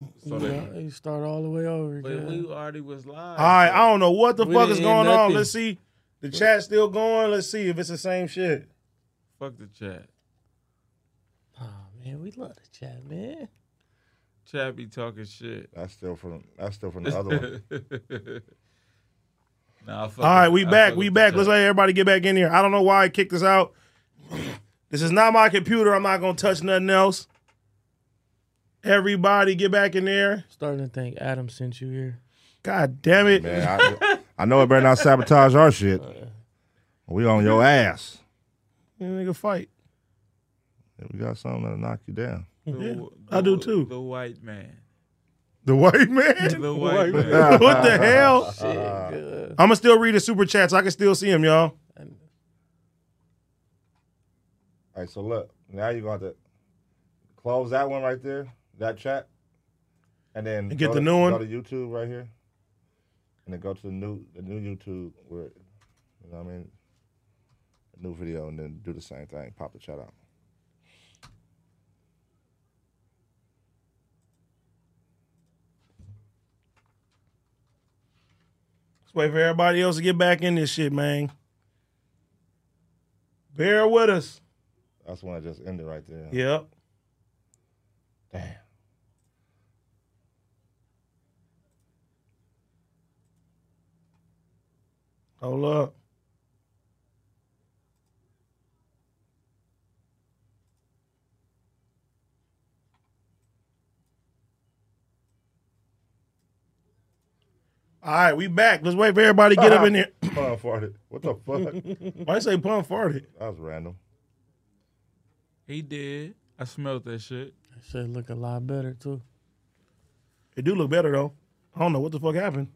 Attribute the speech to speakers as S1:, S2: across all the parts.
S1: So
S2: you
S1: they-
S2: know, they start all the way over
S1: But we
S2: again.
S1: already was live.
S3: All right, I don't know what the
S2: We
S3: fuck is
S2: didn't hear
S3: going on.
S2: nothing.
S3: Let's see. The chat's still going. Let's see if it's the same shit.
S1: Fuck the chat.
S2: Oh man, we love the chat, man.
S1: Chat be talking shit.
S4: That's still from that's still from the other one.
S1: nah, I fuck
S3: All right,
S1: with-
S3: we
S1: I
S3: back.
S1: fuck
S3: We
S1: with
S3: back.
S1: the
S3: Let's
S1: chat.
S3: let everybody get back in here. I don't know why it kicked us out. This is not my computer. I'm not gonna touch nothing else. Everybody get back in there.
S2: Starting to think Adam sent you here.
S3: God damn it.
S4: Man, I, I know it better not sabotage our shit. We on your ass.
S3: You nigga fight.
S4: If we got something that'll knock you down.
S3: Yeah,
S1: The-
S3: I do
S1: the-
S3: too.
S1: The white man.
S3: The white man.
S1: The white man.
S3: what the hell?
S2: Shit,
S4: Uh-huh. Uh,
S2: good.
S3: I'ma still read the super chats. I can still see them, y'all.
S4: All right, so look, now you're gonna have to close that one right there, that chat, and then
S3: And get
S4: go
S3: the
S4: to-
S3: new one?
S4: Go to YouTube right here, and then go to the new the new YouTube where, you know what I mean, new video, and then do the same thing. Pop the chat out.
S3: Let's wait for everybody else to get back in this shit, man. Bear with us.
S4: That's the one that just ended right there.
S3: Yep.
S4: Damn.
S3: Hold up. All right, we back. Let's wait for everybody to get
S4: Uh-huh.
S3: up in there.
S4: Pun farted. What the fuck?
S3: Why you say pun farted?
S4: that was random.
S1: He did. I smelled that shit.
S2: That shit look a lot better too.
S3: It do look better though. I don't know what the fuck happened.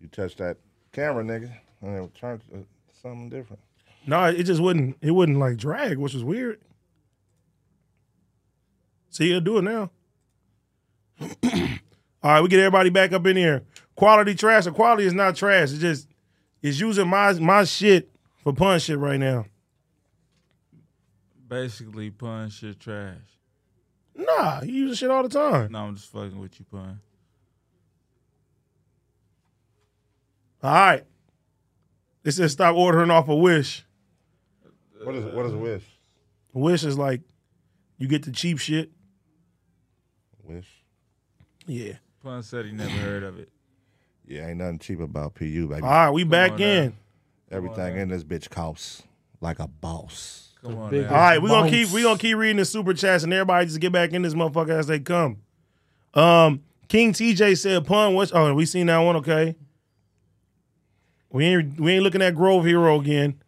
S4: You touched that camera, nigga, and it turned to something different.
S3: No, it just wouldn't. It wouldn't like drag, which is weird. See, it'll do it now. All right, we get everybody back up in here. Quality trash. The quality is not trash. It's just it's using my my shit for pun shit right now.
S1: Basically, pun shit trash.
S3: Nah, you using shit all the time.
S1: No, I'm just fucking with you, pun.
S3: All right. It says stop ordering off a wish.
S4: What is what is wish?
S3: Wish is like you get the cheap shit.
S4: Wish.
S3: Yeah.
S1: Pun said he never heard of it.
S4: Yeah, ain't nothing cheap about PU, baby.
S3: All right, we back
S1: on now.
S3: in.
S4: Everything in this bitch costs like a boss.
S1: Come on,
S2: big-
S1: now.
S3: All right, we're gonna keep
S2: Bounce.
S3: we gonna keep reading the super chats and everybody just get back in this motherfucker as they come. Um King TJ said pun what's oh we seen that one, okay. We ain't we ain't looking at Grove Hero again.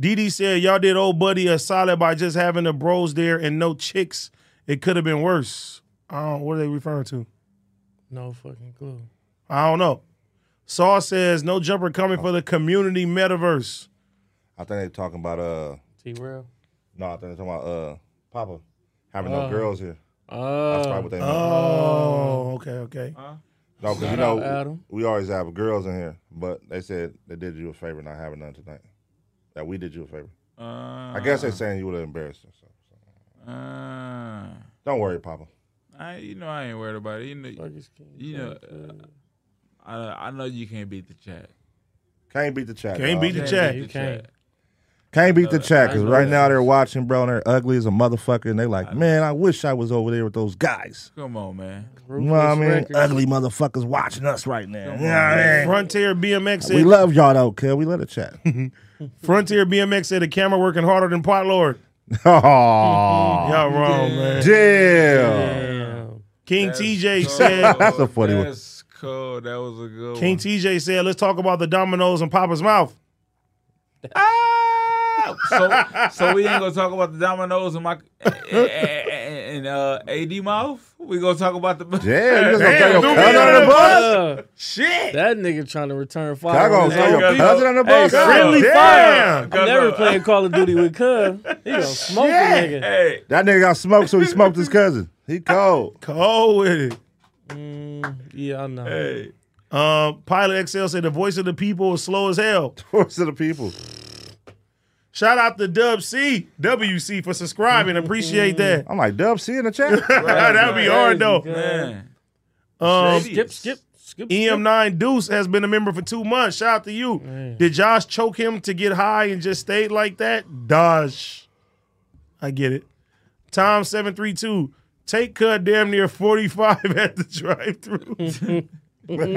S3: DD said y'all did old buddy a solid by just having the bros there and no chicks. It could have been worse. I don't what are they referring to?
S2: No fucking clue.
S3: I don't know. Saw says no jumper coming for the community metaverse.
S4: I think they're talking about uh
S2: T Real.
S4: no, I think they're talking about uh Papa having
S2: Oh.
S4: no girls here. That's probably
S2: Oh,
S4: what they mean.
S3: Ah. Oh, okay, okay.
S1: Huh?
S4: no, because you
S2: Shout
S4: know
S2: out, Adam.
S4: we always have girls in here, but they said they did you a favor not having none tonight. That we did you a favor.
S1: Uh,
S4: I guess they're saying you would have embarrassed us. So.
S1: Uh,
S4: Don't worry, Papa.
S1: I, you know, I ain't worried about it. You know,
S2: Burgers King.
S1: you know uh, I, I know you can't beat the chat.
S4: Can't beat the chat.
S3: Can't
S4: dog.
S3: beat the
S1: Can't
S3: chat.
S1: beat
S2: You
S1: the
S2: can't.
S1: chat.
S4: Can't beat the chat because
S2: I know
S4: right now
S2: that.
S4: they're watching, bro, and they're ugly as a motherfucker, and they like, man, I wish I was over there with those guys.
S1: Come on, man.
S4: You know what I mean?
S2: Ruthless Records.
S4: Ugly motherfuckers watching us right now. You know what I mean?
S3: Frontier BMX
S4: We
S3: said
S4: love y'all though, cuz. We love the chat.
S3: Frontier BMX said the camera working harder than Potlord.
S4: oh,
S3: Y'all wrong, man.
S4: damn.
S2: Damn.
S3: King
S1: That's
S3: TJ
S1: cold.
S3: said.
S4: That's a funny one.
S1: That's cold. That was a good
S3: King
S1: one.
S3: TJ said, "Let's talk about the dominoes in Papa's mouth."
S1: so, so we ain't gonna talk about the dominoes in my and uh, AD mouth. We gonna talk about the
S4: Damn, you just gonna
S3: Damn,
S4: throw
S3: dude,
S4: your cousin
S3: yeah.
S4: under the bus?
S2: Uh,
S3: Shit,
S2: that nigga trying to return fire.
S4: I
S2: on
S4: gonna
S2: his
S4: throw
S2: own
S4: your
S2: people.
S4: cousin under the
S2: Hey,
S4: bus?
S2: friendly
S4: Damn.
S3: fire.
S2: I'm never playing Call of Duty with Cub. He gonna smoke
S3: Shit.
S2: the nigga.
S1: Hey,
S4: That nigga got smoked, so he smoked his cousin. He cold.
S3: cold with it.
S2: Mm, yeah, I know.
S1: hey,
S3: Um, Pilot XL said the voice of the people is slow as hell.
S4: Voice of the people.
S3: Shout out to Dub C, WC for subscribing. Appreciate that.
S4: I'm like, Dub, see in the chat.
S3: That'd be hard though.
S1: Man.
S3: Um,
S2: Skip, skip, skip.
S3: E
S2: skip.
S3: EM9 Deuce has been a member for two months. Shout out to you. Did Josh choke him to get high and just stayed like that? Dosh. I get it. Tom seven three two. Take cut damn near forty five at the drive through.
S4: 45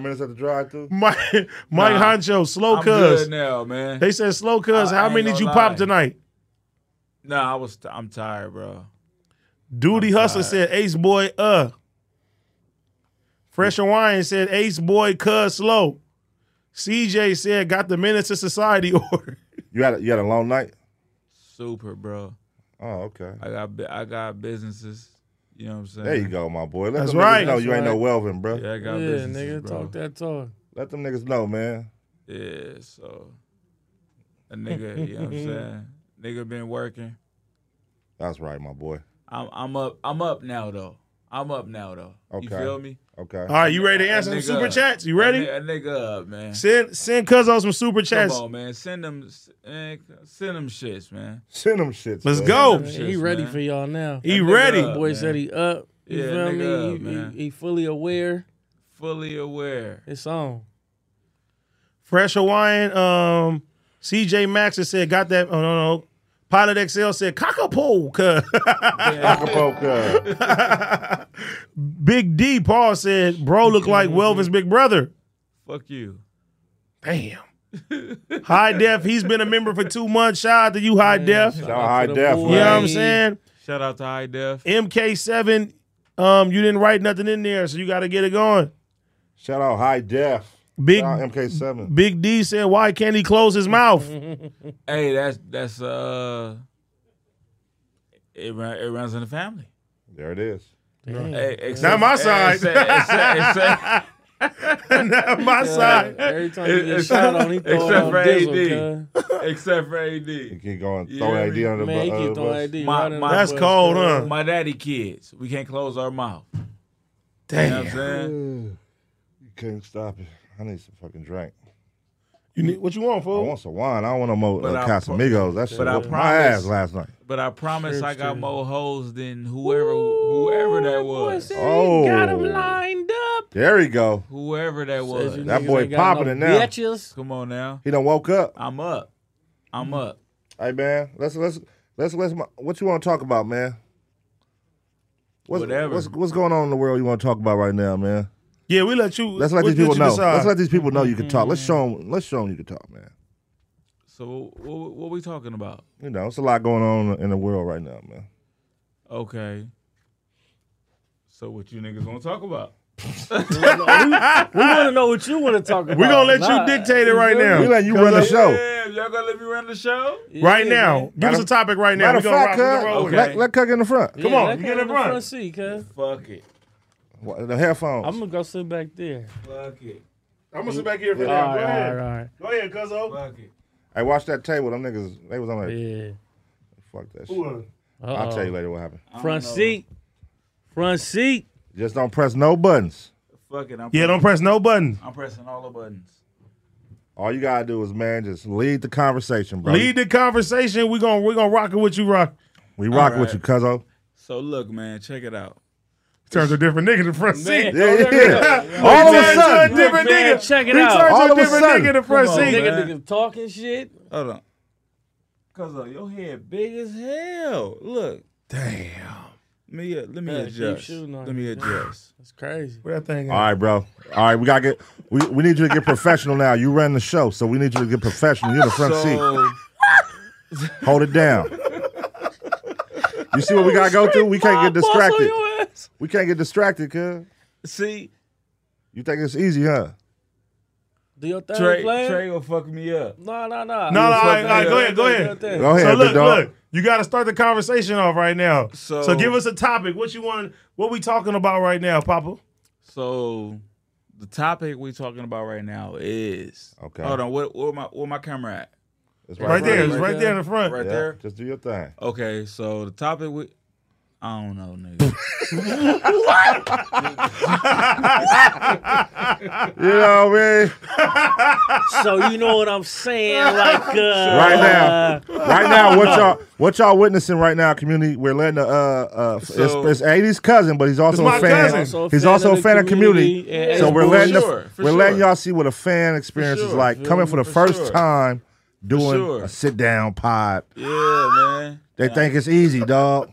S4: minutes at the drive through.
S3: Mike Mike
S1: Nah,
S3: Honcho slow
S1: I'm good
S3: cuz.
S1: now, man.
S3: They said slow cuz.
S1: I
S3: How
S1: ain't
S3: many did
S1: gonna
S3: you pop
S1: lie.
S3: tonight?
S1: Nah, I was. I'm tired, bro.
S3: Duty Hustler
S1: tired.
S3: said Ace Boy uh. Fresh Hawaiian said Ace Boy cuz slow. CJ said got the minutes of society order.
S4: You had a, you had a long night?
S1: Super, bro.
S4: Oh, okay.
S1: I got. bu- I got businesses. You know what I'm saying?
S4: There you go, my boy. Let
S3: That's
S4: them
S3: right.
S4: niggas know you
S2: That's
S4: ain't no
S2: right.
S4: Welvin, bro.
S1: Yeah, I
S2: Yeah,
S1: got businesses,
S2: nigga,
S1: bro.
S2: talk that talk.
S4: Let them niggas know, man.
S1: Yeah, so a nigga. you know what I'm saying? Nigga been working.
S4: That's right, my boy.
S1: I'm. I'm up. I'm up now though. I'm up now though. You
S4: Okay.
S1: feel me?
S4: Okay.
S3: All right, you ready to answer some
S1: Nigga.
S3: super chats? You ready?
S1: A nigga up, man.
S3: Send send Cuzzo some super
S1: Come
S3: chats.
S1: on, man. Send them. eh, Send them shits, man.
S4: Send them shits.
S3: Let's
S4: man.
S3: go.
S2: Man,
S1: shits,
S2: he ready
S1: man.
S2: for y'all now.
S3: Oh, He
S1: nigga
S3: ready.
S1: up.
S2: Boy
S1: man.
S2: said he up. You
S1: Yeah,
S2: feel
S1: nigga up,
S2: me? He-
S1: man.
S2: he, he fully aware.
S1: Fully aware.
S2: It's on.
S3: Fresh Hawaiian. Um, CJ Maxx has said got that. Oh no no. Pilot XL said cockapoo. cuz."
S1: Yeah.
S4: Acapulco.
S3: Big D Paul said bro look like Welvin's big brother.
S1: Fuck you.
S3: Damn. High Def. He's been a member for two months. Shout out to you, High Def.
S4: Shout out High Def,
S3: You know what I'm
S4: Right.
S3: saying?
S1: Shout out to High Def.
S3: MK7. Um, you didn't write nothing in there, so you got to get it going.
S4: Shout out High Def.
S3: Big
S4: Shout out MK7.
S3: Big D said, "Why can't he close his mouth?"
S1: Hey, that's that's uh, it, run, it runs in the family.
S4: There it is.
S1: Hey, except-
S3: Hmm. Not my
S1: hey,
S3: side.
S1: Except, except, except,
S3: Not my side.
S2: Every time you get
S1: Except-
S2: shot on, he throw
S1: except
S2: it on
S1: for
S2: Dizzle, cuz.
S1: except for
S4: You
S1: AD.
S4: keep going,
S1: You
S4: throw
S1: hear
S4: that
S1: me?
S4: ID under the
S2: Man,
S4: bu-
S2: he
S4: under
S2: keep
S4: the
S2: throwing
S4: bus.
S2: AD
S1: My-
S2: right in
S1: my-
S2: the
S3: That's
S2: bus,
S3: cold,
S2: cuz.
S3: huh?
S1: My daddy kids. We can't close our mouth. You know what I'm
S3: Damn.
S1: saying?
S4: You can't stop it. I need some fucking drink.
S3: You need, what you want,
S4: I
S3: fool?
S4: want some wine. I don't want no more
S1: But
S4: uh,
S1: I pro-
S4: Casamigos. That shit
S1: but I
S4: whooped my
S1: promise-
S4: ass last night.
S1: But I promise I got
S2: Trickster.
S1: more hoes than whoever whoever that was.
S4: Oh.
S2: got him lined up.
S4: There he go.
S1: Whoever that was.
S2: Says you
S4: That
S2: niggas
S4: boy
S2: ain't got
S4: popping it
S2: no
S4: now.
S2: bitches.
S1: Come on now.
S4: He done woke up.
S1: I'm up. I'm up.
S4: Hey man, let's let's let's let's. What you want to talk about, man? What's,
S1: Whatever.
S4: What's, what's going on in the world you want to talk about right now, man?
S3: Yeah, we let you.
S4: Let's let
S3: we
S4: these people
S3: you
S4: know.
S3: decide.
S4: Let's let these people know you can talk. Let's show them. Let's show them you can talk, man.
S1: So what, what we talking about?
S4: You know, it's a lot going on in the world right now, man.
S1: Okay. So what you niggas gonna talk about?
S2: We want to know what you want to talk about.
S3: We're gonna let
S2: Nah,
S3: you dictate it right
S2: feel
S3: now.
S4: We let you run the show.
S1: Damn, y'all gonna let me run the show?
S2: me?
S3: right
S2: Yeah,
S3: now,
S2: man.
S3: give us a topic right now.
S4: Matter
S3: We're
S4: of
S3: gonna rock
S4: fact,
S3: and
S4: cuz,
S3: roll with
S1: Okay.
S3: it.
S4: let, let Cook in the front.
S2: Yeah,
S4: Come on.
S2: that
S3: you
S2: guy
S3: get in
S2: the
S3: front.
S2: front seat, cuz.
S1: Fuck it.
S4: What- The headphones.
S2: I'm gonna go sit back there.
S1: Fuck it.
S3: I'm gonna sit back here for
S2: All
S3: now.
S2: right,
S3: Go
S2: all
S3: ahead.
S2: right, all right.
S3: Go ahead, oh. Cuzzo.
S1: Fuck it.
S4: hey, watch that table. Them niggas, they was on that.
S2: Yeah.
S4: Fuck that shit.
S3: Ooh,
S4: I'll
S2: Uh-oh.
S4: tell you later what happened.
S2: Front
S1: know.
S2: seat. Front seat.
S4: Just don't press no buttons.
S1: Fuck it. I'm
S3: Yeah, don't press no button.
S1: I'm pressing all the buttons.
S4: All you gotta do is, man, just lead the conversation, bro.
S3: Lead the conversation. We're gonna we're gonna rock it with you, rock.
S4: We rock
S1: All
S4: with
S1: right.
S4: you, cuzzo.
S1: So look, man, check it out.
S3: Turns a different nigga in the front seat.
S2: Man,
S4: Yeah,
S2: oh, there we go.
S4: yeah. All of a
S3: Turns to a
S4: sudden,
S3: different
S2: Man,
S3: nigga.
S2: check
S3: He
S2: it
S3: turns
S2: out.
S4: All
S3: to a
S4: of a
S3: different
S4: sudden.
S3: nigga in the front
S1: Come on,
S3: seat.
S1: man.
S2: Nigga, nigga talking shit.
S1: Hold on. Cause uh, your head big as hell. Look.
S3: Damn.
S1: Let me uh, let me
S2: Yeah, keep
S1: adjust.
S2: shooting on
S1: Let me
S2: it.
S1: adjust.
S2: That's crazy.
S3: Where that thing?
S4: All
S3: at?
S4: right, bro. All right, we gotta get. We, we need you to get professional now. You run the show, so we need you to get professional. You're the front seat.
S1: So
S4: Hold it down. You see what we gotta go through? We can't get
S2: Boss on
S4: distracted.
S2: your ass.
S4: We can't get distracted, cuz.
S1: see,
S4: You think it's easy, huh?
S2: Do your thing,
S1: Trey
S2: player.
S1: Trey will fuck me up.
S2: No, no, no.
S3: No, no, all right,
S1: fucking
S3: all right, go
S1: nigga.
S3: ahead, go ahead.
S4: Go ahead,
S3: So
S4: big
S3: look,
S4: dog.
S3: look, you got to start the conversation off right now. So,
S1: So-
S3: give us a topic. What you want? What we talking about right now, Papa?
S1: So the topic we talking about right now is
S4: Okay.
S1: Hold on, what where my where my camera at?
S4: It's
S3: Right there,
S4: in
S3: it's
S4: front
S3: right there in the front.
S1: Right
S4: of you. Yeah,
S1: there.
S4: Just do your thing.
S1: Okay, so the topic we I don't know, nigga.
S4: You know what I mean?
S2: So you know what I'm saying? Like, uh,
S4: Right now. Right now, what y'all what y'all witnessing right now, community? We're letting the uh uh
S1: So-
S4: it's, it's 80's cousin, but he's also
S3: It's my
S4: a fan.
S3: cousin.
S2: Also a
S4: he's
S2: fan
S4: also
S2: of
S4: a
S2: the
S4: fan of community.
S2: community, and-
S4: so we're
S1: For
S4: letting the-
S1: sure, for
S4: we're letting
S1: sure.
S4: y'all see what a fan experience is
S1: sure,
S4: like
S1: feel
S4: coming
S1: me?
S4: for the
S1: For
S4: first
S1: sure.
S4: time doing
S1: sure.
S4: a sit down pod.
S1: yeah, man.
S4: They think it's easy, dog.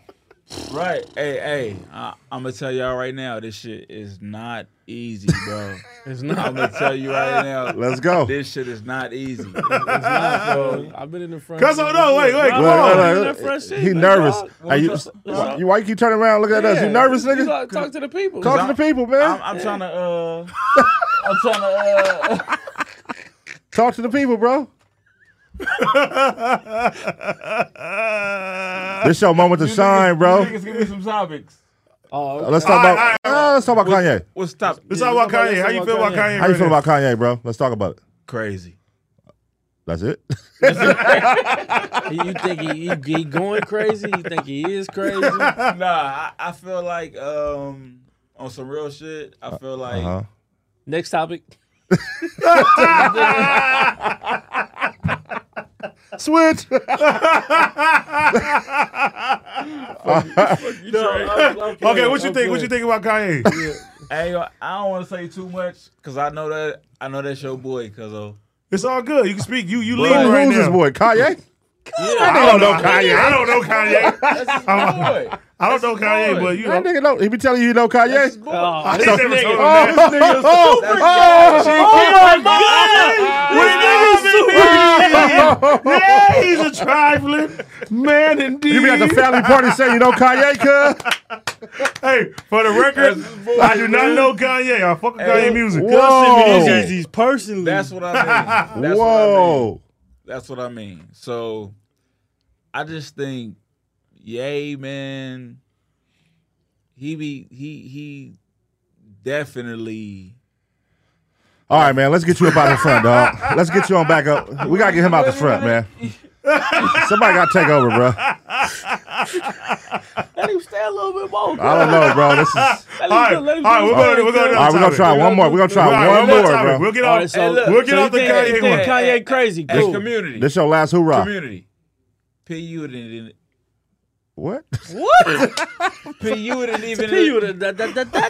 S1: Right. Hey, hey. I, I'm gonna tell y'all right now, this shit is not easy, bro.
S2: It's not.
S1: I'm gonna tell you right now,
S4: Let's go.
S1: this shit is not easy.
S2: It's not, bro. I've been in the front.
S3: Cuz,
S2: seat
S3: hold on, wait,
S2: before.
S3: wait,
S2: Nah,
S3: come
S4: Look,
S2: I've
S3: on.
S2: been
S4: look,
S2: in
S4: look,
S2: that front seat,
S4: uh, he
S2: man.
S4: nervous.
S2: Dog.
S4: Are you,
S1: Let's go.
S4: why, you- why you keep turning around looking at us? You
S2: Yeah.
S4: nervous,
S2: You
S4: nigga?
S2: gotta Talk to the people.
S4: Talk to the people, man.
S1: I'm, I'm trying to. Uh, I'm trying to. Uh,
S4: Talk to the people, bro. this your moment to shine, bro.
S1: Niggas, give me some topics.
S2: Oh, okay.
S4: Let's talk
S3: right,
S4: about uh, let's talk about Kanye.
S1: What's top?
S3: Let's talk about Kanye. How you feel about Kanye?
S4: How you
S3: right
S4: feel
S3: now?
S4: about Kanye, bro? Let's talk about it.
S1: Crazy.
S4: That's it.
S2: You think he, he, he going crazy? You think he is crazy?
S1: Nah, I, I feel like um on some real shit. I feel like
S4: Uh-huh.
S2: Next topic.
S4: Switch.
S1: No, I'm- I'm playing.
S3: Okay, what you
S2: I'm
S3: think? What
S2: good.
S3: you think about Kanye?
S1: Hey, yo, I don't want to say too much because I know that I know that's your boy. Cause oh,
S3: It's all good. You can speak. You you
S1: Who
S3: lead
S1: Right
S4: Who's
S3: right
S4: this
S3: now.
S4: boy? Kanye?
S3: I don't know
S4: Kanye.
S3: Kanye. I don't know Kanye.
S1: that's his boy.
S3: I don't know Kanye,
S1: boy.
S3: but you
S4: That
S3: know.
S4: nigga know. He be telling you you know
S1: That's his
S4: Kanye.
S1: boy.
S2: Oh,
S3: I
S2: this
S3: never
S2: nigga.
S3: told him
S4: Oh,
S3: that.
S4: oh, oh,
S1: That's-
S4: oh, my Oh,
S3: Yeah, he's a trifling man indeed.
S4: You be at the family party saying you know Kanye, cuz?
S3: Hey, for the record,
S1: That's his boy,
S3: I do not
S1: man.
S3: know Kanye. I fuck with
S1: Hey,
S3: Kanye music.
S4: Whoa.
S2: Yeezys personally.
S1: That's what I mean. That's What I mean.
S4: Whoa.
S1: That's what I mean. So I just think, yay, man. He be he he definitely
S4: All right, man. Let's get you up out the front, dog. Let's get you on back up. We gotta get him out the front, man. Somebody gotta take over, bro.
S2: Let him stay a little bit more.
S4: I don't know, bro. This is.
S2: Let him,
S3: All right,
S2: do- let him
S3: all right,
S2: do
S3: we're
S2: his
S3: gonna
S2: thing,
S3: we're gonna
S2: cuz.
S4: All right, we're gonna try one more. We're gonna
S3: All right,
S4: try one more,
S3: topic.
S4: bro.
S3: We'll get
S2: All
S3: off.
S2: right, so
S1: Hey, look,
S3: we'll get
S2: so
S3: off the
S2: you think-
S3: Kanye
S2: you think
S3: one.
S2: Kanye crazy.
S1: Hey,
S2: Cool.
S1: community.
S4: This uh, your last hoorah.
S1: community. P you didn't even
S4: What?
S1: P you didn't even
S2: He would da, da, da, da, da.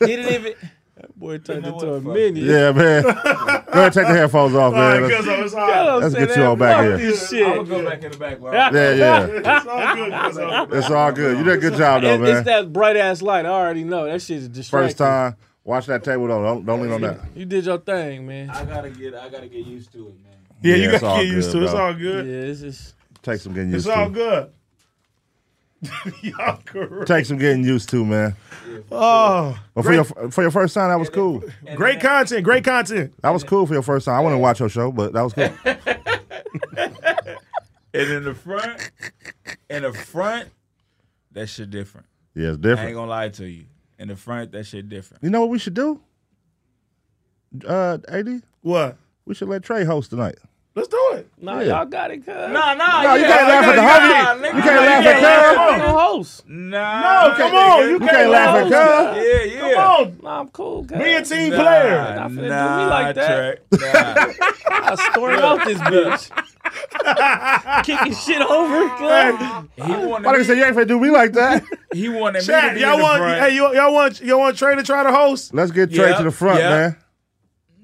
S1: he didn't even
S2: That boy turned
S1: know
S2: into
S1: what,
S2: a
S1: fuck.
S2: mini.
S4: Yeah, man. Go ahead, take the headphones off,
S3: All right,
S4: man.
S3: cuz
S4: Let's-
S3: it's
S2: That's what
S3: all right.
S2: I'm
S4: Let's
S2: saying,
S4: get you all
S2: man.
S4: back
S2: Fuck
S4: here.
S2: This
S1: I'm gonna
S2: shit.
S1: go back in the back where
S4: Yeah, yeah.
S3: It's all good, cuz
S4: It's all good. You did a good job, though,
S2: It's, it's
S4: man.
S2: that bright ass light. I already know that shit is distracting.
S4: First time. Watch that table, though. Don't, don't lean on that.
S2: You did your thing, man.
S1: I gotta get I gotta get used to it, man.
S3: Yeah, you
S4: it's all
S3: gotta get used
S4: good,
S3: to it. It's
S4: bro.
S3: all
S2: Yeah,
S3: good.
S2: this is
S4: Take some getting
S3: It's
S4: used
S3: all
S4: to.
S3: good. Y'all correct.
S4: Take some getting used to, man.
S3: Oh,
S4: But for
S3: Great-
S4: your for your first time, that was cool.
S3: Oh. great content. Great content.
S4: That was cool for your first time. I wouldn't watch your show, but that was cool.
S1: And in the front, in the front, that shit different.
S4: Yeah, it's
S1: I ain't
S4: different.
S1: gonna lie to you. In the front, that shit different.
S4: You know what we should do? Uh, AD,
S3: What?
S4: we should let Trey host tonight.
S3: Let's do it.
S2: no,
S4: Yeah.
S2: y'all got it, cuz.
S1: Nah, nah,
S4: No, you can't laugh at the homie. You can't laugh at
S2: I'm the host.
S1: Nah, nah,
S3: No, come on. You
S4: You can't laugh at
S1: Yeah, yeah.
S3: Come on.
S2: Nah, I'm cool, cuz.
S3: Be a team
S1: Nah,
S3: player.
S2: Not finna do me
S1: nah,
S2: like that.
S1: Trey. Nah.
S2: I storm out this bitch. Kicking shit over, cuz.
S1: He wanted,
S4: My nigga said,
S1: me,
S4: you ain't finna do me like that.
S1: he wanted me to
S3: Chat,
S1: be
S3: y'all
S1: in the
S3: want?
S1: front.
S3: Hey, y'all, y'all want? Y'all want Trey to try to host?
S4: Let's get Trey
S1: Yeah,
S4: to the front,
S1: yeah.
S4: man.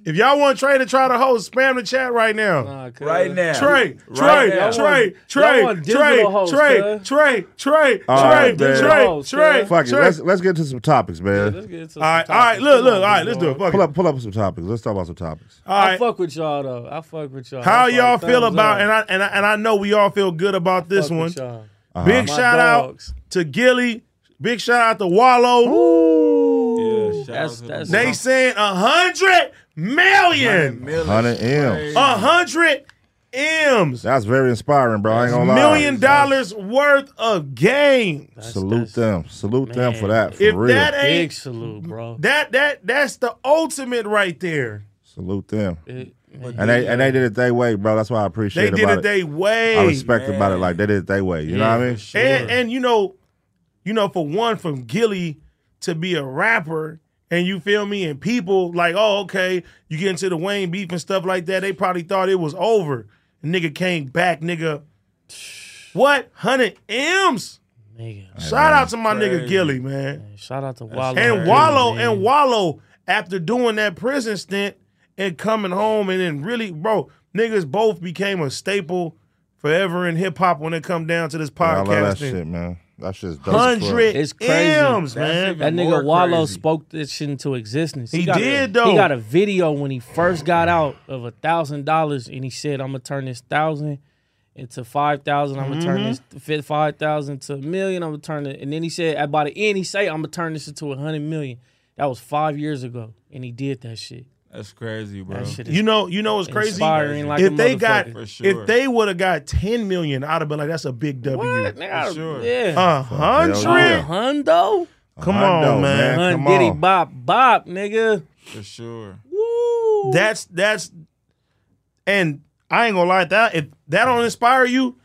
S3: If y'all want Trey to try to host, spam the chat right now.
S2: Nah, cuz.
S1: right now.
S3: Trey,
S1: Right
S3: Trey,
S1: now.
S3: Trey,
S2: Y'all
S3: Trey,
S2: want
S3: Trey,
S2: digital host,
S3: Trey,
S2: cuz.
S3: Trey, Trey, Trey,
S4: All right,
S3: Trey,
S4: man.
S3: Trey,
S2: Host,
S3: Trey.
S2: cuz.
S4: Fuck it.
S3: Trey.
S4: Let's let's get to some topics,
S2: Let's
S4: man.
S2: get to some
S3: All right, all right.
S2: topics.
S3: Look,
S2: Come
S3: look.
S2: on,
S3: All right, let's do it.
S2: y'all.
S3: Fuck
S4: Pull
S3: it.
S4: up pull up some topics. Let's talk about some topics.
S3: All
S2: I
S3: right.
S2: fuck with y'all though. I fuck with y'all.
S3: How
S2: That's why
S3: y'all
S2: thumbs
S3: feel about?
S2: up.
S3: And I and I, and I know we all feel good about this
S2: Fuck
S3: one.
S2: with y'all.
S3: Big
S4: Uh-huh.
S2: My
S3: shout
S2: dogs.
S3: out to Gilly. Big shout out to Wallow.
S1: Yeah, shout
S2: That's-
S1: out to
S2: that's-
S1: the-
S3: They saying a hundred million,
S1: Millions.
S4: 100 M's.
S3: a hundred m's,
S4: That's very inspiring, bro. I ain't gonna lie.
S3: million dollars worth of games.
S2: That's-
S4: Salute them. Salute them for
S2: Man.
S4: that. For
S3: if
S4: real.
S3: that ain't
S2: Big salute, bro.
S3: that that that's the ultimate right there.
S4: Salute them.
S2: It- man,
S4: And they and they did it their way, bro. That's why I appreciate
S3: They
S4: about
S3: did it
S4: it.
S3: they way.
S4: I respect about it
S1: Man.
S4: like they did it their way. You know
S2: Yeah,
S4: what I mean?
S2: for sure.
S3: and and you know, you know, for one from Gilly to be a rapper, and you feel me, and people like, oh, okay, you get into the Wayne beef and stuff like that, they probably thought it was over. nigga came back, nigga. What? 100 M's?
S2: Nigga.
S3: Shout out to my
S1: crazy.
S3: nigga Gilly, man.
S2: Shout out to Wallow.
S3: And
S1: Crazy,
S3: Wallow
S2: man.
S3: and Wallow after doing that prison stint and coming home and then really, bro, niggas both became a staple forever in hip hop when it come down to this
S4: I love that
S3: podcasting.
S4: shit, man. That shit's dope. as fuck.
S3: Hundred
S2: It's crazy.
S3: M's,
S2: That's
S3: man.
S1: even
S2: That
S1: more
S2: nigga Wallow
S1: crazy.
S2: spoke this shit into existence.
S3: He
S2: got
S3: did,
S2: a,
S3: though.
S2: He got a video when he first got out of a thousand dollars, and he said, "I'm gonna turn this thousand into five thousand. I'm gonna turn
S3: Mm-hmm.
S2: this fi- five thousand to a million. I'm gonna turn it." And then he said, at by the end, he say, "I'm gonna turn this into a hundred million. That was five years ago, and he did that shit.
S1: That's crazy, bro.
S2: That shit is
S3: You know, you know what's crazy?
S2: inspiring. Like
S3: if
S2: a
S3: they got,
S2: motherfucker.
S1: For sure.
S3: if they would have got ten million, I'd have been like, that's a big
S2: what?
S3: W.
S2: Nigga,
S1: For sure.
S2: yeah,
S3: A hundred.
S4: Hell yeah.
S2: Hundo,
S3: Come
S4: Hundo,
S3: on, man.
S4: man.
S2: Hun
S4: Come
S2: Diddy
S4: on.
S2: Bop Bop, nigga.
S1: for sure.
S2: Woo.
S3: That's that's, and I ain't gonna lie. That if that don't inspire you,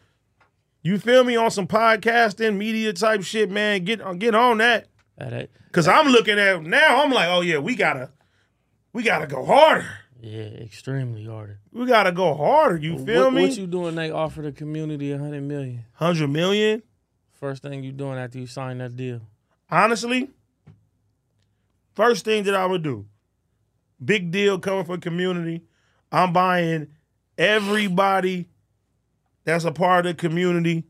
S3: you feel me on some podcasting media type shit, man. Get uh, get on that.
S2: That ain't-
S3: Cause I'm looking at now. I'm like, oh yeah, we gotta, we gotta go harder.
S2: yeah, extremely hard.
S3: We gotta go harder. You feel
S2: what,
S3: me?
S2: What you doing? They offer the community a hundred million.
S3: Hundred million.
S2: First thing you doing after you sign that deal?
S3: honestly, first thing that I would do, big deal coming from community. I'm buying everybody that's a part of the community,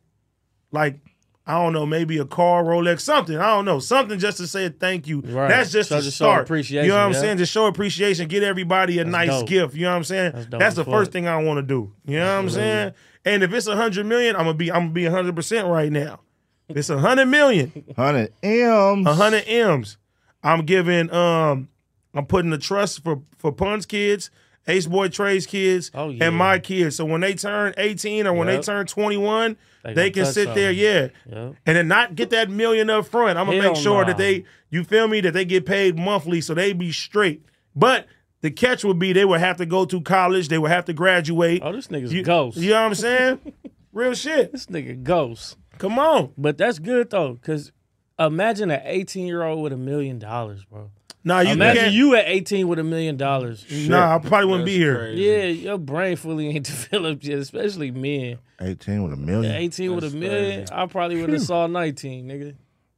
S3: like I don't know, maybe a car, Rolex, something. I don't know, something just to say thank you.
S2: Right.
S3: That's just
S2: So
S3: to
S2: just show
S3: start.
S2: appreciation,
S3: You know what I'm
S2: yeah.
S3: saying? Just show appreciation. Get everybody a nice
S2: dope.
S3: gift. You know what I'm saying?
S2: That's
S3: That's,
S2: dope as
S3: the
S2: fuck.
S3: first thing I want to do. You know what I'm saying? And if it's a hundred million, I'm gonna be I'm gonna be hundred percent right now. If It's a hundred million.
S4: Hundred M's.
S3: A hundred M's. I'm giving um I'm putting the trust for for Pun's kids, Ace Boy Trey's kids,
S2: Oh, yeah.
S3: and my kids. So when they turn 18 or when
S2: Yep.
S3: they turn 21,
S2: They
S3: they,
S2: gonna
S3: can
S2: touch
S3: sit there,
S2: something.
S3: yeah.
S2: Yep.
S3: And then not get that million up front. I'm gonna
S2: Hell
S3: make sure
S2: nah.
S3: that they you feel me, that they get paid monthly so they be straight. But the catch would be they would have to go to college, they would have to graduate.
S2: Oh, this nigga's
S3: you,
S2: ghost.
S3: you know what I'm saying? Real shit.
S2: This nigga ghost.
S3: Come on.
S2: But that's good though, cause imagine an eighteen year old with a million dollars, bro.
S3: Nah, you
S2: Imagine
S3: can't.
S2: you at eighteen with a million dollars.
S3: Nah, I probably wouldn't be
S1: That's
S3: here.
S1: crazy.
S2: Yeah, your brain fully ain't developed yet, especially men.
S4: Eighteen with a million.
S2: Eighteen with
S1: That's
S2: a million,
S1: crazy.
S2: I probably would have saw nineteen, nigga.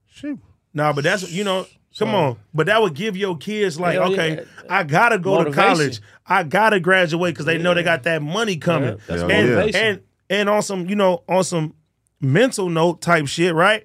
S4: Shoot.
S3: Nah, but that's you know, come
S2: So-
S3: on. But that would give your kids like,
S2: Hell
S3: okay,
S2: yeah.
S3: I gotta go to
S2: Motivation.
S3: college. I gotta graduate because they know they got that money coming.
S2: That's
S3: and,
S4: Hell yeah.
S2: motivation.
S3: and and on some, you know, on some mental note type shit, right?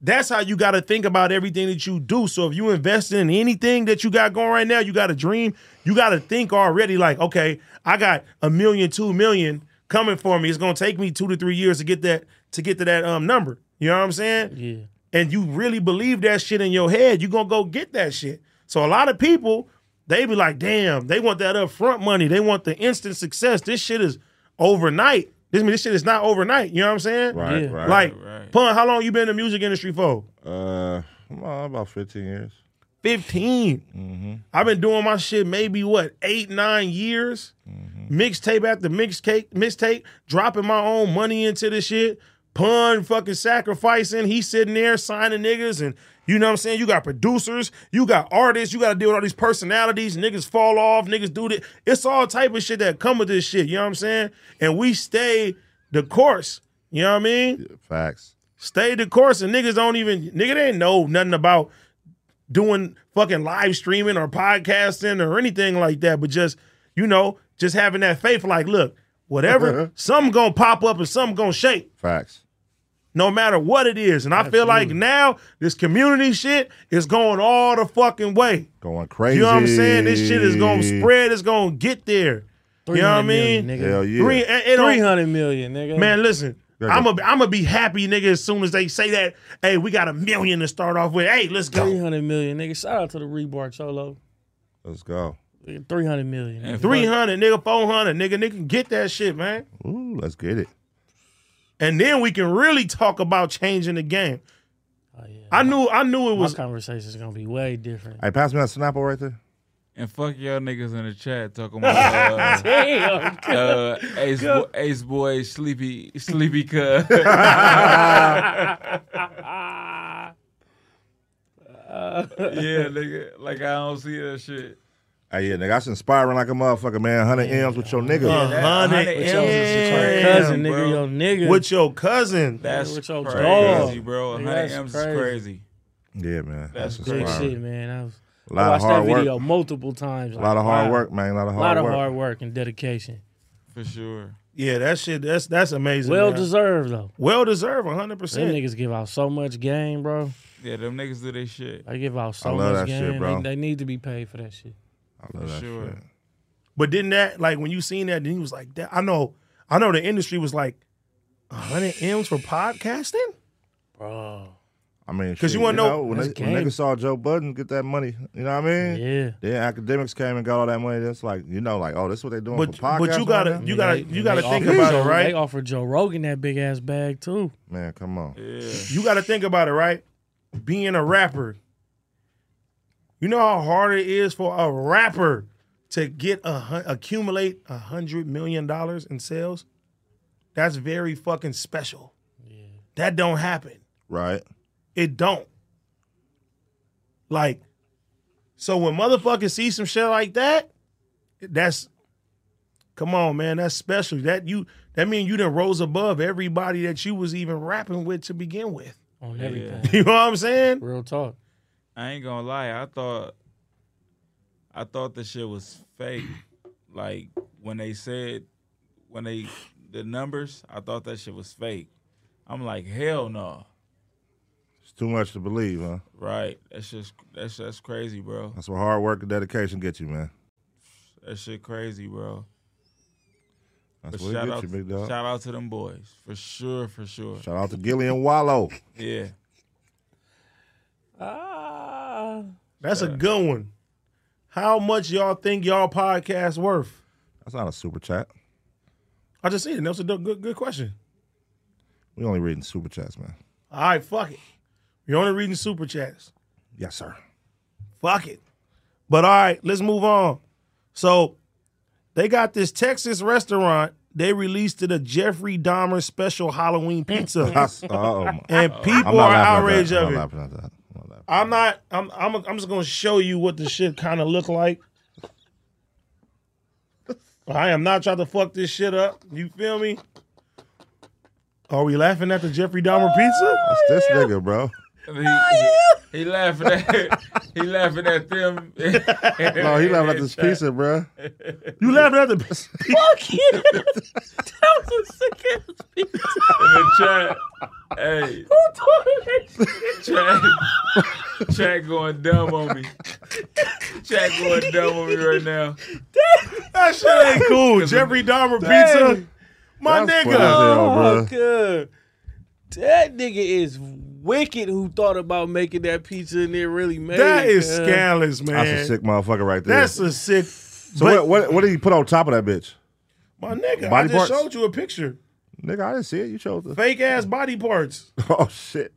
S3: That's how you gotta think about everything that you do. So if you invest in anything that you got going right now, you got a dream, you gotta think already, like, okay, I got a million, two million coming for me. It's gonna take me two to three years to get that to get to that um number. You know what I'm saying?
S2: yeah.
S3: and you really believe that shit in your head, you're gonna go get that shit. So a lot of people, they be like, damn, they want that upfront money. They want the instant success. This shit is overnight. This I mean, this shit is not overnight. You know what I'm saying?
S4: Right,
S2: Yeah.
S4: right.
S3: Like,
S1: Right.
S3: pun, how long you been in the music industry for?
S4: uh, come on, about fifteen years.
S3: 15. I've been doing my shit maybe what, eight, nine years? Mixtape after mixtape, mixtape, dropping my own money into this shit. Pun fucking sacrificing. He sitting there signing niggas and you know what I'm saying? You got producers, you got artists, you gotta deal with all these personalities, niggas fall off, niggas do this. It's all type of shit that come with this shit, you know what I'm saying? And we stay the course. You know what I mean?
S4: Facts.
S3: Stay the course, and niggas don't even nigga they ain't know nothing about doing fucking live streaming or podcasting or anything like that. But just you know, just having that faith, like, look, whatever, something gonna pop up and something gonna shake,
S4: Facts.
S3: no matter what it is. And I feel like now this community shit is going all the fucking way.
S4: Going crazy.
S3: You know what I'm saying? This shit is gonna spread. It's gonna get there. You know what
S2: 300
S3: I mean?
S2: million,
S4: Hell
S2: Nigga.
S4: yeah.
S3: Three, it- it don't-
S2: Three hundred million, nigga.
S3: Man, listen.
S4: Yeah,
S3: I'm gonna I'm be happy, nigga, as soon as they say that, hey, we got a million to start off with. Hey, let's
S2: three
S3: go.
S2: hundred million, nigga. Shout out to the Rebar Cholo.
S4: Let's go.
S2: Three hundred million. nigga.
S1: And fuck-
S3: 300, nigga, 400, nigga, nigga, get that shit, man.
S4: Ooh, let's get it.
S3: And then we can really talk about changing the game.
S2: Oh, yeah.
S3: I knew I knew it
S2: My
S3: was
S2: conversation's gonna be way different.
S4: Hey, pass me that Snapple right there.
S1: And fuck y'all niggas in the chat talking about uh,
S2: Damn,
S1: uh, Ace, Bo- Ace Boy, Sleepy, Sleepy Cuz. yeah, nigga. Like I don't see that shit.
S4: Hey, yeah, nigga, that's inspiring like a motherfucker, man. 100 M's with your nigga.
S3: Uh,
S1: That
S3: 100
S1: 100
S3: M's
S1: is
S3: with your
S1: crazy,
S2: cousin,
S1: bro.
S2: nigga, your nigga.
S3: with your cousin.
S1: That's
S2: with your
S1: crazy,
S2: dog.
S1: bro.
S2: Nigga,
S1: 100
S2: that's
S1: M's is
S2: crazy.
S1: crazy.
S4: Yeah, man.
S1: That's
S4: That's,
S2: Good
S4: inspiring.
S2: shit, man. I, was,
S4: A
S2: I
S4: lot of
S2: watched
S4: hard
S2: that
S4: work.
S2: video multiple times.
S4: A lot of hard work, man. A lot of
S2: A
S4: hard
S2: lot of
S4: work.
S2: hard work and dedication.
S1: For sure.
S3: Yeah, that shit. That's that's amazing.
S2: Well
S3: man.
S2: deserved though.
S3: well deserved, 100.
S2: Them
S3: percent
S2: niggas give out so much game, bro.
S1: Yeah, them niggas do their shit.
S2: They give out so
S4: I love
S2: much
S4: that shit,
S2: game. They-
S4: bro.
S2: They, need to be paid for that shit.
S4: I love that
S1: Sure.
S4: shit.
S3: But didn't that like when you seen that? Then he was like, that, I know, I know. The industry was like, 100 m's for podcasting.
S2: Bro.
S4: I mean,
S3: 'Cause
S4: shit,
S3: you wanna know-
S4: when,
S2: That's
S4: they, when
S2: game.
S4: niggas saw Joe Budden get that money, you know what I mean?
S2: Yeah.
S4: Then academics came and got all that money. That's like, you know, like, oh, this is what they doing
S3: But
S4: for podcasts.
S3: but you
S4: right
S3: gotta
S4: now?
S3: you gotta
S2: And they-
S3: you gotta
S2: and they
S3: think
S2: offered
S3: about it,
S2: Joe- They
S3: right?
S2: offered Joe Rogan that big ass bag too.
S4: Man, come on.
S1: Yeah.
S3: You gotta think about it, right? Being a rapper. You know how hard it is for a rapper to get a hun- accumulate a hundred million dollars in sales. That's very fucking special. That don't happen.
S4: Right.
S3: It don't. Like, so when motherfuckers see some shit like that, that's come on, man. That's special. That you that mean you done rose above everybody that you was even rapping with to begin with.
S2: On everything.
S3: You know what I'm saying?
S2: Real talk.
S1: I ain't gonna lie, I thought I thought the shit was fake. Like when they said when they the numbers, I thought that shit was fake. I'm like, hell no.
S4: It's too much to believe, huh?
S1: Right. That's just that's that's crazy, bro.
S4: That's what hard work and dedication get you, man.
S1: That shit crazy, bro.
S4: That's
S1: But
S4: what it
S1: shout
S4: get
S1: out,
S4: you, big dog.
S1: shout out to them boys. For sure, for sure.
S4: Shout out to Gillian Wallow.
S1: Yeah.
S2: Ah.
S3: That's a good one. How much y'all think y'all podcast worth?
S4: That's not a super chat.
S3: I just seen it. That was a good good question.
S4: We only reading super chats, man.
S3: All right, fuck it. You're only reading super chats.
S4: Yes, sir.
S3: Fuck it. But all right, let's move on. So they got this Texas restaurant. They released it a Jeffrey Dahmer special Halloween
S4: I
S3: pizza,
S4: s- oh, my.
S3: and
S4: I'm
S3: people are
S4: not laughing at
S3: outraged
S4: that.
S3: of
S4: I'm
S3: it.
S4: not laughing at that. I'm not laughing.
S3: I'm not. I'm. I'm. I'm just gonna show you what the shit kind of look like. I am not trying to fuck this shit up. You feel me? Are we laughing at the Jeffrey Dahmer pizza?
S4: That's this nigga, bro.
S1: He, he laughing at he laughing at them.
S4: No, he laughing at this pizza, bro.
S3: You laughing at the pizza?
S2: that was a sick ass pizza.
S1: in the chat. Hey, chat, chat going dumb on me. Chat going dumb on me right now.
S3: That shit ain't cool. Jeffrey Dahmer pizza, my
S4: That's
S3: nigga.
S4: funny as hell,
S2: Oh,
S4: bro.
S2: good. That nigga is wicked who thought about making that pizza and then really made
S3: That
S2: it.
S3: is
S2: cuz.
S3: scandalous, man.
S4: That's a sick motherfucker right there.
S3: That's a sick.
S4: so
S3: but-
S4: what, what? What did he put on top of that bitch?
S3: My nigga, I
S4: Body
S3: just
S4: parts?
S3: showed you a picture.
S4: Nigga, I didn't see it. You chose the.
S3: Fake ass body parts.
S4: Oh shit.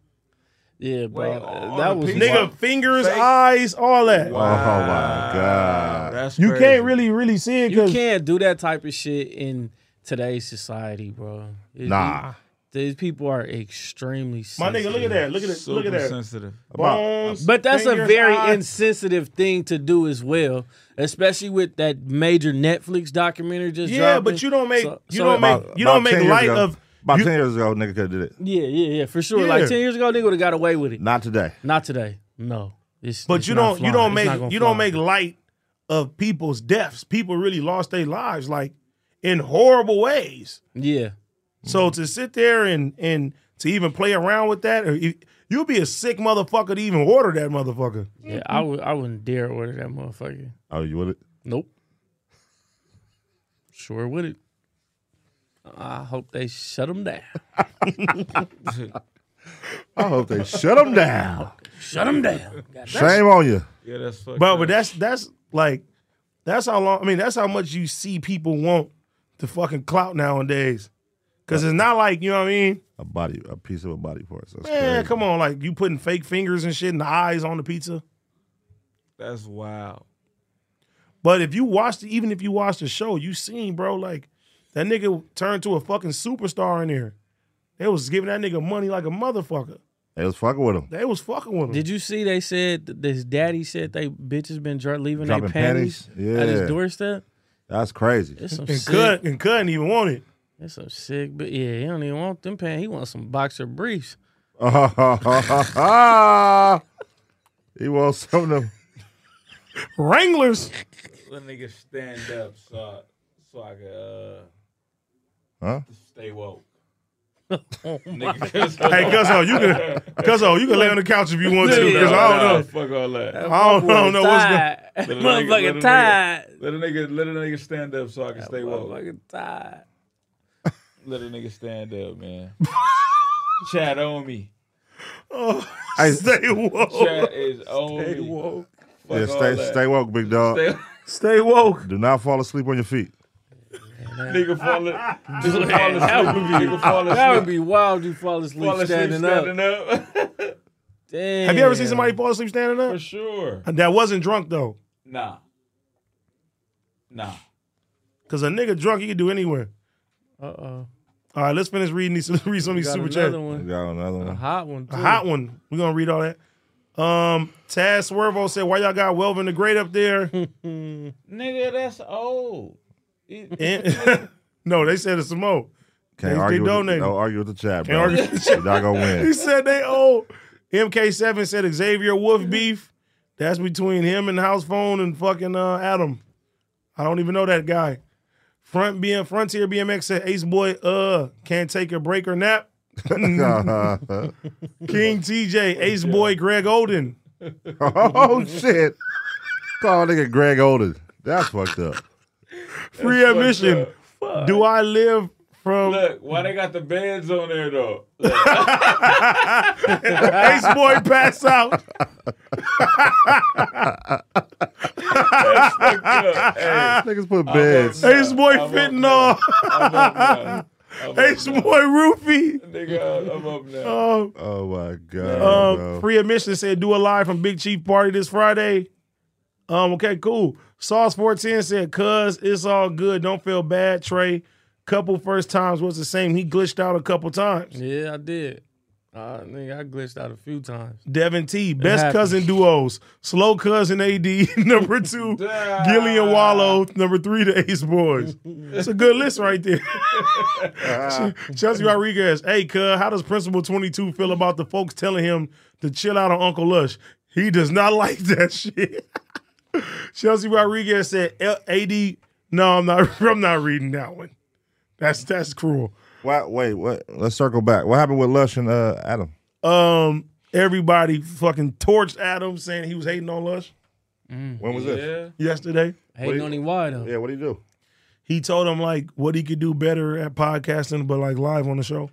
S2: Yeah, bro.
S1: Wait, on
S2: that
S1: the
S2: was
S1: pizza?
S3: Nigga,
S1: Wow.
S3: fingers,
S1: Fake-
S3: eyes, all that.
S4: Oh my god.
S1: That's
S3: You
S1: crazy.
S3: can't really, really see it
S2: You
S3: because
S2: can't do that type of shit in today's society, bro. It-
S4: Nah.
S2: These people are extremely
S3: my
S2: sensitive.
S3: nigga, look at that. Look at that.
S1: Super
S3: Look at that.
S1: sensitive.
S3: Bones,
S2: But that's a
S3: fingers,
S2: very
S3: eyes.
S2: insensitive thing to do as well, especially with that major Netflix documentary just
S3: Yeah,
S2: dropping.
S3: but you don't make
S2: So-
S3: you
S2: so-
S3: don't make
S4: About-
S3: you
S4: about
S3: don't
S4: 10
S3: make
S4: years
S3: light
S4: ago-
S3: of
S4: About
S3: you-
S4: ten years ago, nigga could have did it.
S2: Yeah, yeah, yeah, for sure. Like
S3: Yeah.
S2: ten years ago, nigga would have got away with it.
S4: Not today.
S2: Not today. No. It's,
S3: But
S2: it's
S3: you
S2: not
S3: don't
S2: flying.
S3: you
S2: It's
S3: don't
S2: not
S3: make
S2: gonna
S3: you don't
S2: fly.
S3: make light of people's deaths. People really lost their lives like in horrible ways.
S2: Yeah.
S3: So to sit there and and to even play around with that, or you, you'll be a sick motherfucker to even order that motherfucker.
S2: Yeah. I would I wouldn't dare order that motherfucker.
S4: Oh, you with it?
S2: Nope. Sure would it. I hope they shut them down.
S4: I hope they shut him down.
S2: Shut them down. God,
S4: Shame on you.
S1: Yeah, that's fucked
S3: But
S1: up.
S3: but that's that's like that's how long. I mean, that's how much you see people want the fucking clout nowadays. Cause it's not like you know what I mean.
S4: A body, a piece of a body part. That's
S3: Man,
S4: crazy.
S3: come on, like you putting fake fingers and shit and the eyes on the pizza.
S1: that's wild.
S3: But if you watch the, even if you watch the show, you seen bro like that nigga turned to a fucking superstar in there. They was giving that nigga money like a motherfucker.
S4: They was fucking with him.
S3: They was fucking with him.
S2: Did you see they said th- this daddy said they bitches been dr- leaving their
S4: Dropping
S2: panties,
S4: panties?
S2: at his
S4: Yeah.
S2: doorstep?
S4: That's crazy.
S2: It's some
S3: and
S2: sick.
S3: cut and cut and even want it.
S2: That's some sick. But yeah, he don't even want them pants. He wants some boxer briefs.
S4: he wants some of them.
S3: Wranglers.
S1: Let niggas stand up so I, so I can uh,
S4: Huh?
S1: stay woke.
S2: Oh
S3: Hey, Cuzzo, oh, you can Cuzzo, you can lay on the couch if you want to.
S2: Yeah.
S3: Cause I don't know.
S1: Fuck all that.
S3: I don't, I don't know what's going.
S2: what's
S1: Little nigga, little
S2: Motherfucking
S1: nigga.
S2: tired.
S1: Let a nigga, let a nigga stand up so I can stay woke.
S2: Motherfucking tired.
S1: Let a nigga stand up, man. Chad on me.
S3: Oh,
S4: Hey,
S3: stay woke.
S1: Chad is on
S3: Oh. Stay
S1: me.
S3: woke.
S1: Fuck
S4: yeah,
S1: all
S4: stay,
S1: that.
S4: stay woke, big dog.
S1: Stay-
S3: Stay woke.
S4: Do not fall asleep on your feet.
S1: nigga fall nigga fall
S2: That would
S1: asleep. Nigga fall asleep.
S2: That would be wild. You fall asleep,
S1: fall asleep
S2: standing, up.
S1: standing up.
S2: Damn.
S3: Have you ever seen somebody fall asleep standing
S1: For
S3: up?
S1: sure.
S3: That wasn't drunk though.
S1: Nah. Nah.
S3: Cause a nigga drunk, he can do anywhere.
S2: Uh oh.
S3: All right, let's finish reading these read some of these
S2: Got
S3: super
S2: another
S3: chats.
S4: We
S2: one.
S4: got another one.
S2: A
S3: Uh-huh.
S2: hot one. Too.
S3: A hot one. We're gonna read all that. Um Taz Swervo said, Why y'all got Welvin the Great up there?
S1: Nigga, that's old. It-
S3: And- no, they said it's Samoa. They-
S4: Can't
S3: they
S4: argue with the,
S3: donated.
S4: don't argue with the chat, bro.
S3: Can't argue with the
S4: You're not gonna
S3: He
S4: win.
S3: said they owe. MK7 said Xavier Wolf beef. That's between him and House Phone and fucking uh, Adam. I don't even know that guy. Front BM Frontier BMX said Ace Boy uh can't take a break or nap. King TJ, Ace Boy Greg Oden.
S4: oh shit! Call nigga Greg Olden. That's fucked up.
S3: Free admission.
S1: fucked up.
S3: Do I live from
S1: Look, why they got the bands on there though? Look,
S3: Ace Boy pass out?
S1: look, hey,
S4: Niggas put beds.
S1: up.
S3: Ace Boy
S1: I won't
S3: fitting
S1: know.
S3: all.
S1: I'm up now. I'm
S3: Ace Boy
S1: up now.
S3: roofie.
S1: Nigga, I'm up now.
S3: Oh.
S4: Oh my god,
S3: Um,
S4: bro.
S3: free admission said do a live from Big Chief Party this Friday. Um, okay, cool. Sauce 410 said, cuz it's all good. Don't feel bad, Trey. Couple first times was the same. He glitched out a couple times.
S2: Yeah, I did. Uh, nigga, I glitched out a few times.
S3: Devin T, best
S2: happens.
S3: cousin duos. Slow cousin AD, number two. Gillian Wallow, number three, the Ace Boys. That's a good list right there.
S4: Ah,
S3: Chelsea Rodriguez, hey, cuz, how does Principal 22 feel about the folks telling him to chill out on Uncle Lush? He does not like that shit. Chelsea Rodriguez said, L- AD, no, I'm not, I'm not reading that one. That's that's cruel.
S4: Why, wait, what? Let's circle back. What happened with Lush and uh, Adam?
S3: Um, everybody fucking torched Adam saying he was hating on Lush
S4: When was this?
S1: Yeah.
S3: yesterday.
S2: Hating
S4: Wait.
S2: on him why though?
S4: Yeah, what did he do?
S3: He told him like what he could do better at podcasting, but like live on the show.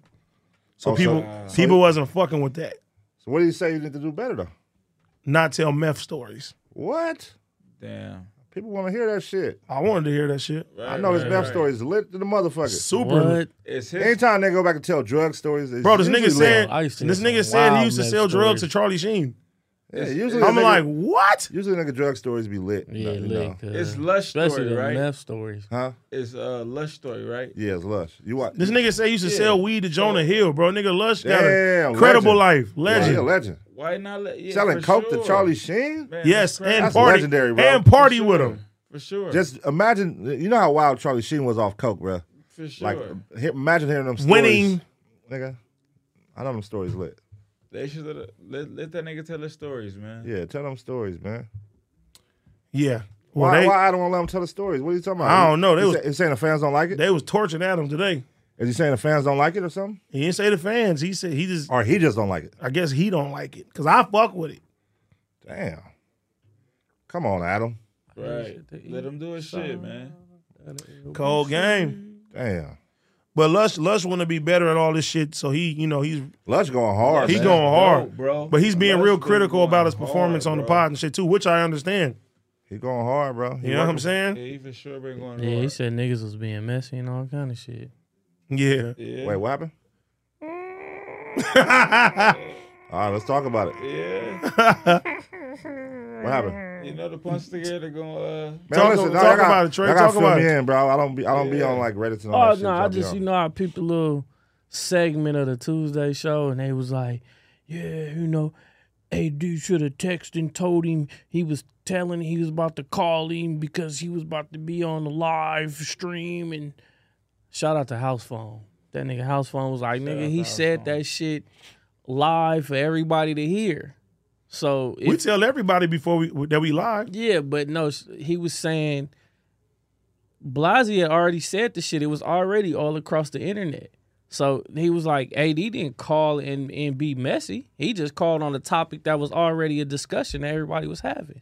S3: So
S4: Oh, so-
S3: people
S4: so-
S3: people wasn't fucking with that.
S4: So what did he say you need to do better though?
S3: Not tell meth stories.
S4: What?
S1: Damn.
S4: People want to hear that shit.
S3: I wanted to hear that shit.
S4: I know his meth story is lit to the motherfucker.
S3: Super.
S2: What?
S1: It's his
S4: Anytime they go back and tell drug stories, it's
S3: Bro, this nigga
S4: usually
S3: said
S4: lit.
S2: I used to
S3: this
S2: hear
S3: nigga
S2: some
S3: said he
S2: wild
S3: used to
S2: meth
S3: sell
S2: stories.
S3: drugs to Charlie Sheen.
S4: yeah, usually
S3: I'm
S4: a nigga-
S3: like, what?
S4: usually nigga drug stories be lit.
S2: Yeah,
S4: you know.
S2: lit.
S1: It's
S2: cuz.
S1: lush
S2: Especially
S1: story,
S2: the
S1: right?
S2: meth stories.
S4: huh?
S1: It's uh lush story, right?
S4: Yeah, it's Lush. You watch
S3: This nigga said he used to
S1: Yeah.
S3: sell weed to Jonah Hill, bro. Nigga Lush got
S4: Damn,
S3: a credible life.
S4: Yeah,
S3: Legend.
S4: he a legend.
S1: Why not let yeah,
S4: Selling
S1: for
S4: coke
S1: sure.
S4: to Charlie Sheen.
S1: Man, that's
S3: Yes,
S1: crazy.
S3: and
S4: That's
S3: party
S4: legendary, bro.
S3: and party
S1: For
S3: with
S1: sure.
S3: him.
S1: For sure.
S4: Just imagine, you know how wild Charlie Sheen was off coke, bro.
S1: for sure.
S4: Like, he- imagine hearing them stories.
S3: Winning.
S4: nigga. I know them stories lit.
S1: they should let, let let that nigga tell his stories, man.
S4: Yeah, tell them stories, man.
S3: Yeah. Well,
S4: Why?
S3: they,
S4: why I don't want to let them tell the stories? What are you talking about?
S3: I don't know. They
S4: They
S3: was-
S4: saying the fans don't like it.
S3: they was torching Adam today.
S4: Is he saying the fans don't like it or something?
S3: He didn't say the fans. He said he just
S4: Or he just don't like it?
S3: I guess he don't like it. Cause I fuck with it.
S4: Damn. Come on, Adam.
S1: Right. Let him do his shit, man.
S3: Cold game.
S4: Damn.
S3: But Lush Lush wanna be better at all this shit. So he, you know, he's
S4: Lush going hard.
S3: He
S4: man.
S3: going hard.
S1: Dope, bro.
S3: But he's being
S1: Lush
S3: real
S1: been
S3: critical
S1: going
S3: about his
S1: hard,
S3: performance on the
S1: bro.
S3: pod and shit too, which I understand.
S4: He going hard, bro. He
S3: You know what I'm
S4: working-
S1: Yeah,
S3: saying?
S1: he for sure been going
S2: Yeah, he
S1: hard.
S2: said niggas was being messy and all kind of shit.
S3: Yeah.
S1: Yeah.
S4: Wait, what happened? All right, let's talk about it.
S1: Yeah.
S4: What happened?
S1: You know the punch together going uh
S4: Man,
S3: Talk-
S4: listen,
S3: talk
S4: y'all gotta-
S3: about it, Trey.
S4: y'all gotta
S3: Talk
S4: fill
S3: about
S4: me
S3: it.
S4: in, bro. I don't be, I don't be on like Reddit and all
S2: Oh
S4: that shit.
S2: no, I
S4: y'all be
S2: just
S4: on.
S2: you know I peeped a little segment of the Tuesday show and they was like, yeah, you know, AD should have texted and told him he was telling he was about to call him because he was about to be on the live stream and shout out to House Phone. That nigga House Phone was like, nigga,
S1: out
S2: he
S1: to House
S2: said
S1: Phone.
S2: that shit live for everybody to hear. So
S3: we
S2: if-
S3: tell everybody before we that we live.
S2: yeah, but no, s- he was saying Blasey had already said the shit. It was already all across the internet. So he was like, AD didn't call and, and be messy. He just called on a topic that was already a discussion that everybody was having.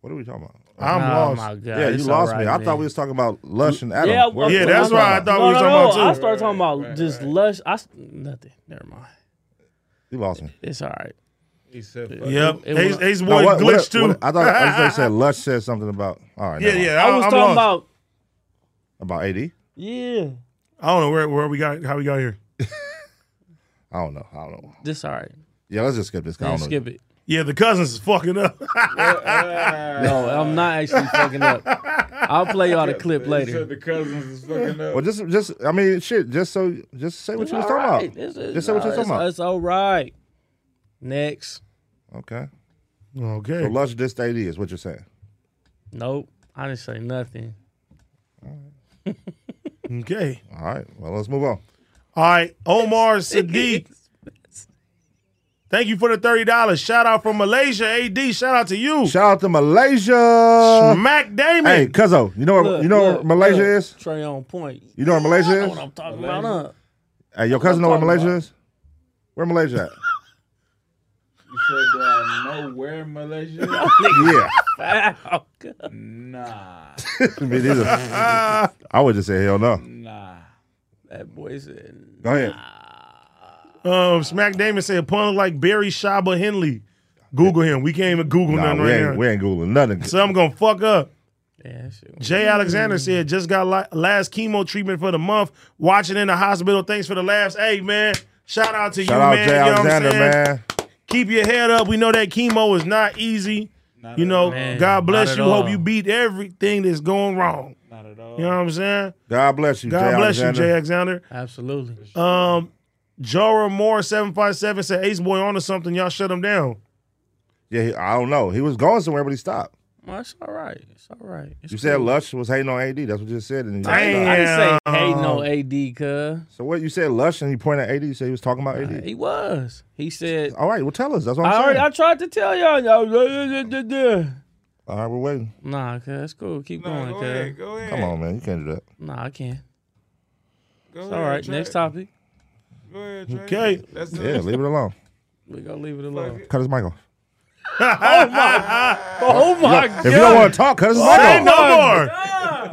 S4: What are we talking about?
S3: I'm
S2: oh
S3: lost.
S2: my God.
S4: yeah, you
S2: it's
S4: lost
S2: all
S4: me.
S2: right,
S4: I
S2: man.
S4: thought we was talking about Lush and Adam.
S2: Yeah,
S4: What-
S2: okay,
S4: what
S3: that's
S4: we
S3: why
S4: talking
S3: I
S4: about?
S3: thought- we was talking about
S2: I
S3: too.
S2: started talking about
S1: Right, right,
S2: just
S1: right.
S2: lush. I s- nothing. Never mind.
S4: You lost me.
S2: It's all right.
S1: He said, fuck.
S3: Yep,
S2: It
S3: Ace,
S2: was-
S3: Ace
S4: No,
S3: boy
S4: what- what-
S3: glitched too.
S4: what- I thought I just said Lush said something about. All right.
S3: yeah,
S4: never mind.
S3: yeah.
S2: I was
S3: I'm
S2: talking
S3: lost.
S2: about
S4: About AD.
S2: yeah.
S3: I don't know where, where we got how we got here.
S4: I don't know. I don't know.
S2: This all right.
S4: Yeah, let's just skip this. 'cause I
S2: Yeah,
S4: don't know.
S2: skip it.
S3: Yeah, the cousins is fucking up.
S1: Ah,
S2: No, Oh, I'm not actually fucking up. I'll play y'all the clip
S1: He said
S2: later.
S1: the cousins is fucking up.
S4: Well, just, just, I mean, shit. Just so, just say what you was talking about. Just say what you was talking about.
S2: It's all right. Next.
S4: Okay.
S3: okay.
S4: So Lush this AD is what you're saying.
S2: Nope. I didn't say nothing.
S3: Okay.
S4: All right. Well, let's move on.
S3: All right. Omar Sadiq. Thank you for the $30. Shout out from Malaysia, AD. Shout out to you.
S4: Shout out to Malaysia.
S3: Mac Damon.
S4: Hey, Cuzzo, you know where,
S2: Look,
S4: you know where
S2: look,
S4: Malaysia
S2: look.
S4: is?
S2: Trey on point.
S4: You know where
S2: I
S4: Malaysia
S2: know
S4: is?
S2: what I'm talking
S1: Malaysia.
S2: about. Huh?
S4: Hey, your cousin know where
S2: talking
S4: Malaysia
S2: about.
S4: is? Where Malaysia at?
S1: You said, do I know where Malaysia? is?"
S4: yeah.
S2: Wow. God.
S1: nah,
S4: Me neither. I would just say hell no.
S1: nah.
S2: That boy said,
S4: Go ahead.
S3: Um, Smack Damon said, pun like Barry Shaba Henley. Google him. We can't even Google
S4: Nah,
S3: nothing
S4: we
S3: right
S4: ain't,
S3: now.
S4: we ain't Googling nothing.
S3: So I'm going to fuck up.
S2: yeah, that shit. was-
S3: Jay Alexander said,
S4: Mm.
S3: just got li- last chemo treatment for the month. Watching in the hospital. Thanks for the laughs. Hey, man. Shout out to
S4: Shout
S3: you,
S4: out
S3: man.
S4: Jay
S3: You know what I'm
S4: Alexander,
S3: saying?
S4: man.
S3: Keep your head up. We know that chemo is not easy.
S1: Not
S3: You
S1: at
S3: know,
S1: all.
S2: Man,
S3: God bless
S2: not at
S3: you.
S2: all.
S3: Hope you beat everything that's going wrong.
S1: not at all.
S3: You know what I'm saying?
S4: God bless you,
S3: God
S4: Jay
S3: bless you,
S4: Alexander.
S3: Jay Alexander.
S2: Absolutely.
S3: Um, Jorah Moore seven five seven said Ace Boy onto something. Y'all shut him down.
S4: Yeah, he, I don't know. He was going somewhere, but he stopped.
S2: Well, it's all right. It's all right. It's
S4: You said
S2: cool.
S4: Lush was hating on AD. That's what you just said. And you just
S3: Damn.
S4: stopped.
S2: I didn't say hey no
S3: Damn.
S2: AD, cuz.
S4: So what you said, Lush, and you pointed at AD. You said he was talking about AD.
S2: He was. He said,
S4: All right, well tell us. That's what I'm
S2: I
S4: saying.
S2: already, I tried to tell y'all. y'all.
S4: All right, we're waiting.
S2: Nah, cuz, it's cool. Keep
S1: Nah,
S2: going,
S1: go
S2: cuz.
S1: ahead, go ahead.
S4: Come on, man. You can't do that.
S2: Nah, I can't.
S1: Go
S2: It's
S1: ahead,
S2: all right.
S1: Trey.
S2: Next topic.
S1: Go ahead, Trey.
S3: Okay.
S1: That's
S4: Yeah,
S1: it.
S4: leave it alone.
S2: We're gonna leave it alone.
S4: Cut his mic off.
S2: Oh my
S4: If you don't want to talk, cut his mic
S3: Say
S4: off.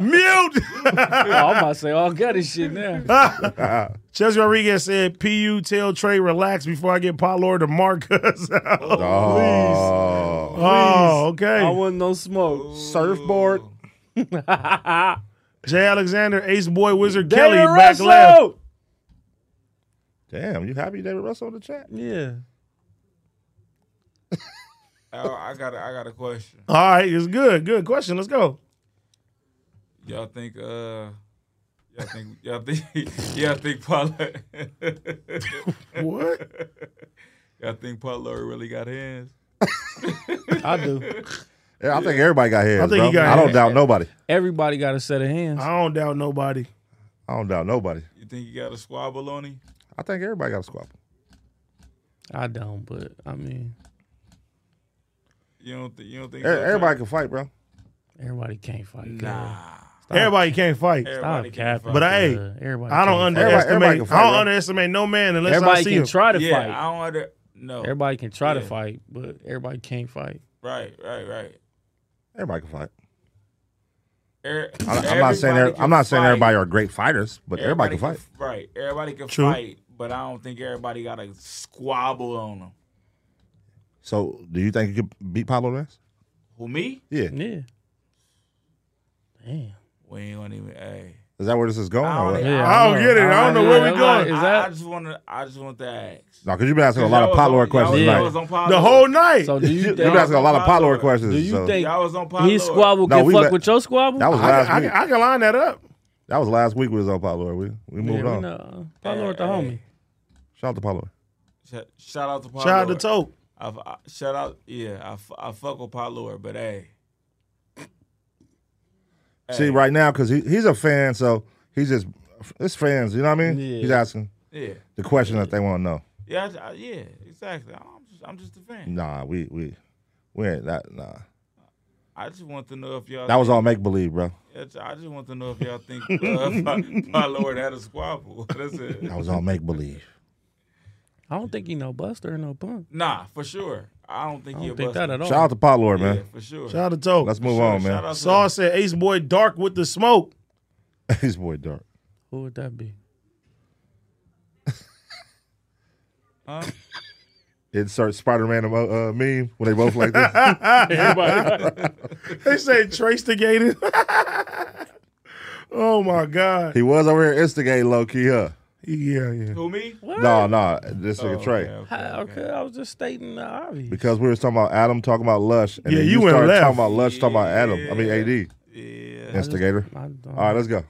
S3: no more. Mute.
S2: Oh, I'm about to say all good and shit now.
S3: Chelsea Rodriguez said, "Pu, tell Trey relax before I get Pollard to Marcus." out."
S4: Oh,
S3: oh, okay.
S2: I want no smoke.
S4: surfboard.
S3: Jay Alexander, Ace Boy, Wizard Kelly,
S2: David
S3: back left.
S2: Russell!
S4: Damn, you happy David Russell in the chat?
S2: Yeah.
S1: Oh, I got, a, I got a question.
S3: All right, it's good. Good question. Let's go.
S1: Y'all think, uh, y'all think, y'all think, y'all think Pollard,
S3: What?
S1: y'all think Pollard really got hands?
S2: I do.
S4: Yeah, I think everybody got hands,
S3: I think
S4: bro.
S3: he got
S4: I don't
S3: hands.
S4: doubt nobody.
S2: Everybody got a set of hands.
S3: I don't doubt nobody.
S4: I don't doubt nobody.
S1: You think you got a squabble on him?
S4: I think everybody got a squabble.
S2: I don't, but I mean,
S1: You don't, think? you don't think
S4: E-
S1: so, Trey?
S4: Everybody can fight, bro.
S2: everybody can't fight. Nah.
S1: Nah.
S3: Everybody can't fight.
S1: Everybody can
S2: capping.
S1: fight.
S3: But I- hey,
S2: Uh, everybody
S3: I don't
S2: can't fight.
S3: underestimate.
S4: Everybody-
S3: I
S4: everybody can
S3: don't
S4: fight, right?
S3: underestimate no man unless I
S2: Everybody
S3: see
S2: can
S3: him.
S2: try to
S1: yeah,
S2: fight.
S1: I don't under, no.
S2: Everybody can try to
S1: Yeah.
S2: fight, but everybody can't fight.
S1: Right, right, right.
S4: Everybody can fight.
S1: Er-
S4: I, I'm not saying every,
S1: everybody
S4: I'm not
S1: can
S4: saying
S1: fight.
S4: everybody are great fighters, but everybody, can fight.
S1: Right, everybody can
S3: True.
S1: fight, but I don't think everybody got a squabble on them.
S4: So, do you think you could beat Pablo Ness?
S1: Who me?
S4: Yeah.
S2: Yeah. Damn.
S1: We ain't gonna even. Hey,
S4: Is that where this is going?
S1: I
S4: Or
S1: don't
S4: what?
S1: even-
S2: Yeah,
S3: I don't get it. I don't know where we
S2: yeah,
S3: going.
S2: Is
S1: I- I,
S2: that
S1: just want to. I just want to ask.
S4: No, because you've been asking a lot of Pablo questions.
S2: y'all
S1: Y'all
S4: tonight.
S1: was on Pablo.
S3: The whole night.
S2: so? Do you
S4: You've
S2: think,
S4: been asking a lot of Pablo
S1: Pablo.
S4: questions.
S2: Do you
S4: so-
S2: think
S1: Y'all was on Pablo.
S2: his squabble
S4: No,
S2: can
S4: we
S2: fuck
S4: let-
S2: with your squabble?
S4: That was
S3: I,
S4: last
S3: I,
S4: week.
S3: I can line that up.
S4: that was last week we was on Pablo. We we
S2: yeah,
S4: moved
S2: we
S4: on.
S2: know. Pablo with the
S1: Hey,
S2: homie.
S4: Shout out to Pablo.
S1: Sh- Shout out to Paul.
S3: Shout out to
S1: Lord.
S3: Tote.
S1: I, I, shout out, yeah, I, f- I fuck with Paul Lord, but hey,
S4: See, right now, because he, he's a fan, so he's just, it's fans, you know what I mean?
S2: Yeah.
S4: He's asking
S1: yeah,
S4: the question that they want to know.
S1: yeah, I, I- yeah, exactly. I'm just, I'm just a fan.
S4: Nah, we, we, we ain't that, nah.
S1: I just want to know if y'all.
S4: That was all make believe, bro.
S1: That's- I just want to know if y'all think uh, Paul Lord had a squabble. That's it.
S4: That was all make believe.
S2: I don't think he no Buster or no Pun.
S1: Nah, for sure. I don't think
S2: I
S1: he'll
S2: don't think
S1: bust
S2: that at all.
S4: Shout out to Pot Lord,
S1: it. Yeah,
S4: man.
S1: for sure.
S3: Shout out to Tote.
S4: Let's move
S1: Sure,
S4: on,
S1: shout
S4: man.
S1: out-
S3: Saw said Ace Boy Dark with the smoke.
S4: His boy Dark.
S2: Who would that be?
S1: Huh?
S4: Insert Spider Man uh, meme when they both like this.
S3: They say Trace the Gator. oh my God.
S4: he was over here instigating low key, huh?
S3: Yeah, yeah.
S1: Who me?
S2: What?
S4: No, no, this nigga
S1: Oh,
S4: Trey.
S1: okay, okay,
S2: How-
S1: okay.
S2: okay, I was just stating the obvious.
S4: Because we was talking about Adam, talking about Lush, and
S3: Yeah,
S4: then
S3: you
S4: you,
S3: went
S4: started
S3: left.
S4: talking about Lush, talking about Adam. I mean,
S1: Yeah.
S4: AD
S1: Yeah,
S4: instigator.
S2: I don't-
S4: All right, let's go.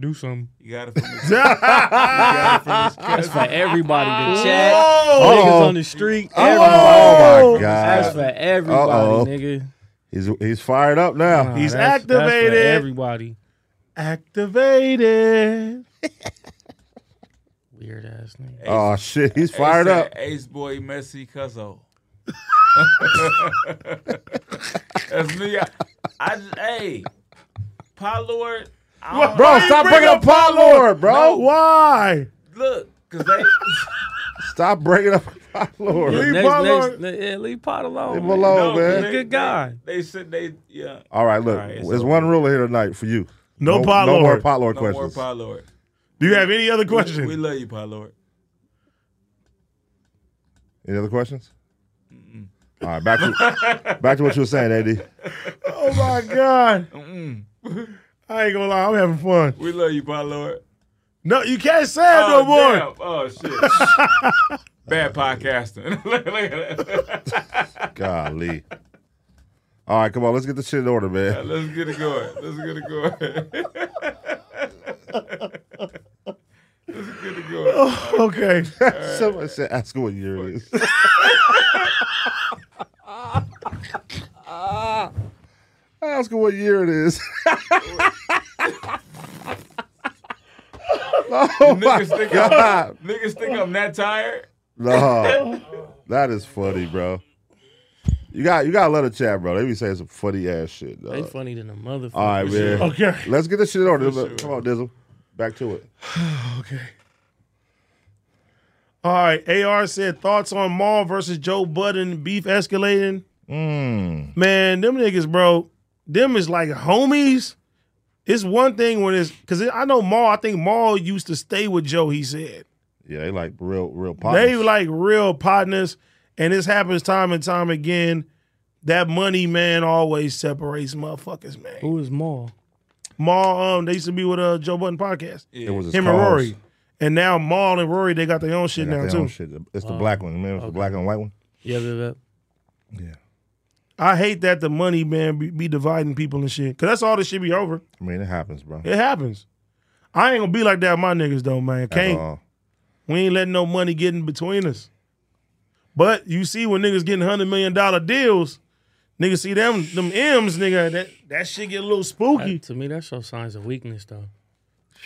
S3: Do something.
S1: you got it from his, you got it from his
S2: That's
S1: cousin.
S2: for everybody. The chat,
S4: Oh.
S2: niggas on the street, everybody.
S4: Oh my
S2: That's for
S4: God,
S2: everybody,
S4: Uh-oh.
S2: nigga.
S4: he's he's fired up now.
S2: Nah,
S3: He's
S2: that's- that's for
S3: activated.
S2: everybody.
S3: Activated.
S2: Weird ass nigga.
S4: Oh shit, he's fired
S1: Ace-
S4: up.
S1: Ace boy Messi Cuzzo. That's me. I, I just, hey, Pollard. I don't-
S4: Bro, stop bringing up Pot Lord,
S3: Oh,
S4: bro.
S3: why?
S1: Look, cause they.
S4: Stop bringing up Pot Lord.
S3: Leave Uh,
S2: Next,
S3: Pot
S2: next,
S3: alone.
S2: ne- yeah, leave Pot alone.
S4: Leave him
S2: Oh, man.
S4: alone.
S1: no,
S4: man.
S1: they-
S2: Good guy.
S1: They, they said they yeah.
S4: All right, look,
S1: All right, it's
S4: there's
S1: over.
S4: one rule here tonight for you.
S3: No Pot
S4: No more
S3: Lord.
S4: Pot Lord
S1: No more
S4: questions.
S1: Pollard.
S3: Do you have any other questions?
S1: We love you, Pollard.
S4: Any other questions? All right, back to back to what you were saying, AD.
S3: oh my God. I ain't gonna lie, I'm having fun.
S1: We love you, Pollard.
S3: No, you can't say it no more.
S1: damn. Oh shit. Bad podcasting. Look, look at that.
S4: Golly. All right, come on, let's get this shit in order, man.
S1: Let's get it going. Let's get it going. Let's get it going.
S3: Oh, Okay.
S4: Somebody said, ask what year it is. ask her what year it is.
S1: Niggas think I'm
S4: God,
S1: niggas think I'm that tired.
S4: no, that is funny, bro. You got you got to let it chat, bro. They be saying some funny ass shit.
S2: They
S4: Dog.
S2: funny than a motherfucker.
S4: All right, man.
S3: Okay.
S4: Let's get this shit in order.
S1: For sure.
S4: Come on, Dizzle. Back to it.
S3: Okay. All right. AR said thoughts on Maul versus Joe Budden beef escalating.
S4: Mm.
S3: Man, them niggas, bro, them is like homies. It's one thing when it's because I know Maul. I think Maul used to stay with Joe. He said
S4: Yeah, they like real, real
S3: they
S4: partners.
S3: like real partners, and this happens time and time again. That money man always separates motherfuckers, man.
S2: Who is Maul?
S3: Maul, um, they used to be with uh, Joe Budden podcast.
S1: Yeah.
S4: it was his
S3: Him and
S4: cause.
S3: Rory, and now Maul and Rory, they got their own shit
S4: They got
S3: now
S4: their
S3: too.
S4: own shit. It's the black one. Remember, it's the black and white one.
S2: Yeah, yeah, yeah.
S4: Yeah.
S3: I hate that the money man be, be dividing people and shit. Cause that's all this shit be over.
S4: I mean, it happens, bro.
S3: It happens. I ain't gonna be like that, with my niggas though, man.
S4: At
S3: Can't
S4: all.
S3: we ain't letting no money get in between us. But you see when niggas getting hundred million dollar deals, niggas see them them M's, nigga. That that shit get a little spooky.
S2: That- to me, that shows signs of weakness, though.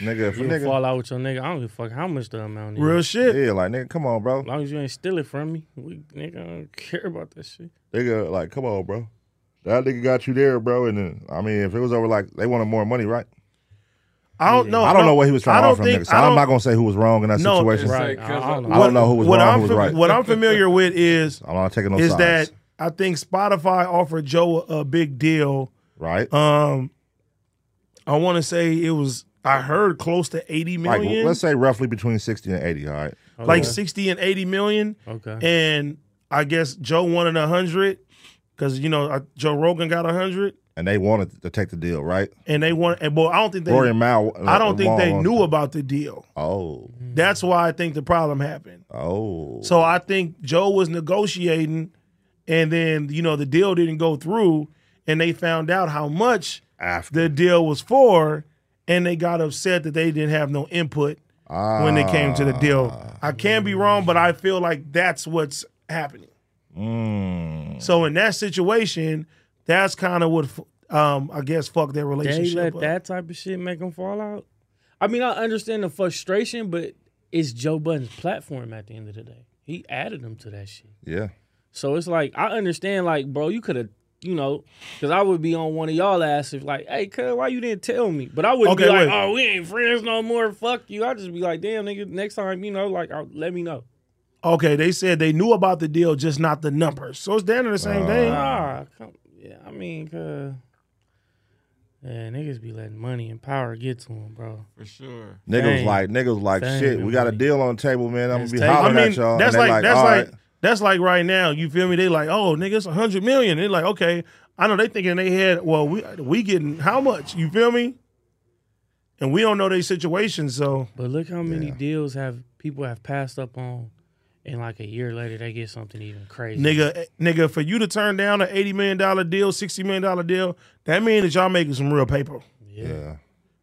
S4: Nigga, if a
S2: You can
S4: nigga,
S2: fall out with your nigga. I don't give a fuck how much the amount is.
S3: Real shit.
S4: yeah, like nigga, come on, bro.
S2: As long as you ain't steal it from me, we nigga I don't care about that shit.
S4: Nigga, like, come on, bro. That nigga got you there, bro. And then, I mean, if it was over, like, they wanted more money, right?
S3: I don't know.
S4: I don't
S3: no,
S4: know what he was
S3: I
S4: trying to
S3: don't
S4: offer them
S3: think-
S4: niggas. So
S3: I
S4: I'm
S3: don't-
S4: not gonna say who was wrong in that
S3: No,
S4: situation.
S1: Right.
S2: Right. I, I don't know.
S4: I don't know who was
S3: what
S4: wrong,
S3: I'm
S4: who was
S3: fam-
S4: right.
S3: what I'm familiar with is
S4: I'm not taking no
S3: is
S4: sides.
S3: that I think Spotify offered Joe a, a big deal.
S4: right?
S3: Um, I want to say it was. I heard close to eighty
S4: like,
S3: million,
S4: let's say roughly between sixty and eighty. All right.
S3: like
S2: Okay.
S3: sixty and eighty million,
S2: okay.
S3: and I guess Joe wanted a hundred because you know I, Joe Rogan got a hundred,
S4: And they wanted to take the deal, right?
S3: and they want. And well, I don't think they.
S4: Rory uh, and Mal.
S3: I don't think they
S4: Mal-
S3: knew about the deal.
S4: Oh,
S3: That's why I think the problem happened.
S4: oh.
S3: So I think Joe was negotiating, and then you know the deal didn't go through, and they found out how much
S4: after
S3: the deal was for, and they got upset that they didn't have no input when it came to the deal. I can be wrong, but I feel like that's what's happening.
S4: Mm.
S3: So in that situation, that's kind of what f- um, I guess fuck their
S2: They
S3: relationship.
S2: let
S3: up.
S2: that type of shit make them fall out. I mean, I understand the frustration, but it's Joe Budden's platform at the end of the day. He added them to that shit.
S4: Yeah.
S2: So it's like I understand, like, bro, you could have, you know, because I would be on one of y'all ass if like, hey, cuz, why you didn't tell me? But I wouldn't be
S3: Okay,
S2: like,
S3: wait.
S2: oh, we ain't friends no more. Fuck you. I'd just be like, damn, nigga, next time, you know, like, i let me know.
S3: Okay, they said they knew about the deal, just not the numbers. So it's down to the same
S4: Uh,
S3: thing.
S2: Ah, come, yeah, I mean, cuz, yeah, niggas be letting money and power get to them, bro.
S1: for sure.
S4: Niggas
S2: Dang.
S4: like niggas like
S2: Dang,
S4: shit. We got a
S2: everybody.
S4: deal on the table, man. I'm gonna
S2: It's
S4: be
S2: table.
S3: I
S4: hollering
S3: mean,
S4: at y'all.
S3: that's
S4: and they
S3: like, that's
S4: all
S3: like
S4: right.
S3: that's like right now. You feel me? They like, oh nigga, it's a hundred million. They're like, okay, I know they thinking in their head, well, we we getting how much? You feel me? And we don't know their situation, so
S2: But look how many
S4: Yeah.
S2: deals have people have passed up on, and like a year later they get something even crazy.
S3: nigga, eh, nigga, for you to turn down an eighty million dollar deal, sixty million dollar deal, that means that y'all making some real paper.
S2: yeah.
S4: Yeah.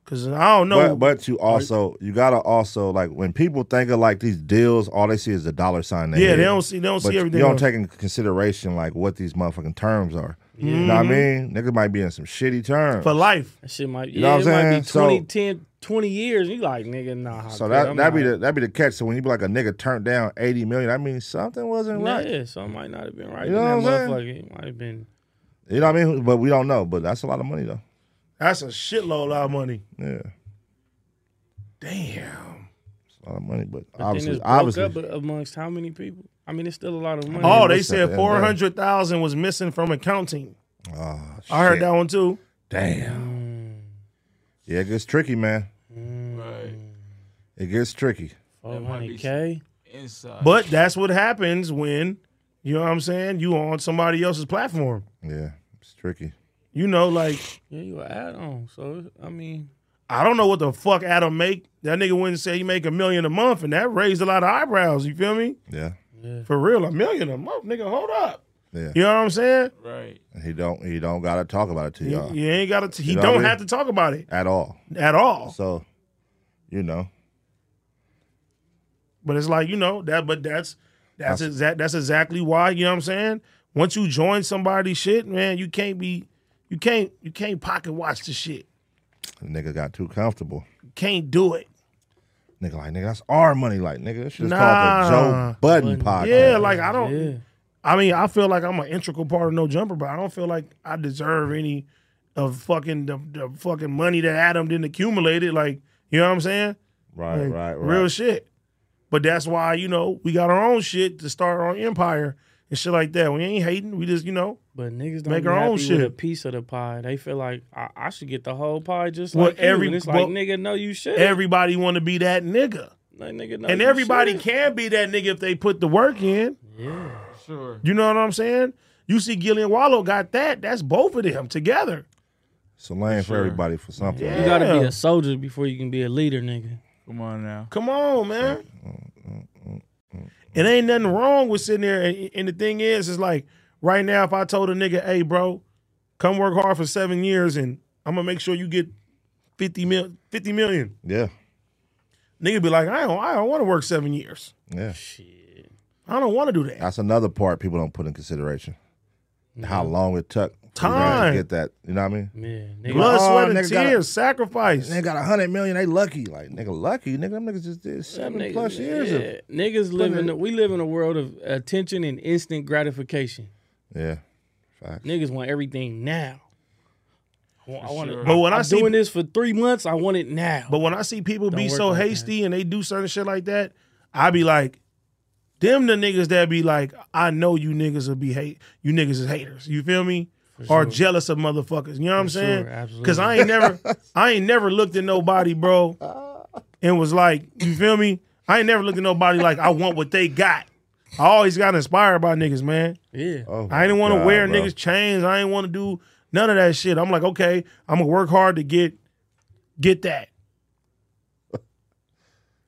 S3: Cause I don't know,
S4: But but you also you gotta also like when people think of like these deals, all they see is the dollar sign. in their
S3: yeah,
S4: head.
S3: they don't see they don't
S4: But
S3: see everything.
S4: You don't
S3: else.
S4: take into consideration like what these motherfucking terms are. You know what I mean? Niggas might be in some shitty terms.
S3: Mm-hmm. for life.
S2: That shit might,
S4: You
S2: yeah,
S4: know what I'm
S2: it might be
S4: saying?
S2: 20,
S4: So-
S2: 10, 20 years. You like, nigga, nah.
S4: so
S2: kid,
S4: that
S2: I'm
S4: that be
S2: not-
S4: the that be the catch. So when you be like a nigga turned down eighty million, that means something wasn't right.
S2: Yeah, so I might not have been right.
S4: You know
S2: in
S4: what
S2: that
S4: I'm
S2: motherfucker. It might have been.
S4: You know what I mean? But we don't know. But that's a lot of money though.
S3: That's a shitload of money.
S4: Yeah,
S3: Damn.
S4: it's a lot of money. But,
S2: But
S4: obviously,
S2: then it's broke
S4: obviously,
S2: up amongst how many people? I mean, it's still a lot of money.
S3: Oh, they
S4: what's that
S3: said
S4: damn
S3: four hundred thousand was missing from accounting.
S4: Ah,
S3: I heard
S4: shit.
S3: that Mm. one too.
S4: Damn. Yeah, it gets tricky, man.
S1: Right.
S4: It gets tricky.
S2: Four
S1: might be-
S2: hundred k.
S1: Inside.
S3: But that's what happens when you know what I'm saying. You on somebody else's platform.
S4: Yeah, it's tricky.
S3: You know, like
S2: Yeah, you an add on. So I mean,
S3: I don't know what the fuck Adam make. That nigga wouldn't say he make a million a month, and that raised a lot of eyebrows. You feel me?
S4: Yeah,
S3: For real, a million a month, nigga. Hold up.
S4: yeah.
S3: You know what I'm saying?
S1: right.
S4: And He don't. He don't gotta talk about it to
S3: You,
S4: y'all
S3: you ain't got to. He
S4: You know what I
S3: don't
S4: mean?
S3: have to talk about it
S4: at all.
S3: at all.
S4: So, you know,
S3: But it's like you know that. But that's that's exact. That's exactly why you know what I'm saying. Once you join somebody's shit, man, you can't be, you can't, you can't pocket watch the shit.
S4: the nigga got too comfortable.
S3: You can't do it.
S4: Nigga, like nigga, that's our money. Like nigga, this shit's
S3: Nah.
S4: called the Joe Budden podcast.
S3: Yeah, like I don't.
S2: yeah,
S3: I mean, I feel like I'm an integral part of No Jumper, but I don't feel like I deserve any of fucking the, the fucking money that Adam didn't accumulate. It like you know what I'm saying?
S4: right,
S3: Like,
S4: right, right.
S3: Real shit. But that's why you know we got our own shit to start our own empire and shit like that. We ain't hating. We just you know
S2: but niggas don't
S3: Make
S2: be
S3: our
S2: happy
S3: own
S2: with a
S3: shit.
S2: piece of the pie. They feel like I, I should get the whole pie just
S3: Well,
S2: like you.
S3: every-
S2: And it's
S3: well,
S2: like, nigga, no, you should.
S3: everybody want to be that nigga,
S2: like, nigga, no,
S3: and
S2: Oh, you
S3: everybody
S2: shouldn't.
S3: can be that nigga if they put the work in.
S2: Yeah.
S1: For sure.
S3: You know what I'm saying? You see, Gillian Wallow got that. That's both of them together.
S4: It's a lane for
S1: Sure.
S4: everybody for something.
S2: You gotta be
S3: Yeah.
S2: a soldier before you can be a leader, nigga.
S1: Come on now.
S3: Come on, man. It ain't nothing wrong with sitting there. And, and the thing is, is like right now, if I told a nigga, hey, bro, come work hard for seven years and I'm gonna make sure you get 50 mil 50 million.
S4: Yeah,
S3: Nigga be like, I don't I don't wanna work seven years.
S4: yeah.
S2: Shit.
S3: I don't wanna do that.
S4: That's another part people don't put in consideration. How long it took for you guys
S3: Time.
S4: to get that. You know what I mean?
S2: Yeah. Nigga,
S3: Blood,
S4: Oh,
S3: sweat, and
S4: nigga gotta-
S3: tears, sacrifice.
S4: They got a hundred million. They lucky, like nigga, lucky, nigga. Them niggas just did
S2: Them
S4: seven
S2: niggas-
S4: plus years
S2: yeah.
S4: of
S2: Niggas live in the, we live in a world of attention and instant gratification.
S4: yeah. Facts.
S2: Niggas want everything now. I want, I want
S1: sure.
S2: it,
S3: But when
S2: I'm
S3: I see
S2: doing this for three months. I want it now.
S3: but when I see people be
S2: Don't work
S3: so
S2: like that.
S3: hasty and they do certain shit like that, I be like, them the niggas that be like, I know you niggas will be hate you niggas is haters. You feel me? Or jealous of motherfuckers. You know what I'm
S2: For sure,
S3: saying?
S2: absolutely.
S3: Cause I ain't never, I ain't never looked at nobody, bro, and was like, you feel me? I ain't never looked at nobody like I want what they got. I always got inspired by niggas, man.
S2: yeah.
S4: Oh,
S3: I didn't want to
S4: God,
S3: wear
S4: bro.
S3: niggas chains. I ain't want to do none of that shit. I'm like, okay, I'm gonna work hard to get, get that.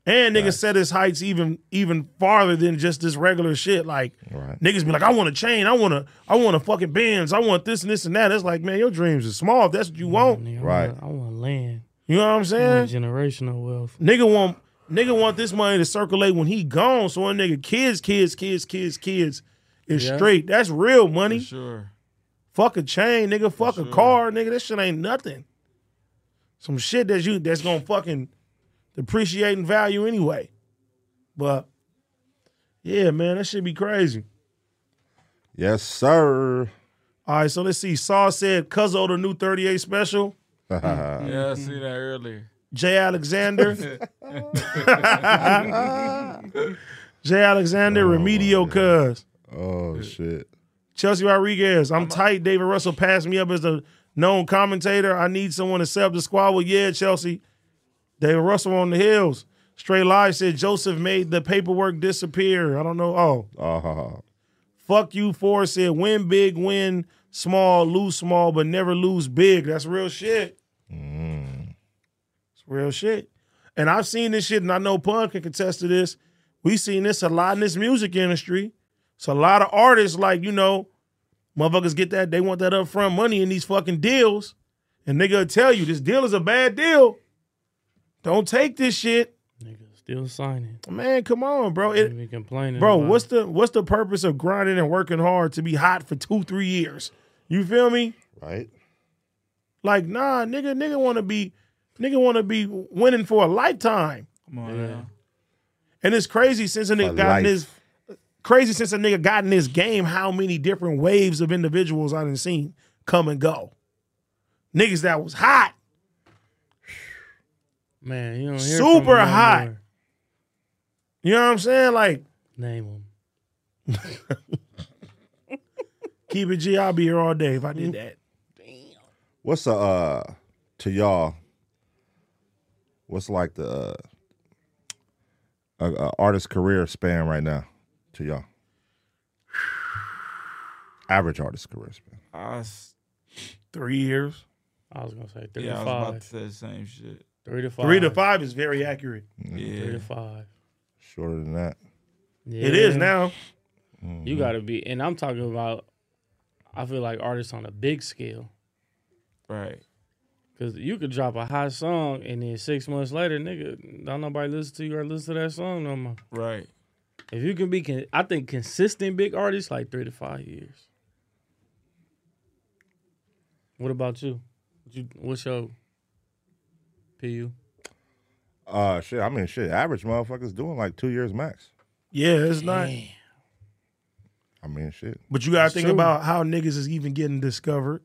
S3: And niggas set his heights even even farther than just this regular shit. Like
S4: Right.
S3: niggas be like, I want a chain, I want a, I want a fucking Benz, I want this and this and that. It's like, man, your dreams are small.
S2: Mm-hmm.
S3: If that's what you want,
S2: Nigga, I
S4: Right.
S2: want- I want land.
S3: you know what I'm
S2: I
S3: saying?
S2: want generational wealth.
S3: Nigga want Nigga want this money to circulate when he gone. So when nigga kids, kids, kids, kids, kids is
S2: Yeah.
S3: straight. That's real money.
S1: For sure.
S3: Fuck a chain, nigga. Fuck a
S1: sure.
S3: car, nigga. That shit ain't nothing. Some shit that you that's gonna fucking depreciate in value anyway. But yeah, man, that should be crazy.
S4: Yes, sir.
S3: All right, so let's see. Saw said Cuzzo the new 38 special.
S1: Yeah, I see that earlier.
S3: Jay Alexander. Jay Alexander, Remedio Cuz.
S4: oh shit.
S3: Chelsea Rodriguez, I'm tight. David Russell passed me up as a known commentator. I need someone to set up the squad. Well, yeah, Chelsea. David Russell on the hills. Straight Live said Joseph made the paperwork disappear. I don't know. Oh,
S4: Oh,
S3: fuck you, Four said win big, win small, lose small, but never lose big. That's real shit. It's real shit. And I've seen this shit, and I know Pun can contest to this. We've seen this a lot in this music industry. It's a lot of artists, like, you know, motherfuckers get that, they want that upfront money in these fucking deals. And nigga will tell you, this deal is a bad deal. Don't take this shit.
S2: Nigga still signing.
S3: Man, come on, bro. It,
S2: It, complaining.
S3: Bro,
S2: about
S3: what's
S2: it.
S3: the what's the purpose of grinding and working hard to be hot for two, three years? You feel me?
S4: right.
S3: Like, nah, nigga, nigga wanna be nigga wanna be winning for a lifetime.
S1: Come on
S2: Yeah.
S1: now.
S3: And it's crazy since a nigga
S4: For
S3: got
S4: life.
S3: in this crazy since a nigga got in this game, how many different waves of individuals I done seen come and go. Niggas that was hot.
S2: man? You don't hear from
S3: Super
S2: him no
S3: hot.
S2: more.
S3: You know what I'm saying? Like,
S2: Name him.
S3: keep it G, I'll be here all day if I
S2: Mm.
S3: did that.
S4: What's the uh to y'all? What's like the uh, a, a artist career span right now to y'all? Average artist career span.
S1: I, s-
S3: Three years.
S2: I was gonna say three
S1: yeah, I
S2: to
S1: was about
S2: five.
S1: to say the same shit.
S2: Three to five.
S3: Three to five is very accurate.
S2: Three
S1: Yeah.
S2: to five.
S4: Shorter than that. Mm-hmm.
S3: It is
S2: Yeah.
S3: now.
S2: You gotta be, and I'm talking about. I feel like artists on a big scale
S1: Right.
S2: because you could drop a hot song and then six months later, nigga, don't nobody listen to you or listen to that song no more.
S1: Right.
S2: If you can be, con- I think consistent big artists like three to five years. What about you? What you what's your pu?
S4: Uh, shit. I mean, shit. Average motherfuckers doing like two years max.
S3: Yeah, it's not.
S4: I mean, shit.
S3: But you gotta think
S2: true.
S3: about how niggas is even getting discovered.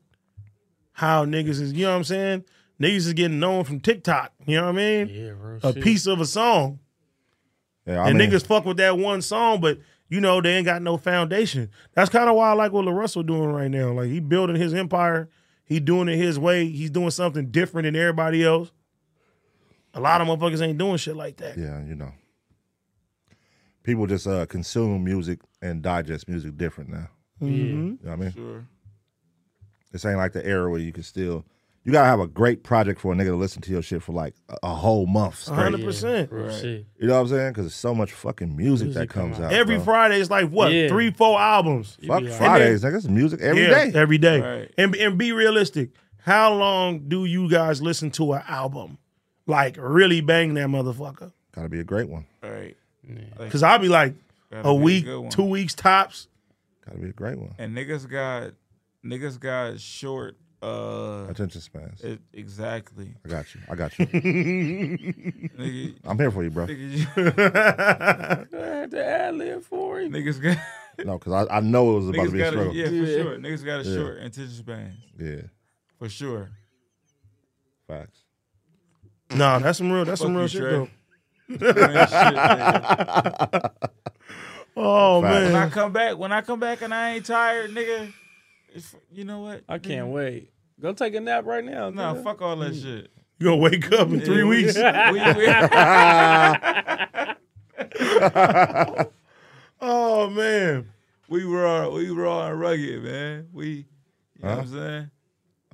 S3: How niggas is, you know what I'm saying? Niggas is getting known from TikTok. You know what I mean?
S2: Yeah, real
S3: a
S2: shit.
S3: piece of a song.
S4: Yeah, I
S3: and
S4: mean,
S3: niggas fuck with that one song, but you know, they ain't got no foundation. That's kind of why I like what LaRussell doing right now. Like he building his empire. He doing it his way. He's doing something different than everybody else. A lot of motherfuckers ain't doing shit like that.
S4: yeah, you know. People just uh consume music and digest music different now.
S3: Mm-hmm.
S2: Yeah.
S4: You know what I mean?
S1: Sure.
S4: This ain't like the era where you can still. You gotta have a great project for a nigga to listen to your shit for like a, a whole month straight.
S3: 100%.
S2: real
S1: Right.
S2: shit.
S4: You know what I'm saying? Because there's so much fucking music, that
S2: Music
S4: comes
S2: come
S4: out.
S3: Every
S4: bro.
S3: Friday it's like what?
S2: Yeah.
S3: Three, four albums.
S2: You
S4: fuck
S2: be like-
S4: Fridays, nigga. It's music every day.
S3: yeah, Every day.
S1: Right.
S3: And and be realistic. How long do you guys listen to an album? Like really bang that motherfucker.
S4: Gotta be a great one.
S1: Right.
S3: Cause I'll be like
S1: Gotta
S3: a
S1: be
S3: week,
S1: good one.
S3: two weeks tops.
S4: Gotta be a great one.
S1: And niggas got niggas got short uh
S4: Attention spans.
S1: it, exactly.
S4: I got you. I got you.
S1: Nigga,
S4: I'm here for you, bro.
S1: niggas,
S2: I had to ad lib for him.
S1: niggas got
S4: No, because I, I know it was about to
S1: niggas
S4: be a
S1: got a,
S4: struggle.
S1: yeah,
S4: Yeah.
S1: for
S2: Yeah.
S1: sure. Niggas got a short attention span. For sure.
S4: Facts.
S3: Nah, that's some real that's some
S1: Fuck
S3: real
S1: you,
S3: shit
S1: Trey.
S3: though.
S1: Man, shit, man.
S3: Oh
S4: Facts.
S1: When I
S3: man.
S1: come back, when I come back and I ain't tired, nigga, it's, you know what?
S2: I can't wait. Go take a nap right now.
S1: Nah,
S2: nigga.
S1: fuck all
S3: Mm.
S1: that shit.
S3: You gonna wake up in three
S1: Yeah,
S3: weeks.
S1: We, we, we,
S3: Oh man.
S1: we raw, we raw and rugged, man. We, you know what I'm saying?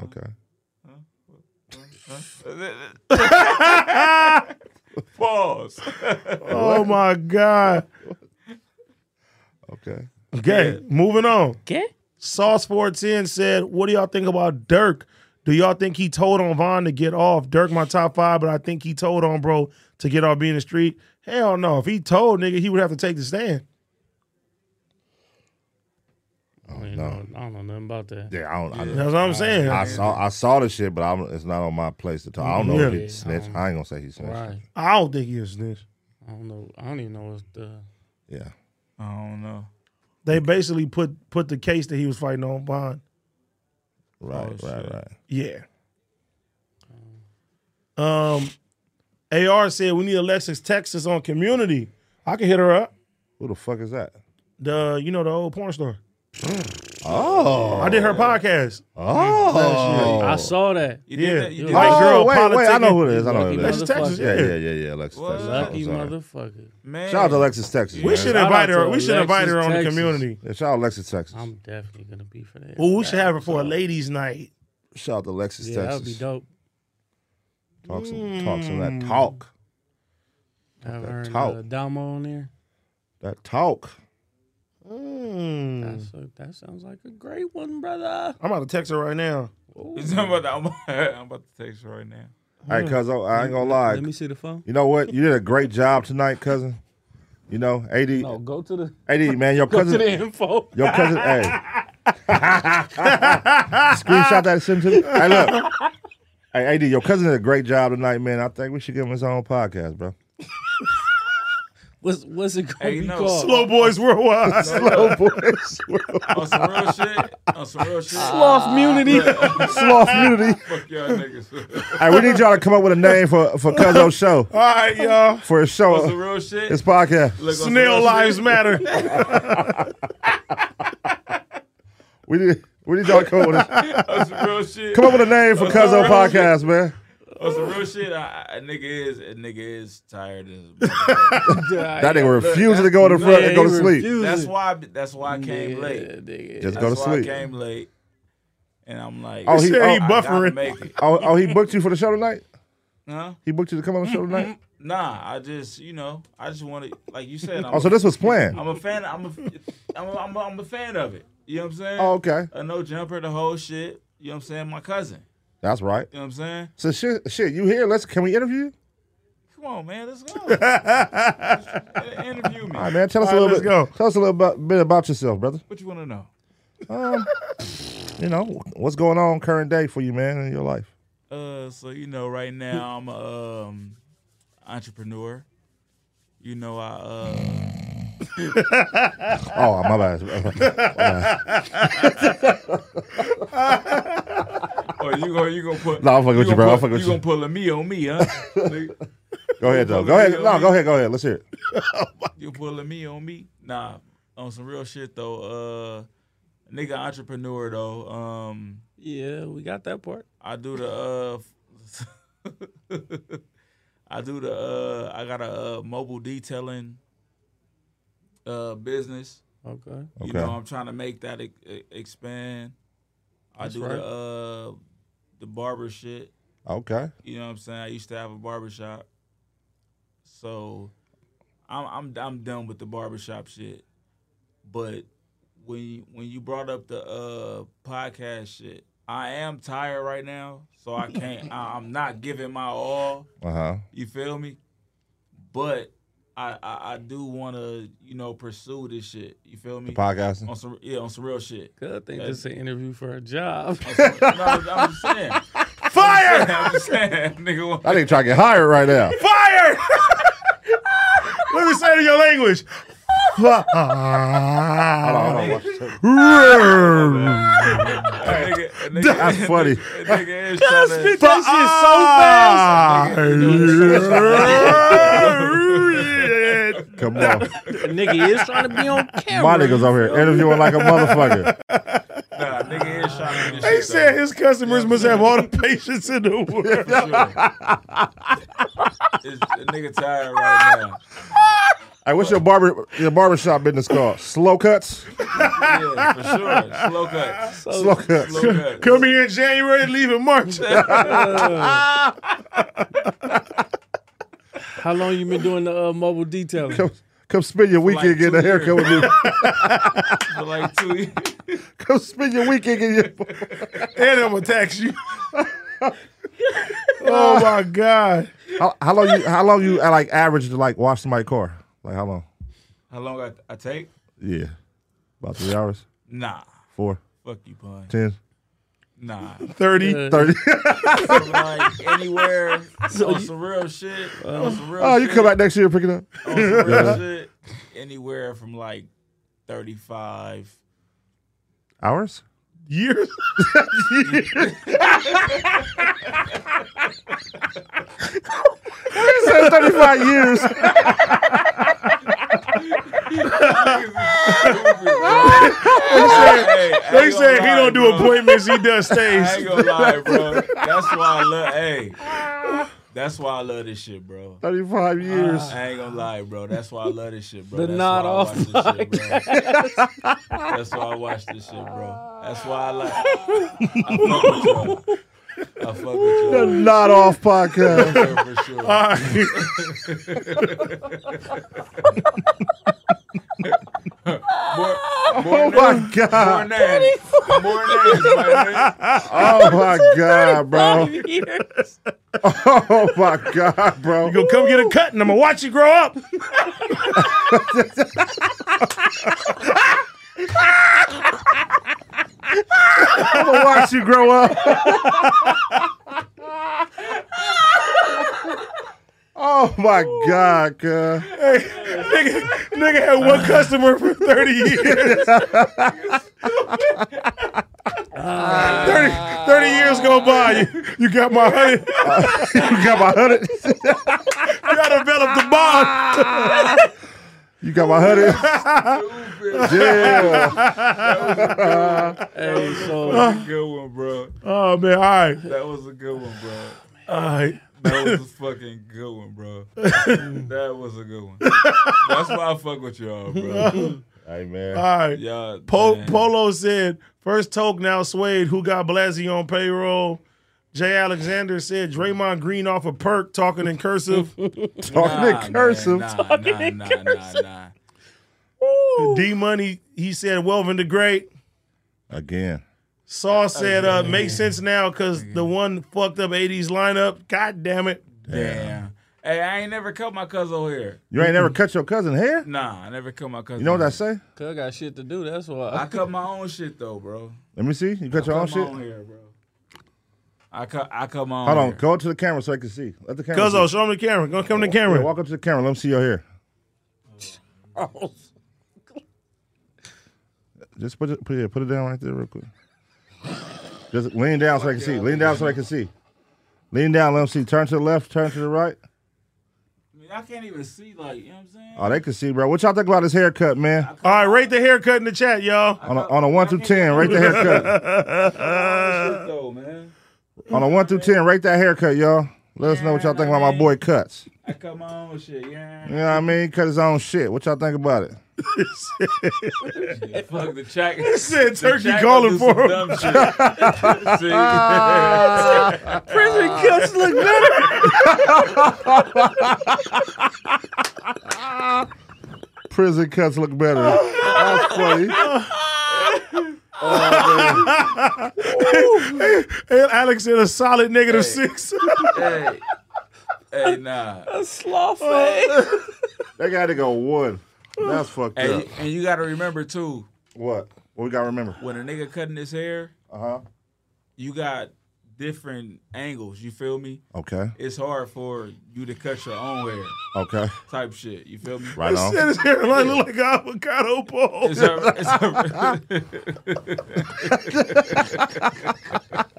S4: Okay.
S1: Pause.
S3: Oh my God.
S4: Okay.
S3: Okay, moving on.
S2: Okay.
S3: Sauce 410 said, What do y'all think about Dirk? Do y'all think he told on Von to get off? Dirk, my top five, but I think he told on bro to get off being in the street. Hell no. If he told nigga, he would have to take the stand.
S2: I don't,
S4: no.
S2: know, I don't know nothing about that.
S4: Yeah, I don't. I,
S3: That's what I'm saying.
S4: I saw I saw the shit, but I'm, it's not on my place to talk. I don't know if
S3: Yeah.
S4: he snitched. I ain't gonna say he snitched.
S2: Right.
S3: I don't think he is this.
S2: I don't know. I don't even know what the.
S4: Yeah,
S1: I don't know.
S3: They basically put put the case that he was fighting on Von.
S4: right,
S1: Oh,
S4: right,
S1: shit.
S4: right.
S3: Yeah. Um, AR said we need Alexis Texas on Community. I can hit her up.
S4: Who the fuck is that?
S3: The you know the old porn star.
S4: Oh,
S3: I did her podcast.
S4: Oh,
S2: I saw that.
S1: You
S3: Yeah.
S1: did that. You did
S3: Like,
S1: that.
S4: oh,
S3: girl
S4: wait, wait, I
S3: politicking.
S4: know who it is. I know who it
S2: Lucky
S4: is.
S3: Alexis Texas.
S2: motherfucker.
S4: Yeah,
S3: Yeah.
S4: yeah, yeah, yeah. Alexis
S1: What?
S4: Texas.
S2: Lucky
S4: I'm sorry.
S2: motherfucker.
S1: Man.
S4: Shout out to Alexis Texas.
S3: We
S4: man.
S3: should
S2: Shout
S3: invite
S2: out to
S3: her. We should invite
S2: Alexis
S3: her on the
S2: Texas.
S3: community.
S4: Yeah, shout out Alexis Texas.
S2: I'm definitely gonna be for that.
S3: Ooh, we should have her for a ladies' night.
S4: shout out to Alexis
S2: yeah, that'd be
S4: Texas.
S2: dope. Mm.
S4: Talk some, talk some of that talk.
S2: Have her and,
S4: talk.
S2: uh, Damo on there.
S4: That talk.
S3: Mm.
S2: That's a, that sounds like a great one, brother.
S3: I'm about to text her right now.
S1: I'm about to, I'm about- I'm about to text her right now.
S4: All right, cuz I I ain't gonna lie.
S2: Let me see the phone.
S4: You know what? You did a great job tonight, cousin. You know, AD,
S2: No, go to the
S4: AD, man, your
S2: go to the
S4: cousin,
S2: info.
S4: your cousin, hey. Screenshot that and send to me. Hey, look. Hey, AD, your cousin did a great job tonight, man. I think we should give him his own podcast, bro.
S2: What's what's it gonna
S1: Hey,
S2: be
S1: no.
S2: called?
S3: Slow boys worldwide.
S4: Slow boys.
S1: On some real shit. On some real shit.
S2: Sloth immunity.
S4: Sloth Unity.
S1: Fuck y'all niggas.
S4: Hey, we need y'all to come up with a name for, for Cuzzo's show,
S3: All right, y'all.
S4: for his
S1: On some
S4: show,
S1: real shit.
S4: his podcast.
S1: Look, on some real
S3: Snail
S1: shit.
S3: lives matter.
S4: We need, we need y'all to come up with a,
S1: On some real shit.
S4: come up with a name for Cuzzo podcast, man.
S1: On some real shit. I, I, a nigga is a nigga is tired as. a motherfucker.
S4: That nigga refusing to go to front and go to sleep.
S1: that's why. That's why I came late.
S4: Just
S1: That's
S4: go to
S1: why
S4: sleep.
S1: I came late. And I'm like,
S4: Oh,
S3: He
S4: he-
S3: said he
S4: oh, I
S1: I gotta
S3: buffering.
S1: make it.
S4: Oh, oh, he booked you for the show tonight?
S1: Huh?
S4: He booked you to come on the show tonight?
S1: Nah, I just you know I just wanted like you said. I'm,
S4: Oh, so this was planned.
S1: I'm a fan. I'm a I'm a, I'm a, I'm a fan of it. You know what I'm saying?
S4: Oh, okay.
S1: A no jumper, the whole shit. You know what I'm saying? My cousin.
S4: That's right.
S1: You know what I'm saying?
S4: So shit, shit, you here? Let's can we interview? you?
S1: Come on, man, let's go. Let's interview me.
S4: All right, man. Tell us
S3: All right,
S4: a little bit.
S3: let's go.
S4: Tell us a little bit, bit about yourself, brother.
S1: What you want to know?
S4: Um, you know what's going on current day for you, man, in your life.
S1: Uh, so you know, right now I'm a um, entrepreneur. You know, I uh,
S4: Oh, my bad. My bad.
S1: oh, you gonna you gonna put?
S4: Nah, I'm fucking with you,
S1: gonna
S4: bro. I'm
S1: put-
S4: fucking with
S1: you.
S4: you.
S1: gonna put a me on me, huh? Nigga.
S4: Go ahead, though. Go ahead. No, go ahead. Go ahead. Let's hear it.
S1: You pulling me on me? Nah, on some real shit though. Uh, nigga, entrepreneur though. Um,
S2: Yeah, we got that part.
S1: I do the uh, f- I do the uh, I got a uh, mobile detailing uh business.
S2: Okay.
S1: You
S4: Okay.
S1: know, I'm trying to make that e- e- expand. I
S2: That's
S1: do
S2: right.
S1: the uh, the barber shit.
S4: Okay.
S1: You know what I'm saying? I used to have a barbershop. So I'm I'm I'm done with the barbershop shit. But when you, when you brought up the uh podcast shit, I am tired right now, so I can't I, I'm not giving my all.
S4: Uh huh.
S1: You feel me? But I I, I do want to, you know, pursue this shit. You feel me?
S4: Podcasting.
S1: on some yeah, on some real shit.
S2: Good thing this is an interview for a job.
S1: no, I'm just saying.
S3: Fire!
S1: I'm just saying, nigga. want-
S4: I need to try to get hired right now.
S3: Fire! Let me say it in your language.
S4: Hold on, hold on, watch this.
S1: Nigga- nigga-
S4: That's funny.
S1: nigga- nigga is tryna-
S3: That so fast.
S4: Come on.
S2: nigga is trying to be on camera.
S4: My niggas over here interviewing like a motherfucker.
S1: nah, nigga is trying to
S3: He said his customers must have all the patience in the world.
S1: It's, the nigga tired right now.
S4: Hey, what's your barber your barbershop business called? Slow cuts?
S1: Yeah, for sure. Slow cuts.
S4: Slow cuts.
S1: Slow cuts.
S3: Come here in January and leave in March.
S2: How long you been doing the uh, mobile detailing?
S4: Come, Come spend your weekend
S1: like
S4: getting a
S1: two
S4: haircut
S1: years.
S4: with me.
S1: for like two years.
S4: Come spend your weekend getting your.
S3: and I'm gonna tax you. oh my god!
S4: How, how long you? How long you uh, like average to like wash somebody's car? Like how long?
S1: How long I, I take?
S4: Yeah, about three hours,
S1: Nah.
S4: four,
S1: Fuck you, pun.
S4: ten,
S1: Nah.
S3: Thirty.
S4: thirty.
S1: So, like anywhere on some real shit. on some real
S4: oh, you
S1: shit,
S4: come back next year and pick it up.
S1: on some real shit. Anywhere from like thirty five.
S4: Hours?
S3: years.
S4: He said thirty-five years.
S3: They said he don't do appointments. He does
S1: I
S3: stays.
S1: ain't gonna lie, bro. That's why I love. Hey, that's why I love this shit, bro.
S4: Thirty-five years.
S1: I ain't gonna lie, bro. That's why I love this shit, bro.
S2: The
S1: That's
S2: Not
S1: why I
S2: Off
S1: watch this shit, bro. That's why I watch this shit, bro. That's why I like. I fuck with you. I fuck with
S4: The
S1: you.
S4: not off podcast.
S1: For sure.
S3: All right.
S1: More,
S4: Oh
S1: more names.
S4: my
S1: More
S4: god.
S1: names. More names, my nigga.
S4: Oh my god, bro.
S2: Five years.
S4: Oh my god, bro.
S3: You gonna come get a cut, and I'm gonna watch you grow up.
S4: I'm gonna watch you grow up. Oh my god, cuz.
S3: nigga, nigga had one customer for thirty years. 30, 30 years go by. You, you got my honey.
S4: You got my hundred.
S3: You gotta develop the bond.
S4: You got my hundred. Yeah.
S2: Hey, so
S1: That was a good one, bro.
S3: Oh man, all right,
S1: That was a good one, bro.
S3: all right.
S1: That was a fucking good one, bro. That was a good one. That's why I fuck with y'all, bro.
S4: Hey
S3: All
S4: man.
S3: right.
S1: Y'all,
S3: Po-
S1: man.
S3: Polo said, first Toke, now Suede, who got Blasey on payroll. Jay Alexander said Draymond Green off a perk, talking in cursive.
S4: Talking
S1: Nah,
S4: in cursive.
S1: Man, nah, Talking nah, nah, nah, nah,
S3: D Money, he said Welvin the Great.
S4: Again. Oh,
S3: Saw said, uh, makes sense now because the
S4: Mm-hmm.
S3: one fucked up 80s lineup. God damn it.
S1: Damn. Hey, I ain't never cut my cousin hair.
S4: You ain't never cut your cousin hair?
S1: Nah, I never cut my cousin.
S4: You know what I
S1: hair.
S4: say?
S2: Cuz got shit to do. That's
S1: I
S2: why.
S1: cut my own shit though, bro.
S4: Let me see. You cut your
S1: I
S4: own
S1: cut my
S4: shit?
S1: own hair, bro. I cut. I cut my own.
S4: Hold on.
S1: hair.
S4: Go to the camera so I can see. Let the camera. see.
S3: Cuzzo, show him the camera. Go come to the
S4: Yeah,
S3: camera.
S4: walk up to the camera. Let me see your hair. Just put it, put it, put it down right there, real quick. Just lean down so I can see. Lean down so I can see. Lean down. Let them see. Turn to the left. Turn to the right.
S1: I, mean, I can't even see. Like you know what I'm saying.
S4: Oh, they can see, bro. What y'all think about this haircut, man?
S3: All right, rate the haircut in the chat, y'all.
S4: On a, on a one through ten, rate the haircut.
S1: Own
S3: Uh,
S1: shit, though, man.
S4: on a one through ten, rate that haircut, y'all. Let us know what y'all think about my boy cuts.
S1: I cut my own shit. Yeah.
S4: You know what I mean? He cut his own shit. What y'all think about it?
S1: Fuck the check.
S3: said Turkey
S1: Jack
S3: calling
S1: gonna do
S3: for
S1: some dumb
S3: him.
S1: shit. See?
S2: Prison cuts look better.
S4: Prison cuts look better.
S3: Oh,
S4: That's funny.
S3: And Alex said a solid negative six.
S1: hey, hey, nah.
S2: Sloth face.
S4: That guy to go one. That's fucked
S1: Hey,
S4: up.
S1: and you got to remember too,
S4: What? What we gotta remember?
S1: when a nigga cutting his hair,
S4: Uh huh.
S1: you got different angles. You feel me?
S4: Okay.
S1: It's hard for you to cut your own hair,
S4: Okay.
S1: type shit. You feel me?
S4: Right on.
S3: said his hairline look like an avocado pole.
S1: It's a, it's a,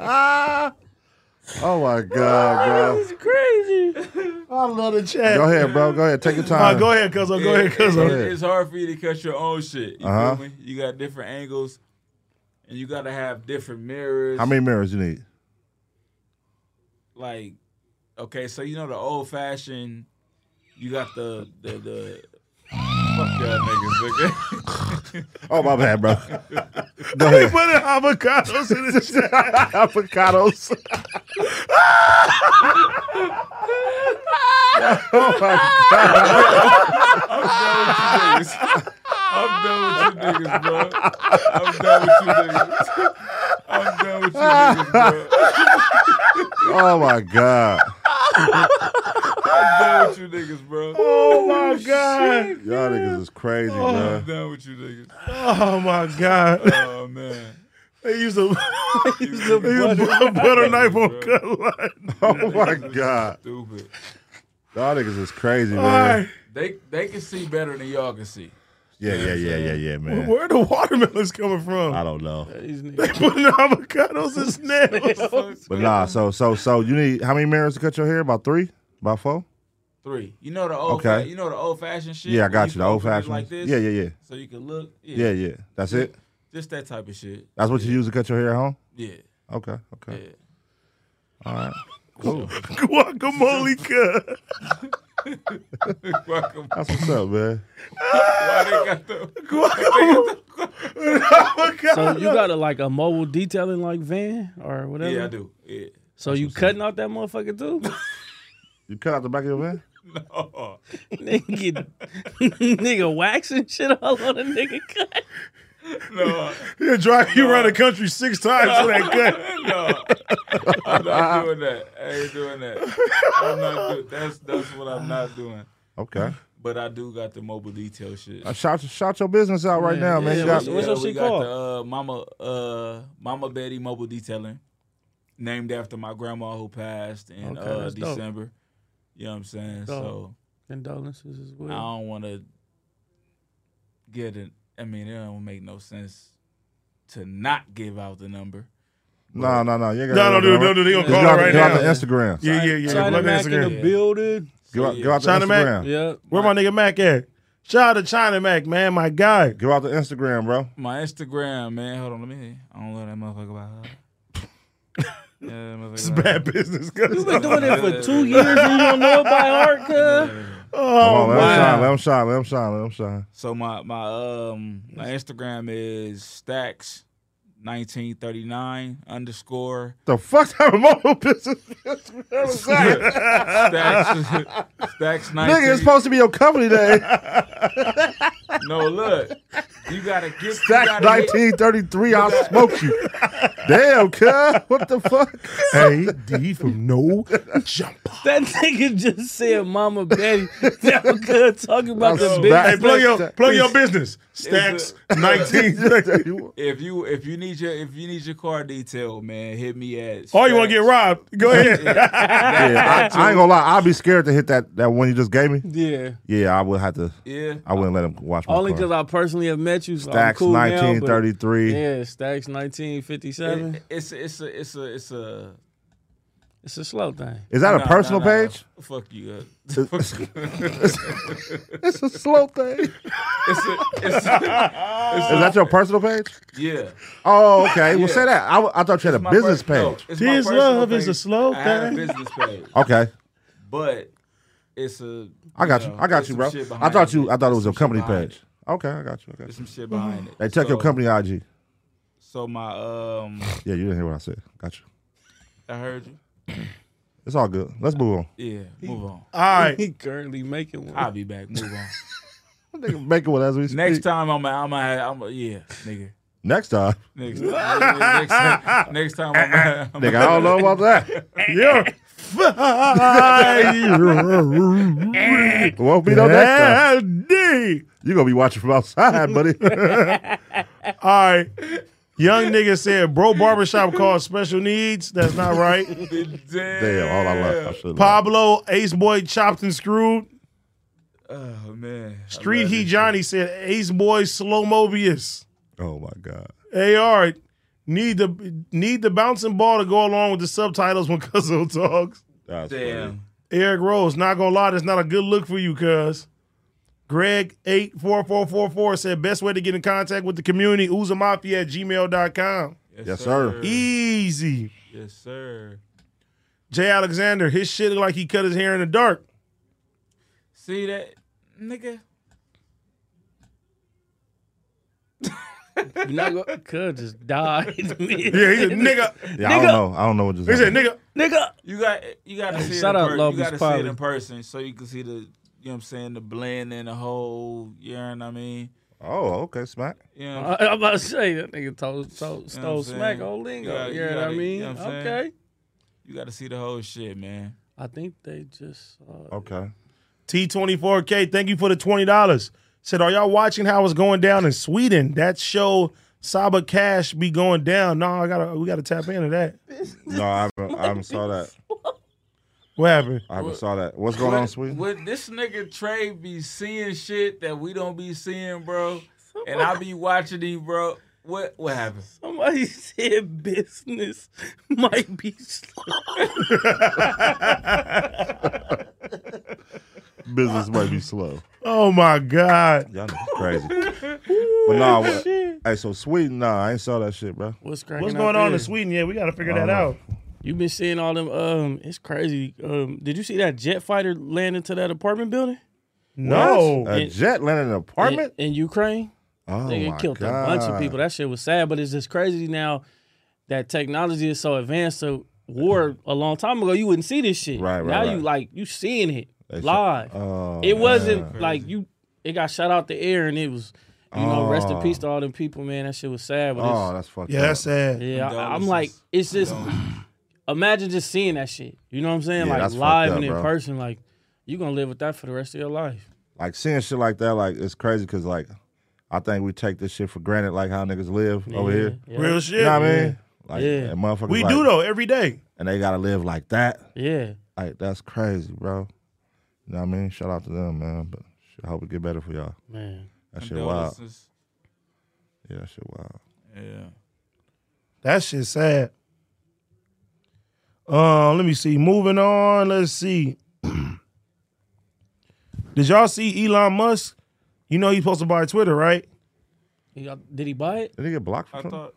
S4: Oh my god,
S2: It's crazy.
S3: I love the
S4: bro.
S3: chat.
S4: Go ahead, bro. Go ahead. Take your
S3: All
S4: time.
S3: right, go ahead, Cuzzo. Go ahead,
S1: it- it-
S3: Cuzzo.
S1: it's hard for you to cut your own shit. You
S4: Uh-huh.
S1: feel me? You got different angles, and you got to have different mirrors.
S4: How many mirrors you need?
S1: like okay, so you know the old fashioned you got the the the fuck y'all niggas nigga.
S4: Oh my bad, bro. Go ahead.
S3: Put avocados in his chat.
S4: Avocados.
S1: I'm done with you niggas, bro. I'm done with you niggas. I'm done with you niggas, bro.
S4: Oh my god.
S1: I'm done with you niggas, bro.
S3: Oh my god.
S4: Y'all niggas is crazy, man.
S1: I'm done with you niggas.
S3: Oh my god.
S1: Oh man.
S3: They used a, they used a butter, knife on cut line.
S4: Oh my god.
S1: Stupid.
S4: Y'all niggas is crazy,
S3: All right.
S4: man.
S1: They they can see better than y'all can see.
S4: Yeah, yeah, yeah, yeah, yeah, man.
S3: Where the watermelons coming
S4: I
S3: from?
S4: don't know.
S2: These
S3: They
S2: niggas.
S3: putting avocados in snails.
S4: But nah, so so so you need how many mirrors to cut your hair? About three? About four?
S1: Three. You know the old
S4: Okay.
S1: fa- you know the old fashioned shit.
S4: Yeah, I
S1: where
S4: got you. The old
S1: fold it
S4: fashioned.
S1: Like this.
S4: yeah, yeah, yeah.
S1: So you can look. Yeah.
S4: Yeah, yeah. That's it.
S1: Just that type of shit.
S4: That's what you use to cut your hair at home?
S1: Yeah.
S4: Okay, okay.
S1: Yeah.
S4: All right. Cool.
S3: Guacamole cut.
S1: Welcome.
S4: That's what's up, man.
S1: Why they got the
S3: Guacamole.
S2: So
S3: avocado.
S2: you got a like a mobile detailing like van or whatever.
S1: Yeah, I do. Yeah.
S2: So you cutting out that motherfucker too?
S4: You cut out the back of your head?
S1: No.
S2: nigga, nigga waxing shit all on a nigga cut.
S1: No.
S3: He'll drive you around the country six times for that cut.
S1: no, I'm not doing that. I ain't doing that. I'm not do- that's that's what I'm not doing.
S4: Okay.
S1: But I do got the mobile detail shit.
S4: Uh, shout shout your business out right
S2: Yeah,
S4: now, man.
S2: yeah,
S4: you got,
S2: what's- your
S1: we
S2: shit
S1: got
S2: called?
S1: The, uh, Mama uh, Mama Betty Mobile Detailing, named after my grandma who passed in
S2: Okay,
S1: uh,
S2: that's dope.
S1: December. You know what I'm saying?
S2: Dope.
S1: So
S2: Condolences as
S1: I
S2: well.
S1: don't want to get it. I mean, it don't make no sense to not give out the number.
S4: no, no, no. You ain't
S3: No,
S4: got
S3: no, dude, no, dude. They gonna
S4: Just
S3: call
S4: go out,
S3: it right
S4: go out
S3: now.
S4: to Instagram.
S3: Yeah, yeah, yeah.
S2: China
S3: Look at
S2: Mac in the
S3: Instagram.
S2: building.
S4: Go out, go out to
S3: China Mac.
S4: Instagram.
S2: Yeah.
S3: Where my nigga Mac at? Shout out to China Mac, man. My guy.
S4: Go out to Instagram, bro.
S1: My Instagram, man. Hold on, let me. I don't know that motherfucker about her. yeah, that motherfucker
S3: This is
S1: about her.
S3: bad business.
S2: You
S3: cuz.
S2: been doing it for two years and you don't know it by heart, cuz.
S4: Come
S3: Oh,
S4: on, let
S3: wow.
S4: him shine, let him shine, let him shine, let him shine.
S1: So my my um my Instagram is stacks. 1939 underscore
S4: The fuck type of mobile business is that?
S1: stacks stacks 19
S4: Nigga, it's supposed to be your company name.
S1: no look you gotta get you
S4: Back
S1: gotta hit-
S4: 1933, I'll smoke you. Damn, cuz. What the fuck?
S3: AD from No Jumper.
S2: That nigga just said Mama Betty. That was good talking about the business.
S3: Hey,
S4: That's
S3: plug your
S4: Stacks.
S3: plug your business. Stacks nineteen.
S1: if you if you need your if you need your car detailed man hit me at
S3: Oh, you want to get robbed? Go ahead.
S4: yeah, I, I ain't gonna lie. I'd be scared to hit that, that one you just gave me.
S2: Yeah.
S4: Yeah, I would have to.
S1: yeah
S4: I wouldn't let him watch my
S2: Only
S4: car.
S2: because I personally have met you. So I'm
S4: Stacks
S2: cool now, but-
S4: 1933.
S2: Yeah, Stacks
S4: Uh,
S2: 1957.
S1: It- it's it's a it's a it's a
S2: it's a slow thing.
S4: Is that
S1: nah,
S4: a personal
S1: nah, nah, nah.
S4: page?
S1: fuck you up.
S4: It's, it's a slow thing. Is
S1: it's a, it's a,
S4: that your personal page?
S1: yeah
S4: Oh, okay. Well,
S1: Yeah.
S4: say that. I, w- I thought you had a
S1: My
S4: business
S1: pers- no,
S4: page.
S1: it's my
S3: This
S1: personal
S3: love is a
S1: page.
S3: slow
S1: I had a
S3: thing.
S1: business page,
S4: Okay.
S1: but it's a.
S4: I got you.
S1: know,
S4: I got
S1: there's
S4: you,
S1: some
S4: bro.
S1: shit
S4: I
S1: behind
S4: thought you.
S1: it.
S4: I thought it
S1: There's
S4: was
S1: some
S4: your
S1: shit
S4: company
S1: behind
S4: page.
S1: it.
S4: Okay, I got you. I got
S1: There's
S4: you.
S1: some shit behind it.
S4: Mm-hmm. They check your
S1: So-
S4: company IG.
S1: So my um,
S4: Yeah, you didn't hear what I said. Got you.
S1: I heard you.
S4: It's all good. Let's move on.
S1: Yeah, move on.
S3: All right.
S2: He currently making one.
S1: I'll be back. Move on.
S4: Nigga, Make it one as we speak.
S1: Next time I'm. A, I'm. A, I'm. A, yeah, nigga.
S4: Next time.
S1: Next time. next time. Next time I'm. A, I'm
S4: Nigga, I don't know about that.
S3: You're fired.
S4: Won't be no next time.
S3: AD.
S4: You gonna be watching from outside, buddy.
S3: All right. Young nigga said, bro, barbershop called special needs. That's not right.
S1: Damn.
S4: Damn, all I love. I should've left.
S3: Pablo, Ace Boy, Chopped and Screwed.
S1: Oh man. I
S3: Street
S1: love
S3: Heat
S1: this
S3: Johnny said, Ace Boy, Slow Mobius.
S4: Oh my god.
S3: AR, need the need the bouncing ball to go along with the subtitles when Cuzzo talks.
S4: That's
S1: shit. Damn.
S3: Eric Rose, not gonna lie, that's not a good look for you, cuz. Greg eight four four four four said best way to get in contact with the community, Uzamafia at gmail.com.
S4: Yes, sir.
S3: Easy.
S1: Yes, sir.
S3: Jay Alexander, his shit look like he cut his hair in the dark.
S1: See that, nigga.
S2: You're not go- could just die. yeah,
S3: Yeah, he's a nigga.
S4: Yeah, I don't
S2: Nigga.
S4: know. I don't know what just
S3: He said
S4: happened.
S3: nigga.
S2: nigga.
S1: You got you got to see
S2: Shout
S1: it in
S2: out
S1: per-
S2: Love
S1: you
S2: is
S1: got to see it
S2: Poverty.
S1: in person so you can see the you know what I'm saying the blend and the whole you know what I mean.
S4: Oh, okay, smack.
S1: You know,
S2: I, I'm about to say that nigga told, told,
S1: You know
S2: stole
S1: what I'm
S2: smack
S1: saying?
S2: old lingo.
S1: You gotta-
S2: you
S1: you
S2: know what I
S1: gotta-
S2: mean?
S1: you know what I'm saying?
S2: okay.
S1: you got to see the whole shit, man.
S2: I think they just. Uh,
S4: Okay.
S3: T24K, thank you for the $20. Said, are y'all watching how it's going down in Sweden? That show Saba Cash be going down. No, I gotta we gotta tap into that.
S4: No, I haven't, I haven't saw that.
S3: What happened?
S4: I haven't saw that. What's going on,
S1: What-
S4: Sweden?
S1: What this nigga Trey be seeing shit that we don't be seeing, bro. And I be watching these, bro. What what happened?
S2: somebody said business might be slow.
S4: Business might be slow.
S3: Oh my God.
S4: Y'all niggas crazy. but nah, what, hey, so Sweden, nah, I ain't saw that shit, bro.
S2: What's, cracking
S3: What's
S2: out
S3: going on
S2: there? Oh
S3: in Sweden? Yeah, we gotta figure
S4: I don't
S3: that out.
S2: You've been seeing all them. Um, it's crazy. Um, did you see that jet fighter land into that apartment building
S3: No.
S4: What? a
S2: It-
S4: jet landed in an apartment.
S2: in, in Ukraine?
S4: oh
S2: Nigga
S4: my
S2: killed
S4: God.
S2: a bunch of people. That shit was sad, but it's just crazy now that technology is so advanced. So war a long time ago, you wouldn't see this shit.
S4: Right, right,
S2: Now you
S4: right.
S2: like you seeing it
S4: They shot-
S2: live.
S4: Oh,
S2: it wasn't
S4: man.
S2: like you. It got shot out the air, and it was you know rest in
S4: Oh.
S2: peace to all them people, man. That shit was sad. But
S4: Oh,
S2: it's,
S4: that's fucked
S3: Yeah,
S4: up.
S3: that's sad.
S2: yeah, I, I'm
S1: Condolences.
S2: like it's just
S1: Condolences.
S2: imagine just seeing that shit. You know what I'm saying?
S4: Yeah,
S2: like
S4: that's fucked
S2: live
S4: up,
S2: and in
S4: bro.
S2: person, like you gonna live with that for the rest of your life.
S4: like seeing shit like that, like it's crazy because like I think we take this shit for granted, like how niggas live over
S2: Yeah,
S4: here.
S2: yeah,
S3: Real
S4: You
S3: shit.
S4: know what I mean? Like,
S2: Yeah.
S4: and motherfuckers,
S3: We
S4: like-
S3: do though every day.
S4: and they gotta live like that.
S2: Yeah.
S4: Like that's crazy, bro. You know what I mean? Shout out to them, man. But shit, I hope it get better for y'all.
S2: Man,
S4: That shit wild.
S1: Condolences.
S4: Yeah, that shit wild.
S1: Yeah.
S3: That shit sad. Uh, let me see. Moving on. Let's see. Did y'all see Elon Musk? You know he's supposed to buy Twitter, right?
S2: he got, did he buy it?
S4: Did he get blocked
S1: I
S4: from something?
S1: thought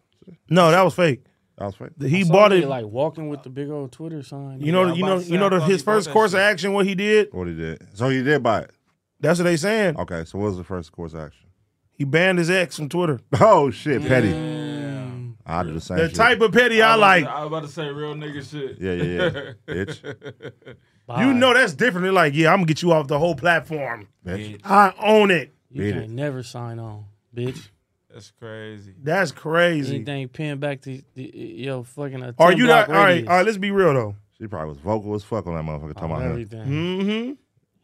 S3: No, that was fake.
S4: That was fake.
S3: He
S2: I saw
S3: bought
S2: him,
S3: it.
S2: like walking with the big old Twitter sign.
S3: you know,
S1: Yeah, I'm
S3: you
S1: about
S3: know,
S1: to say,
S3: you know.
S1: I
S3: The,
S1: thought
S3: his
S1: he bought
S3: first
S1: that
S3: course of
S1: shit.
S3: action, what he did.
S4: What he did? So he did buy it.
S3: That's what they saying.
S4: Okay, so what was the first course of action?
S3: He banned his ex from Twitter.
S4: Oh shit, petty. I do the same.
S3: The
S4: shit.
S3: type of petty I
S1: was-
S3: like.
S1: I was about to say real nigga shit.
S4: Yeah, yeah, yeah. Bitch,
S2: Buy
S3: You
S2: it.
S3: know that's different. They're like, yeah, I'm gonna get you off the whole platform.
S4: bitch.
S3: I own it.
S2: you
S4: Beat
S2: can't
S4: it.
S2: never sign on, bitch.
S1: That's crazy.
S3: That's crazy.
S2: Anything pinned back to the, your fucking. a
S3: Are
S2: 10
S3: you
S2: block
S3: not all right?
S2: radius.
S3: All right. Let's be real though.
S4: She probably was vocal as fuck on that motherfucker
S2: On
S4: talking about him.
S2: everything.
S3: Mm-hmm.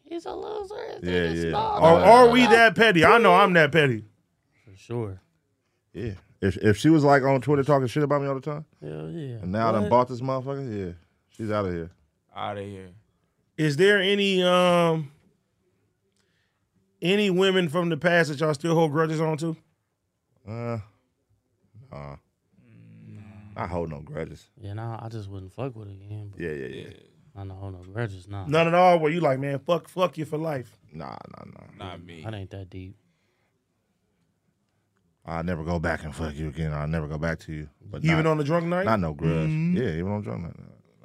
S2: He's a loser.
S4: Yeah, yeah.
S3: Or
S4: All that.
S3: are we that petty? I know I'm that petty.
S2: For sure.
S4: Yeah. If if she was like on Twitter talking shit about me all the time,
S2: Hell yeah.
S4: and now I done
S2: What?
S4: bought this motherfucker, yeah, she's out of here.
S1: Out of here.
S3: Is there any um any women from the past that y'all still hold grudges on to?
S4: Uh, nah. I hold no grudges.
S2: Yeah, nah, I just wouldn't fuck with it again. But
S4: Yeah, yeah, yeah.
S2: I don't hold no grudges. Nah,
S3: None at all. Where you like, man, fuck, fuck you for life.
S4: Nah, nah, nah.
S1: Not me.
S2: that ain't that deep.
S4: I'll never go back and fuck you again. I'll never go back to you. But
S3: Even Mm-hmm.
S4: not,
S3: on a drunk night.
S4: not no grudge. Yeah, even on drunk. night.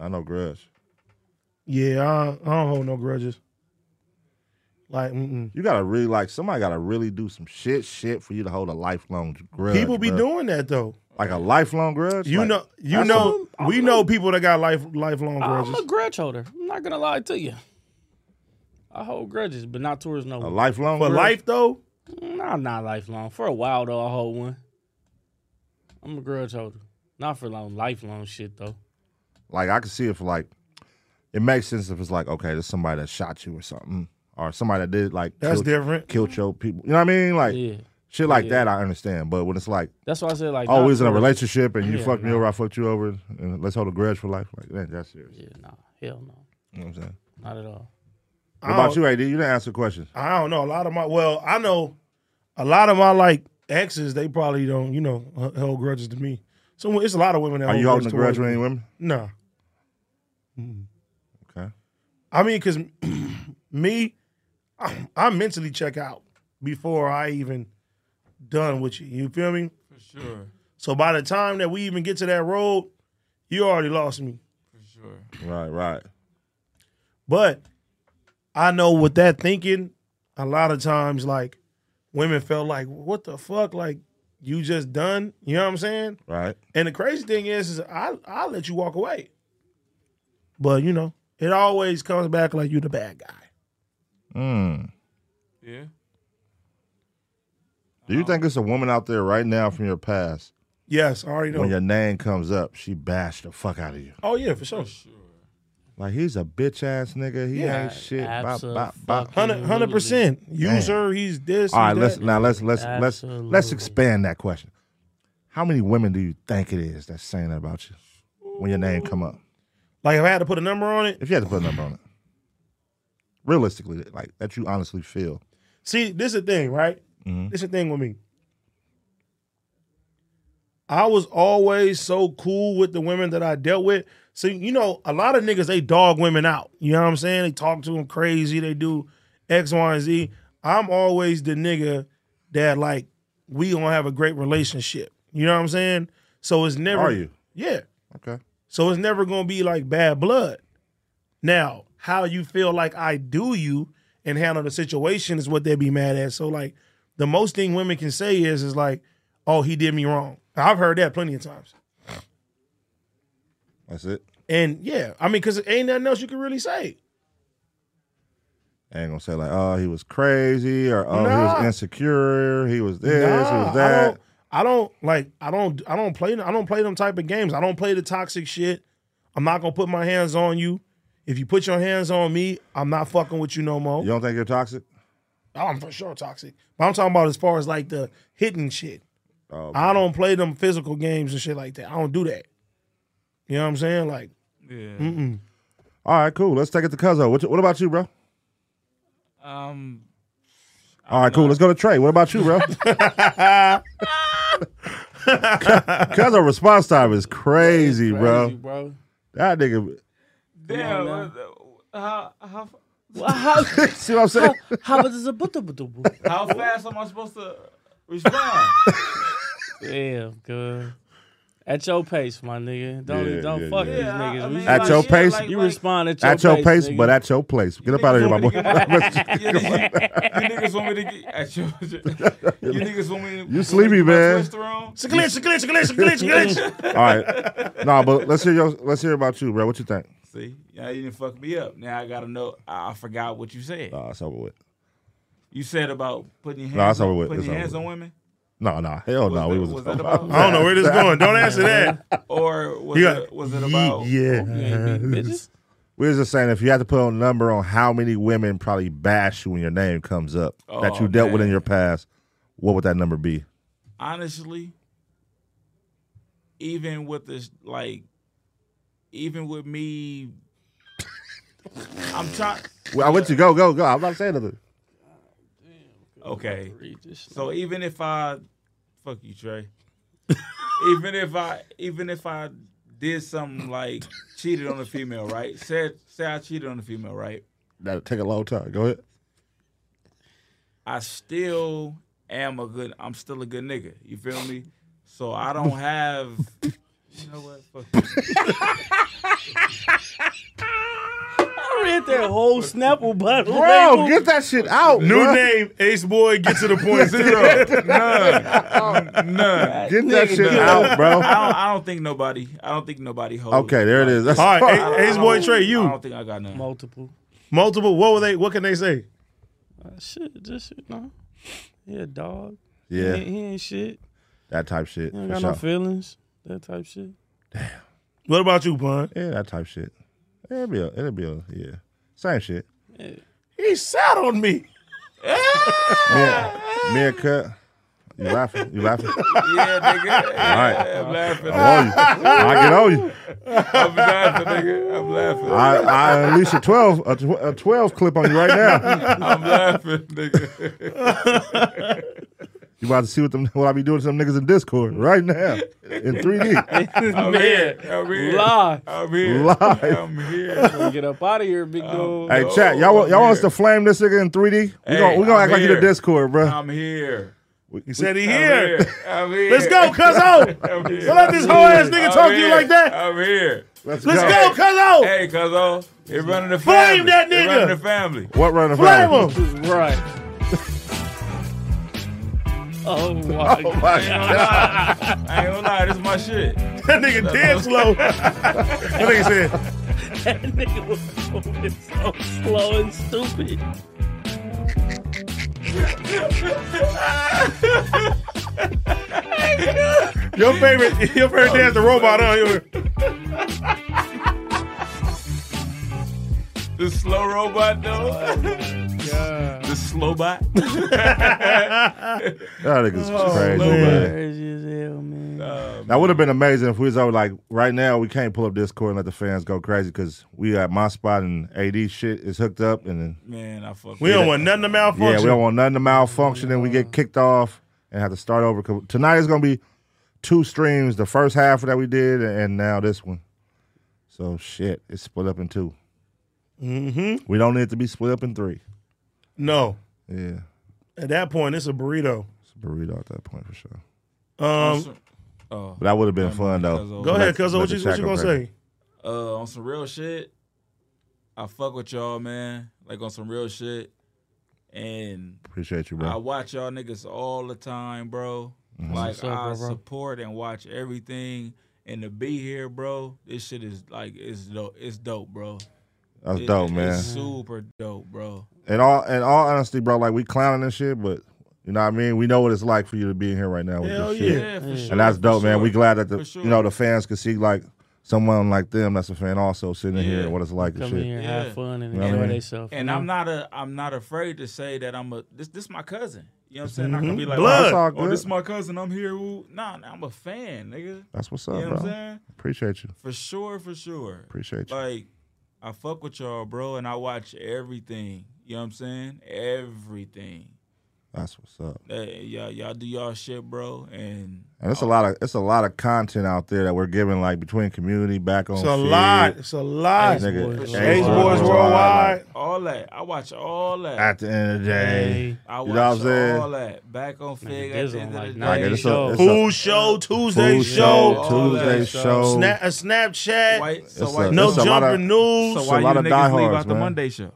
S4: I know grudge.
S3: yeah, I, I don't hold no grudges. Like, mm-mm.
S4: You gotta really like somebody gotta really do some shit shit for you to hold a lifelong grudge.
S3: people be
S4: bruh.
S3: doing that though.
S4: like a lifelong grudge.
S3: You
S4: Like,
S3: know, you
S4: that's
S3: know, we know people that got life lifelong
S2: I'm
S3: grudges.
S2: a grudge holder. I'm not gonna lie to you. I hold grudges, but not towards no
S4: a, a
S2: one.
S4: lifelong
S3: for
S4: grudge?
S3: life though,
S2: Nah, not lifelong. For a while though, I hold one. I'm a grudge holder. Not for long, lifelong shit though.
S4: Like I can see if like it makes sense if it's like okay, there's somebody that shot you or something, or somebody that did like
S3: that's
S4: killed,
S3: different.
S4: killed your people. You know what I mean? Like
S2: Yeah,
S4: shit like
S2: Yeah.
S4: that, I understand. But when it's like
S2: that's why I said like.
S4: oh,
S2: not
S4: we was in a
S2: towards-
S4: relationship and you
S2: Yeah,
S4: fucked me
S2: nah.
S4: over, I fucked you over, and let's hold a grudge for life. Like that, that's serious.
S2: Yeah, nah, hell no,
S4: You know what I'm saying?
S2: not at all.
S3: I
S4: What about
S3: don't-
S4: you, AD? You didn't answer the question.
S3: I don't know. A lot of my well, I know a lot of my like exes. They probably don't, you know, h- hold grudges to me. So it's a lot of women that
S4: Are
S3: hold
S4: you holding a grudge
S3: grudges
S4: with
S3: towards
S4: any
S3: me.
S4: women?
S3: No,
S4: Okay.
S3: I mean, cause me, I, I mentally check out before I even done with you. You feel me?
S1: For sure.
S3: So by the time that we even get to that road, you already lost me.
S1: For sure.
S4: Right, right.
S3: But I know with that thinking, a lot of times like women felt like, what the fuck? Like you just done. You know what I'm saying?
S4: right?
S3: And the crazy thing is, is I I let you walk away. But you know, it always comes back like you the bad guy.
S4: Mm.
S1: Yeah.
S4: Do you think there's a woman out there right now from your past?
S3: Yes, I already know.
S4: When your name comes up, she bashed the fuck out of you.
S3: oh yeah, for sure.
S1: Sure.
S4: Like he's a bitch ass nigga. He
S3: Yeah,
S4: ain't shit. Bop, bop, bop.
S2: abso-fucking-
S3: Hundred hundred percent. You
S4: Damn.
S3: sir, he's this.
S4: All right,
S3: he's
S4: let's
S3: that.
S4: now let's let's let's let's
S2: Absolutely.
S4: expand that question. How many women do you think it is that's saying that about you when your name come up?
S3: Like if I had to put a number on it,
S4: If you had to put a number on it, realistically, like that you honestly feel.
S3: see, this is the thing, right?
S4: Mhm.
S3: This is the thing with me. I was always so cool with the women that I dealt with. So you know, a lot of niggas they dog women out. You know what I'm saying? They talk to them crazy. They do X, Y, and Z. I'm always the nigga that like we gonna have a great relationship. You know what I'm saying? So it's never
S4: Are you
S3: Yeah.
S4: okay?
S3: So it's never gonna be like bad blood. Now, how you feel like I do you and handle the situation is what they'd be mad at. So like the most thing women can say is is like, oh, he did me wrong. I've heard that plenty of times.
S4: That's it.
S3: And yeah, I mean, cause ain't nothing else you can really say.
S4: I ain't gonna say like, oh, he was crazy or oh, he was
S3: Nah.
S4: insecure. He was this. he
S3: Nah,
S4: was that.
S3: I don't, I don't like. I don't. I don't play. I don't play them type of games. I don't play the toxic shit. I'm not gonna put my hands on you. If you put your hands on me, I'm not fucking with you no more.
S4: You don't think you're toxic?
S3: Oh, I'm for sure toxic. But I'm talking about as far as like the hitting shit.
S4: Oh,
S3: I don't play them physical games and shit like that. I don't do that. You know what I'm saying? Like,
S1: Yeah.
S3: mm-mm.
S4: All right, cool. Let's take it to Cuzzo. What, what about you, bro?
S1: Um.
S4: All right, cool. Let's go to Trey. What about you, bro? Cuzzo response time is
S2: Crazy,
S4: crazy, bro.
S2: bro.
S4: That nigga.
S1: Damn.
S2: on
S1: what the- How, how
S2: Well, how,
S4: See what I'm saying?
S2: how about this? a butter butter butter?
S1: how fast am I supposed to respond?
S2: Yeah, good. At your pace, my nigga. Don't
S4: Yeah,
S2: don't
S4: yeah,
S2: fuck
S4: yeah.
S2: these
S1: Yeah, I- I
S2: niggas.
S1: mean,
S2: We-
S4: At
S1: like,
S4: your
S1: yeah,
S4: pace?
S1: like-
S2: you
S1: like-
S2: respond at your
S4: At your
S2: pace,
S4: pace,
S2: nigga.
S4: but at your place. Get up out of here, my boy.
S1: You niggas, you niggas want me to get at your, You niggas want me to
S4: You sleepy, man.
S3: It's a glitch, it's a glitch, it's a glitch, it's a glitch, it's a glitch.
S4: All right. No, but let's hear your, let's hear about you, bro. What you think?
S1: See, yeah, you didn't fuck me up. Now I gotta know. I I forgot what you said.
S4: Nah, it's over with.
S1: You said about putting your hands.
S4: Uh, No, it's
S1: on,
S4: over with.
S1: Putting
S4: It's
S1: your
S4: over
S1: hands
S4: with.
S1: on women,
S4: No, no, hell
S1: Was
S4: no. we
S1: that-
S4: was,
S1: was that about-
S3: I don't know where this going. Don't answer that.
S1: or was
S3: You
S1: it
S3: got-
S1: was it about?
S4: Yeah.
S2: You ain't beating bitches?
S4: We was just saying if you had to put a number on how many women probably bash you when your name comes up that you
S1: Oh,
S4: dealt with in
S1: man.
S4: your past, what would that number be?
S1: honestly, even with this, like, even with me, I'm trying.
S4: Well, I went to go, go, go. I'm not saying nothing.
S1: Okay,
S2: Read this shit.
S1: so even if I, fuck you, Trey. even if I, even if I did something like cheated on a female, right? Said say I cheated on a female, right?
S4: That'll take a long time. Go ahead.
S1: I still am a good. I'm still a good nigga. You feel me? So I don't have. You know what? Fuck you.
S2: I read that whole Snapple bottle.
S4: Bro, get that shit out.
S3: New
S4: bro.
S3: name, Ace Boy, get to the point zero.
S1: None. None.
S4: Oh. Get that shit
S1: no.
S4: out,
S1: I
S4: bro.
S1: don't, I don't think nobody. I don't think nobody holds.
S4: Okay, there it is. That's
S3: All
S1: I
S3: right,
S1: don't-
S3: A- Ace
S1: I
S3: Boy
S1: don't-
S3: Trey,
S1: I
S3: you
S1: don't think I got none.
S2: multiple.
S3: multiple. What were they? What can they say?
S2: Uh, shit, just shit, no. He a dog. He, ain't-
S4: yeah,
S2: he ain't shit.
S4: that type shit.
S2: He don't
S4: for
S2: got
S4: sure.
S2: no feelings. That type shit.
S3: What about you, pun?
S4: yeah, that type shit. It'll be, a, it'll be, a, yeah, same shit.
S3: He sat on me.
S4: Me, and- me and cut. You laughing? You laughing?
S1: Yeah, nigga.
S4: All
S1: Yeah,
S4: right,
S1: I'm laughing.
S4: I'm on you. I get on you.
S1: I'm laughing, nigga. I'm laughing.
S4: I, I unleash a twelve, a, tw- a twelve clip on you right now.
S1: I'm laughing, nigga.
S4: You about to see what them what I be doing to them niggas in Discord right now in 3D.
S1: I'm here. I'm here.
S2: Lie.
S1: I'm here.
S4: Live.
S1: I'm here.
S2: Get up out of here, big dog.
S4: hey,
S1: No,
S4: chat, y'all want- y'all
S1: I'm
S4: want us
S1: here.
S4: to flame this nigga in 3D? We
S1: Hey,
S4: gonna we gonna
S1: I'm
S4: act like you the
S1: here.
S4: Discord, bro.
S1: I'm here.
S4: We-
S3: Said he
S1: I'm
S3: here.
S1: here. I'm here.
S3: Oh, Let's go, Cuzzo.
S1: I'm here.
S3: Don't let this whole ass nigga
S1: I'm
S3: talk to you
S1: here.
S3: like that.
S1: I'm here.
S4: let's,
S3: Let's go, Cuzzo.
S1: Hey, Cuzzo. It running the family.
S3: Flame that
S1: It running
S3: nigga.
S1: the family.
S4: What running
S3: Flame him.
S2: Right. Oh my
S4: Oh my God.
S1: I ain't gonna lie, this is my shit.
S3: That nigga dead slow. that nigga
S2: That
S3: said,
S2: nigga was moving so slow and stupid.
S3: Your favorite, your favorite dance, the robot, huh? Your-
S1: The slow robot though.
S2: God.
S1: the slow bot.
S4: That nigga's
S3: Oh,
S4: crazy,
S1: man.
S4: man.
S2: Crazy as hell, man.
S4: That would have been amazing if we was all like, right now we can't pull up Discord and let the fans go crazy because we got my spot and AD shit is hooked up and then,
S1: Man, I fuck.
S3: we don't want nothing to malfunction.
S4: yeah, we don't want nothing to malfunction and we get kicked off and have to start over. 'Cause Tonight is gonna be two streams: the first half that we did and now this one. So shit, it's split up in 2 Mm-hmm. We don't need it to be split up in three.
S3: no.
S4: Yeah,
S3: At that point, it's a burrito.
S4: it's a burrito at that point for sure.
S1: On
S3: Um,
S1: some- oh,
S4: But that would have been fun though.
S1: Cuzzo.
S3: go ahead,
S4: Let-
S3: cuz. What
S4: let
S3: you,
S4: the
S3: what
S4: chat
S3: you
S4: go
S3: gonna
S4: crazy.
S3: say?
S1: uh, on some real shit, I fuck with y'all, man. Like on some real shit, and
S4: Appreciate you,
S1: I
S4: bro.
S1: watch y'all niggas all the time, bro.
S4: Mm-hmm.
S1: Like
S2: up,
S1: I
S2: bro, bro.
S1: support and watch everything, and to be here, bro, this shit is like it's dope. It's dope, bro.
S4: That's
S1: It-
S4: dope,
S1: it's
S4: man.
S1: super dope, bro.
S4: And all in all honesty, bro, like we clowning and shit, but you know what I mean? We know what it's like for you to be in here right now with
S3: Hell
S4: this shit.
S3: Yeah,
S1: Yeah, for sure.
S4: And that's
S1: for
S4: dope, man.
S1: sure.
S4: We glad that the
S1: For sure.
S4: you know the fans could see like someone like them that's a fan also sitting in here
S1: Yeah.
S4: and what it's like and
S2: Come in here
S4: shit.
S2: and
S1: Yeah.
S2: have fun and
S4: You know what I
S2: enjoy
S4: mean?
S2: themselves.
S1: And I'm not a I'm not afraid to say that I'm a this this my cousin. You know what I'm saying? I
S4: Mm-hmm.
S1: can be like,
S3: Blood.
S4: That's all
S1: oh, oh,
S4: good.
S1: this is my cousin. I'm here. Ooh. Nah, nah, I'm a fan, nigga.
S4: that's what's
S1: You
S4: up,
S1: know
S4: bro.
S1: what I'm saying?
S4: Appreciate you.
S1: For sure, for sure.
S4: Appreciate you.
S1: Like, I fuck with y'all, bro, and I watch everything. You know what I'm saying? Everything.
S4: That's what's up.
S1: Hey, y'all, y'all do y'all shit, bro. And
S4: And it's a lot of it's a lot of content out there that we're giving like between community back on.
S3: It's a
S4: shit.
S3: lot. It's a lot.
S2: Hey,
S4: Nigga,
S2: Boys
S4: Ace
S3: H
S2: Worldwide.
S3: Boys Worldwide.
S1: all that. I watch all that.
S4: At the end of the day,
S2: Hey.
S1: I
S4: you
S1: watch
S4: know what I'm saying?
S1: all that. Back on Fig at
S2: this
S1: the
S2: one,
S1: end of
S2: like,
S1: the day.
S2: nah,
S4: Like, it's a,
S2: show.
S4: it's a
S3: Food show, Tuesday
S4: food
S3: show,
S1: all that
S4: Tuesday
S1: show.
S4: show.
S3: Sna- a Snapchat,
S1: White, so
S4: It's
S1: why
S4: a-
S1: you-
S3: no
S4: it's a lot
S3: jumper
S4: of-
S3: news.
S1: so
S4: a
S1: why you
S4: lot of
S1: niggas leave
S4: diehards,
S1: out the
S4: man.
S1: Monday show?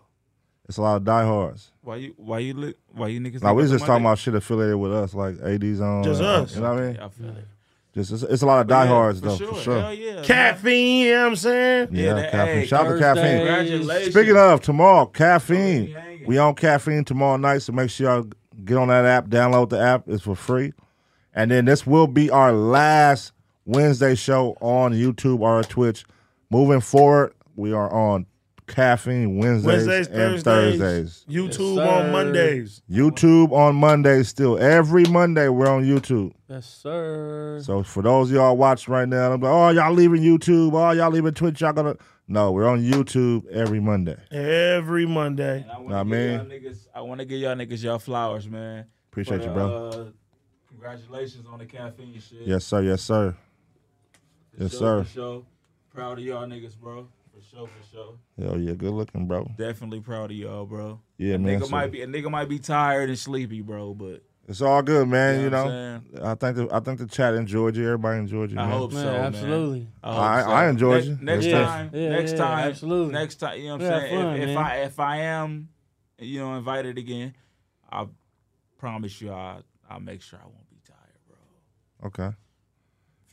S4: It's a lot of diehards.
S1: Why you why you li- why you niggas?
S4: Like we
S1: leave
S4: was
S1: out
S4: just
S1: the
S4: talking
S1: Monday?
S4: about shit affiliated with us, like AD's on.
S3: Just
S4: uh,
S3: us.
S4: You know what I mean?
S1: I feel it.
S4: Just it's, it's a lot of
S1: Yeah,
S4: diehards though, for sure.
S1: Hell yeah. man.
S3: caffeine, you know what I'm saying?
S1: Yeah,
S4: Yeah,
S1: that-
S4: caffeine.
S1: hey,
S4: Shout out to caffeine.
S2: Thursday.
S1: Congratulations.
S4: Speaking of tomorrow,
S1: Don't
S4: caffeine.
S1: let me hang it.
S4: We on caffeine tomorrow night, so make sure y'all get on that app, download the app. It's for free. And then this will be our last Wednesday show on YouTube or Twitch. Moving forward, we are on caffeine Wednesdays,
S3: Wednesdays,
S4: and
S3: Thursdays,
S4: Thursdays.
S3: YouTube
S2: Yes,
S3: on
S2: sir.
S3: Mondays.
S4: YouTube on Mondays still. Every Monday we're on YouTube.
S2: Yes, sir.
S4: So for those of y'all watching right now, I'm like, oh y'all leaving YouTube, oh y'all leaving Twitch, y'all gonna no, we're on YouTube every Monday.
S3: Every Monday.
S1: And I
S4: Nah,
S1: want to give y'all
S4: man.
S1: niggas. I want to give y'all niggas y'all flowers, man.
S4: Appreciate
S1: For
S4: you,
S1: the,
S4: bro.
S1: Uh, congratulations on the caffeine shit.
S4: yes sir, yes sir,
S1: For
S4: yes,
S1: sure,
S4: sir.
S1: For sure. Proud of y'all niggas, bro. For sure, for sure.
S4: hell yeah, good looking, bro.
S1: Definitely proud of y'all, bro.
S4: Yeah,
S1: a
S4: man.
S1: Nigga
S4: so-
S1: might be a nigga might be tired and sleepy, bro. But
S4: it's all good, man.
S1: You
S4: You
S1: know
S4: know,
S1: what
S4: I think the, I think the chat enjoyed you. Everybody enjoyed you.
S1: I
S4: man.
S1: hope
S2: Man,
S1: so. man.
S2: absolutely.
S1: hope
S4: I- I enjoyed
S1: Ne-
S4: you.
S1: Next
S2: Yeah.
S1: time,
S2: Yeah,
S1: next
S2: yeah,
S1: time,
S2: absolutely.
S1: Next time, you know what I'm
S2: Yeah,
S1: saying.
S2: fun,
S1: if, if
S2: man.
S1: I if I am, you know, invited again, I promise you, I I'll make sure I won't be tired, bro.
S4: Okay.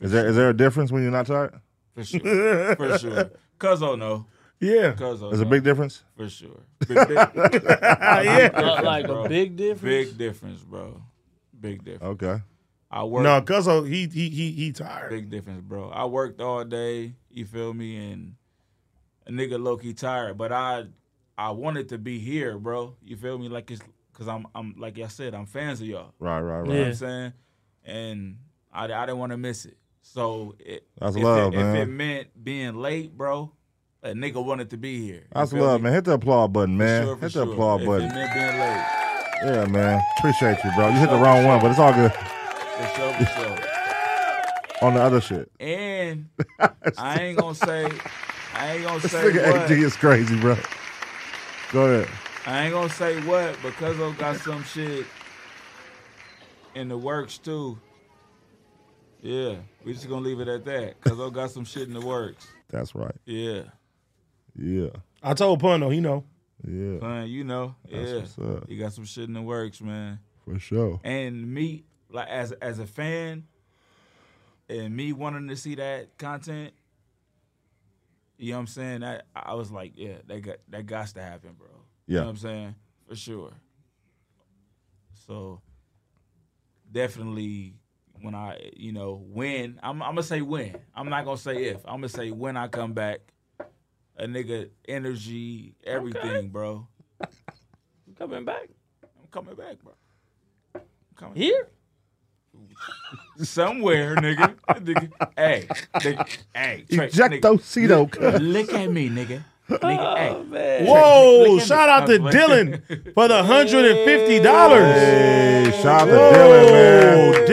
S4: Is there is there a difference when you're not tired?
S1: For sure, for sure. Cuz oh no,
S3: Yeah.
S1: cuz oh
S4: There's a
S1: no.
S4: big difference.
S1: for sure. Big, big,
S3: yeah.
S2: Uh, like
S1: bro.
S2: a big difference.
S1: big difference, bro. Big difference.
S4: Okay.
S1: I work.
S3: No, cuz oh, he he he he tired.
S1: Big difference, bro. I worked all day. You feel me? And a nigga low key tired, but I I wanted to be here, bro. You feel me? Like it's because I'm I'm like I said, I'm fans of y'all.
S4: Right, right, right.
S1: You know what
S2: Yeah.
S1: I'm saying? And I, I didn't want to miss it. So it,
S4: That's
S1: if
S4: love,
S1: it, If it
S4: man.
S1: meant being late, bro, a nigga wanted to be here. You
S4: That's
S1: feel
S4: love,
S1: me?
S4: man. Hit the applaud button,
S1: For
S4: man.
S1: sure, for
S4: Hit the
S1: sure.
S4: applaud
S1: If
S4: button.
S1: it meant being late.
S4: Yeah, man. Appreciate you, bro. You hit the wrong one, but it's all good.
S1: For sure, for sure.
S4: On the other shit.
S1: And I ain't gonna say, I ain't gonna
S4: This
S1: say
S4: nigga
S1: what.
S4: AD is crazy, bro. Go ahead.
S1: I ain't gonna say what because I got some shit in the works too. Yeah, we just gonna leave it at that because I got some shit in the works.
S4: That's right.
S1: Yeah,
S4: Yeah.
S3: I told Pun though, he know.
S4: Yeah.
S1: man, you know,
S4: That's
S1: yeah,
S4: what's up.
S1: you got some shit in the works, man.
S4: For sure.
S1: And me, like as as a fan and me wanting to see that content, you know what I'm saying? I I was like, yeah, that got that got to happen, bro. You
S4: Yeah.
S1: know what I'm saying? For sure. So definitely when I you know, when I'm I'm gonna say when. I'm not gonna say if. I'm gonna say when I come back, a nigga energy, everything, bro.
S2: You coming back
S1: I'm coming back, bro. I'm coming
S2: here?
S1: somewhere, nigga. nigga. Hey, nigga. hey, Trey, nigga.
S4: Ejectocito. cuz.
S1: Look at me, nigga. Nigga, hey.
S2: Oh man.
S3: Whoa!
S1: Look at
S3: Shout
S1: me.
S3: out to
S1: I'm like-
S3: Dylan for the hundred and fifty dollars.
S4: hey, shout out to Dylan,
S3: Whoa,
S4: man.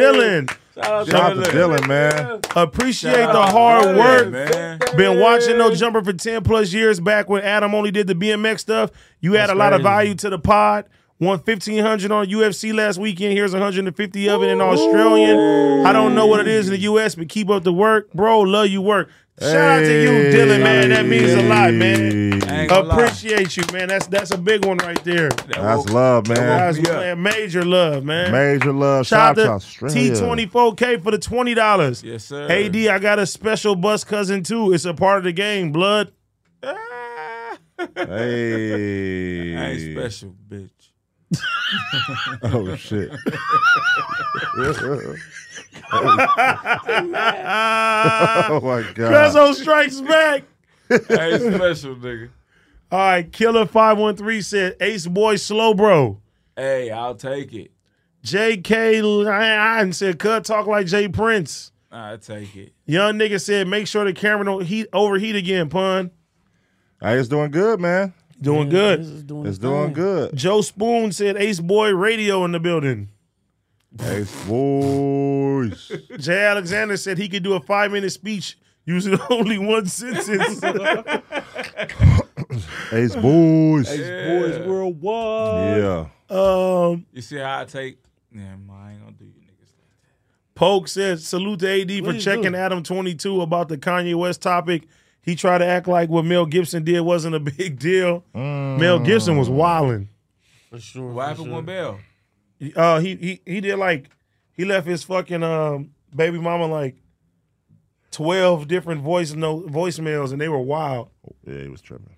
S3: Dylan!
S2: Shout out
S4: Shout out to
S1: Dylan.
S4: Dylan, man.
S3: Appreciate
S1: Shout
S3: the
S1: out to
S3: hard
S1: Dylan,
S3: work.
S1: man.
S3: Been watching No Jumper for 10 plus years back when Adam only did the BMX stuff. You had
S1: That's
S3: a lot of
S1: crazy.
S3: value to the pod. Won 1500 on UFC last weekend. Here's 150 of it in Australian. I don't know what it is in the US, but keep up the work. Bro, love you work. Shout out to you,
S4: Hey.
S3: Dylan, man. That means a lot, man.
S1: I ain't gonna lie.
S3: Appreciate you, man. That's that's a big one right there.
S1: That
S4: That's
S1: woke-
S4: love, man.
S3: Guys,
S1: Yeah.
S3: man, major love, man.
S4: Major love.
S3: Shout
S4: Shout out to
S3: out to
S4: Australia.
S3: T24K for the twenty dollars.
S1: Yes, sir.
S3: AD, I got a special bus cousin too. It's a part of the game, blood.
S1: Ah.
S4: Hey.
S1: I ain't special, bitch.
S4: Oh shit. oh my
S3: Cuz
S4: god.
S3: on strikes back.
S1: I ain't special, nigga.
S3: All right, Killer 513 said Ace Boy Slow Bro.
S1: Hey, I'll take it.
S3: JK Lion said, Cuz talk like Jay Prince.
S1: I take it.
S3: Young nigga said, make sure the camera don't heat overheat again, pun.
S4: Hey, it's doing good, man.
S3: Doing
S2: This
S3: good.
S2: is doing
S4: It's
S2: the
S4: doing
S2: thing.
S4: good.
S3: Joe Spoon said Ace Boy Radio in the building.
S4: Hey, boys.
S3: Jay Alexander said he could do a five minute speech using only one sentence.
S4: Ace boys.
S1: Yeah.
S2: worldwide.
S4: Yeah.
S3: um,
S1: You see how I take? Yeah, I ain't gonna do you niggas like that.
S3: Polk says salute to AD for
S2: Please
S3: checking
S2: do.
S3: Adam twenty two about the Kanye West topic. He tried to act like what Mel Gibson did wasn't a big deal.
S4: Mm.
S3: Mel Gibson was wilding.
S2: For sure.
S1: What
S2: for
S1: happened
S2: sure.
S1: with Bell?
S3: Uh, he he he did like he left his fucking um, baby mama like twelve different voice no voicemails and they were wild.
S4: Yeah, he was tripping.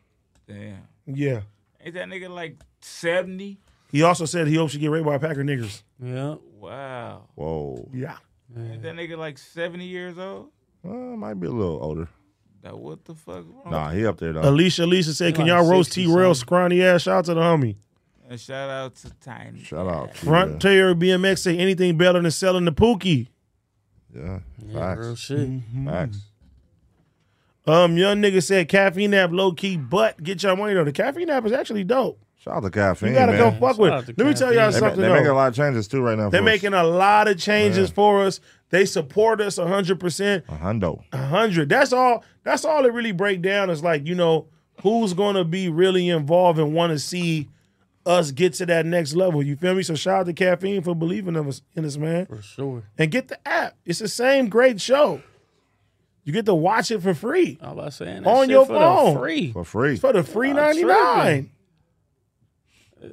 S1: Damn.
S3: Yeah.
S1: Ain't that nigga like 70?
S3: He also said he hopes she get raped by Packer niggers.
S2: Yeah.
S1: Wow.
S4: Whoa.
S3: Yeah.
S1: Ain't that nigga like 70 years old?
S4: Uh, might be a little older.
S1: Now what the fuck
S3: Oh.
S1: wrong?
S4: Nah, he up there though.
S3: Uh, Alicia Alicia said, "Can
S2: He like
S3: y'all roast
S2: 60
S3: T
S2: something.
S3: Rail scrawny ass?" Shout out to the homie.
S1: And shout out to Tiny.
S4: Shout out. to
S3: Front
S4: you.
S3: Frontier BMX say anything better than selling the Pookie.
S4: Yeah.
S2: Yeah, real
S4: Facts. Mm-hmm.
S2: shit.
S4: Facts.
S3: Mm. Um, young nigga said caffeine app low key, but get your money though. The caffeine app is actually dope.
S4: Shout out to caffeine.
S3: You gotta
S4: man.
S3: go fuck with.
S2: Shout out
S3: it.
S2: to
S3: Let me tell y'all
S4: They, ma-
S3: something.
S4: they making
S3: though.
S4: a lot of changes too right now.
S3: They're
S4: for us.
S3: making a lot of changes for us. They support us hundred percent.
S4: a hundo.
S3: hundred. That's all. That's all it really break down is like you know who's gonna be really involved and want to see us get to that next level. You feel me? So shout out to caffeine for believing of us in us, man.
S2: For sure.
S3: And get the app. It's the same great show. You get to watch it for free
S2: All I'm saying. That
S3: On
S2: shit
S3: your
S2: for the
S3: phone.
S2: Free.
S4: For free.
S3: for the free ninety nine.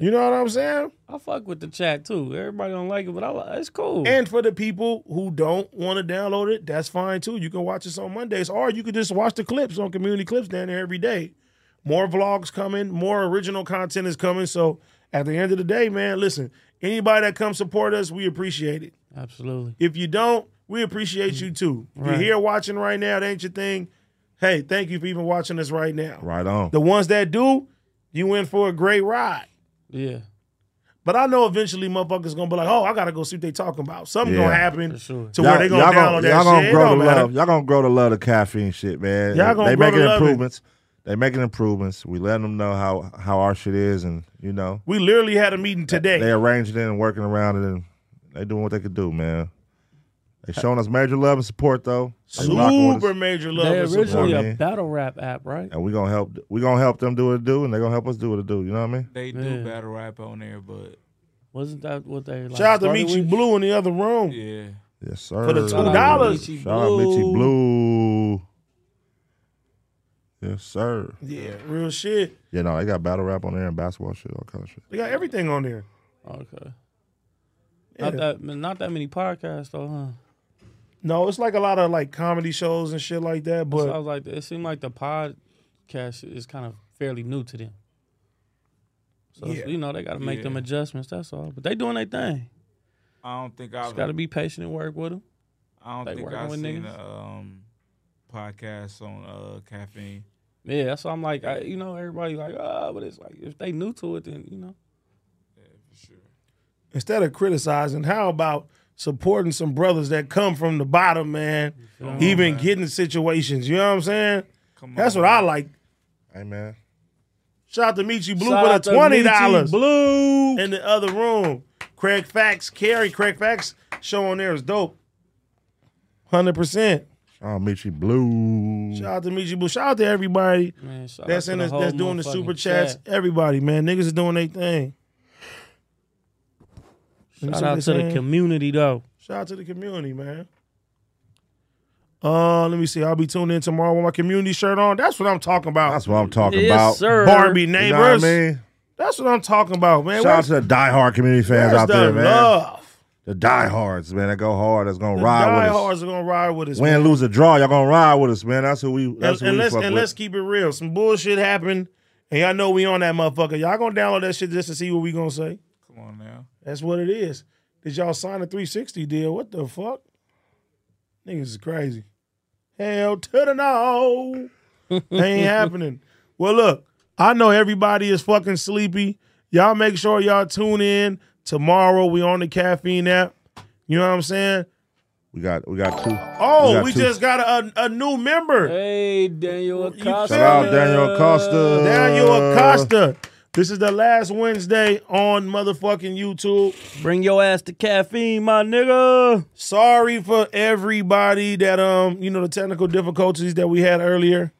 S3: You know what I'm saying?
S2: I fuck with the chat too. Everybody don't like it, but I like it's cool.
S3: And for the people who don't want to download it, that's fine too. You can watch us on Mondays, or you could just watch the clips on Community Clips down there every day. More vlogs coming, more original content is coming. So at the end of the day, man, listen, anybody that comes support us, we appreciate it.
S2: Absolutely.
S3: If you don't, we appreciate you too. If
S2: Right.
S3: You're here watching right now, that ain't your thing. Hey, thank you for even watching us right now.
S4: Right on.
S3: The ones that do, you in for a great ride.
S2: Yeah.
S3: But I know eventually motherfuckers gonna be like, oh, I gotta go see what they talking about. Something
S4: Yeah.
S3: gonna happen
S2: For sure.
S3: to where they gonna
S4: y'all
S3: download that
S4: y'all gonna
S3: shit. It
S4: Grow
S3: don't
S4: to
S3: matter.
S4: love, y'all gonna grow to love the caffeine shit, man.
S3: Y'all gonna
S4: they
S3: grow to
S4: making
S3: love it.
S4: improvements. They making improvements. We letting them know how how our shit is, and you know
S3: We literally had a meeting
S4: they
S3: today.
S4: arranging it and working around it, and they doing what they could do, man. They showing us major love and support though. They rocking with us,
S3: Super major love
S2: They
S3: and support.
S2: originally
S4: I
S2: a
S4: mean.
S2: battle rap app, right?
S4: and we gonna help. We gonna help them do what it do, and they gonna help us do what it do. You know what I mean?
S1: They do
S2: Yeah.
S1: battle rap on there, but
S2: Wasn't that what they like?
S3: Shout out to
S2: started
S3: Michi
S2: with?
S3: Blue in the other room.
S1: yeah.
S4: Yes, sir.
S3: the
S4: Shout out
S3: $2.
S4: Michi- Shout out Mitchie Blue. Yes, sir.
S3: Yeah, real shit.
S4: Yeah, no, they got battle rap on there and basketball shit, all kind of shit.
S3: They got everything on there.
S2: Okay. Not that not that many podcasts though, huh?
S3: No, it's like a lot of like comedy shows and shit like that.
S2: So I
S3: But
S2: was like, it seemed like the podcast is kind of fairly new to them. So
S3: Yeah.
S2: you know they got to make them
S1: Yeah.
S2: adjustments. That's all. But they doing their thing.
S1: I don't think
S2: Just
S1: I've.
S2: got to be patient and work with them.
S1: I don't
S2: like
S1: think
S2: working
S1: I've
S2: with
S1: seen
S2: niggas.
S1: a um, podcast on uh, caffeine.
S2: Yeah, that's why I'm like, I, you know, everybody like, ah, but it's like if they new to it, then you know,
S1: Yeah, for sure.
S3: instead of criticizing, how about supporting some brothers that come from the bottom, man? Even getting situations. You know what I'm saying?
S1: Come
S3: That's
S1: on,
S3: what I
S1: man.
S3: like.
S4: Hey man,
S3: Shout out to Michi Blue
S2: Shout out
S3: with
S2: to
S3: a twenty dollars
S2: Michi Blue.
S3: in the other room. Craig Facts, Carrie, Craig Facts show on there is dope. Hundred percent.
S4: I'll meet you blue.
S3: Shout out to Michi Blue. Shout out to everybody
S2: Man, shout out
S3: that's
S2: to
S3: in
S2: the
S3: this,
S2: whole
S3: that's doing the
S2: motherfucking
S3: super chats.
S2: chat.
S3: Everybody, man, niggas is doing their thing. You see
S2: Shout
S3: what
S2: out
S3: they
S2: to the
S3: saying?
S2: community though.
S3: Shout out to the community, man. Uh, let me see. I'll be tuned in tomorrow with my community shirt on. That's what I'm talking about.
S4: That's what I'm talking
S2: yes,
S4: about.
S2: sir.
S3: Barbie
S4: You know what I
S3: neighbors.
S4: mean?
S3: That's what I'm talking about, man.
S4: Shout out to the diehard community fans
S3: where's
S4: out
S3: the
S4: there, man.
S3: love?
S4: The diehards, man, that go hard. That's gonna
S3: The
S4: ride with us.
S3: diehards are gonna ride with us. man.
S4: Win, lose, or draw, y'all gonna ride with us, man. That's who we.
S3: And,
S4: That's who
S3: and
S4: we
S3: let's
S4: fuck
S3: and
S4: with.
S3: let's keep it real. Some bullshit happened, and y'all know we on that motherfucker. Y'all gonna download that shit just to see what we gonna say.
S1: Come on now.
S3: That's what it is. Did y'all sign a 360 deal? What the fuck? Niggas is crazy. Hell to the no. Ain't happening. Well, look, I know everybody is fucking sleepy. Y'all make sure y'all tune in tomorrow. We on the caffeine app. You know what I'm saying?
S4: we got we got two.
S3: Oh, we,
S4: got two.
S3: just got a, a new member.
S2: Hey, Daniel
S3: You
S2: Acosta.
S4: shout out Daniel Acosta.
S3: Daniel
S4: Uh.
S3: Acosta. This is the last Wednesday on motherfucking YouTube.
S2: Bring your ass to caffeine, my nigga.
S3: Sorry for everybody that um, you know, the technical difficulties that we had earlier.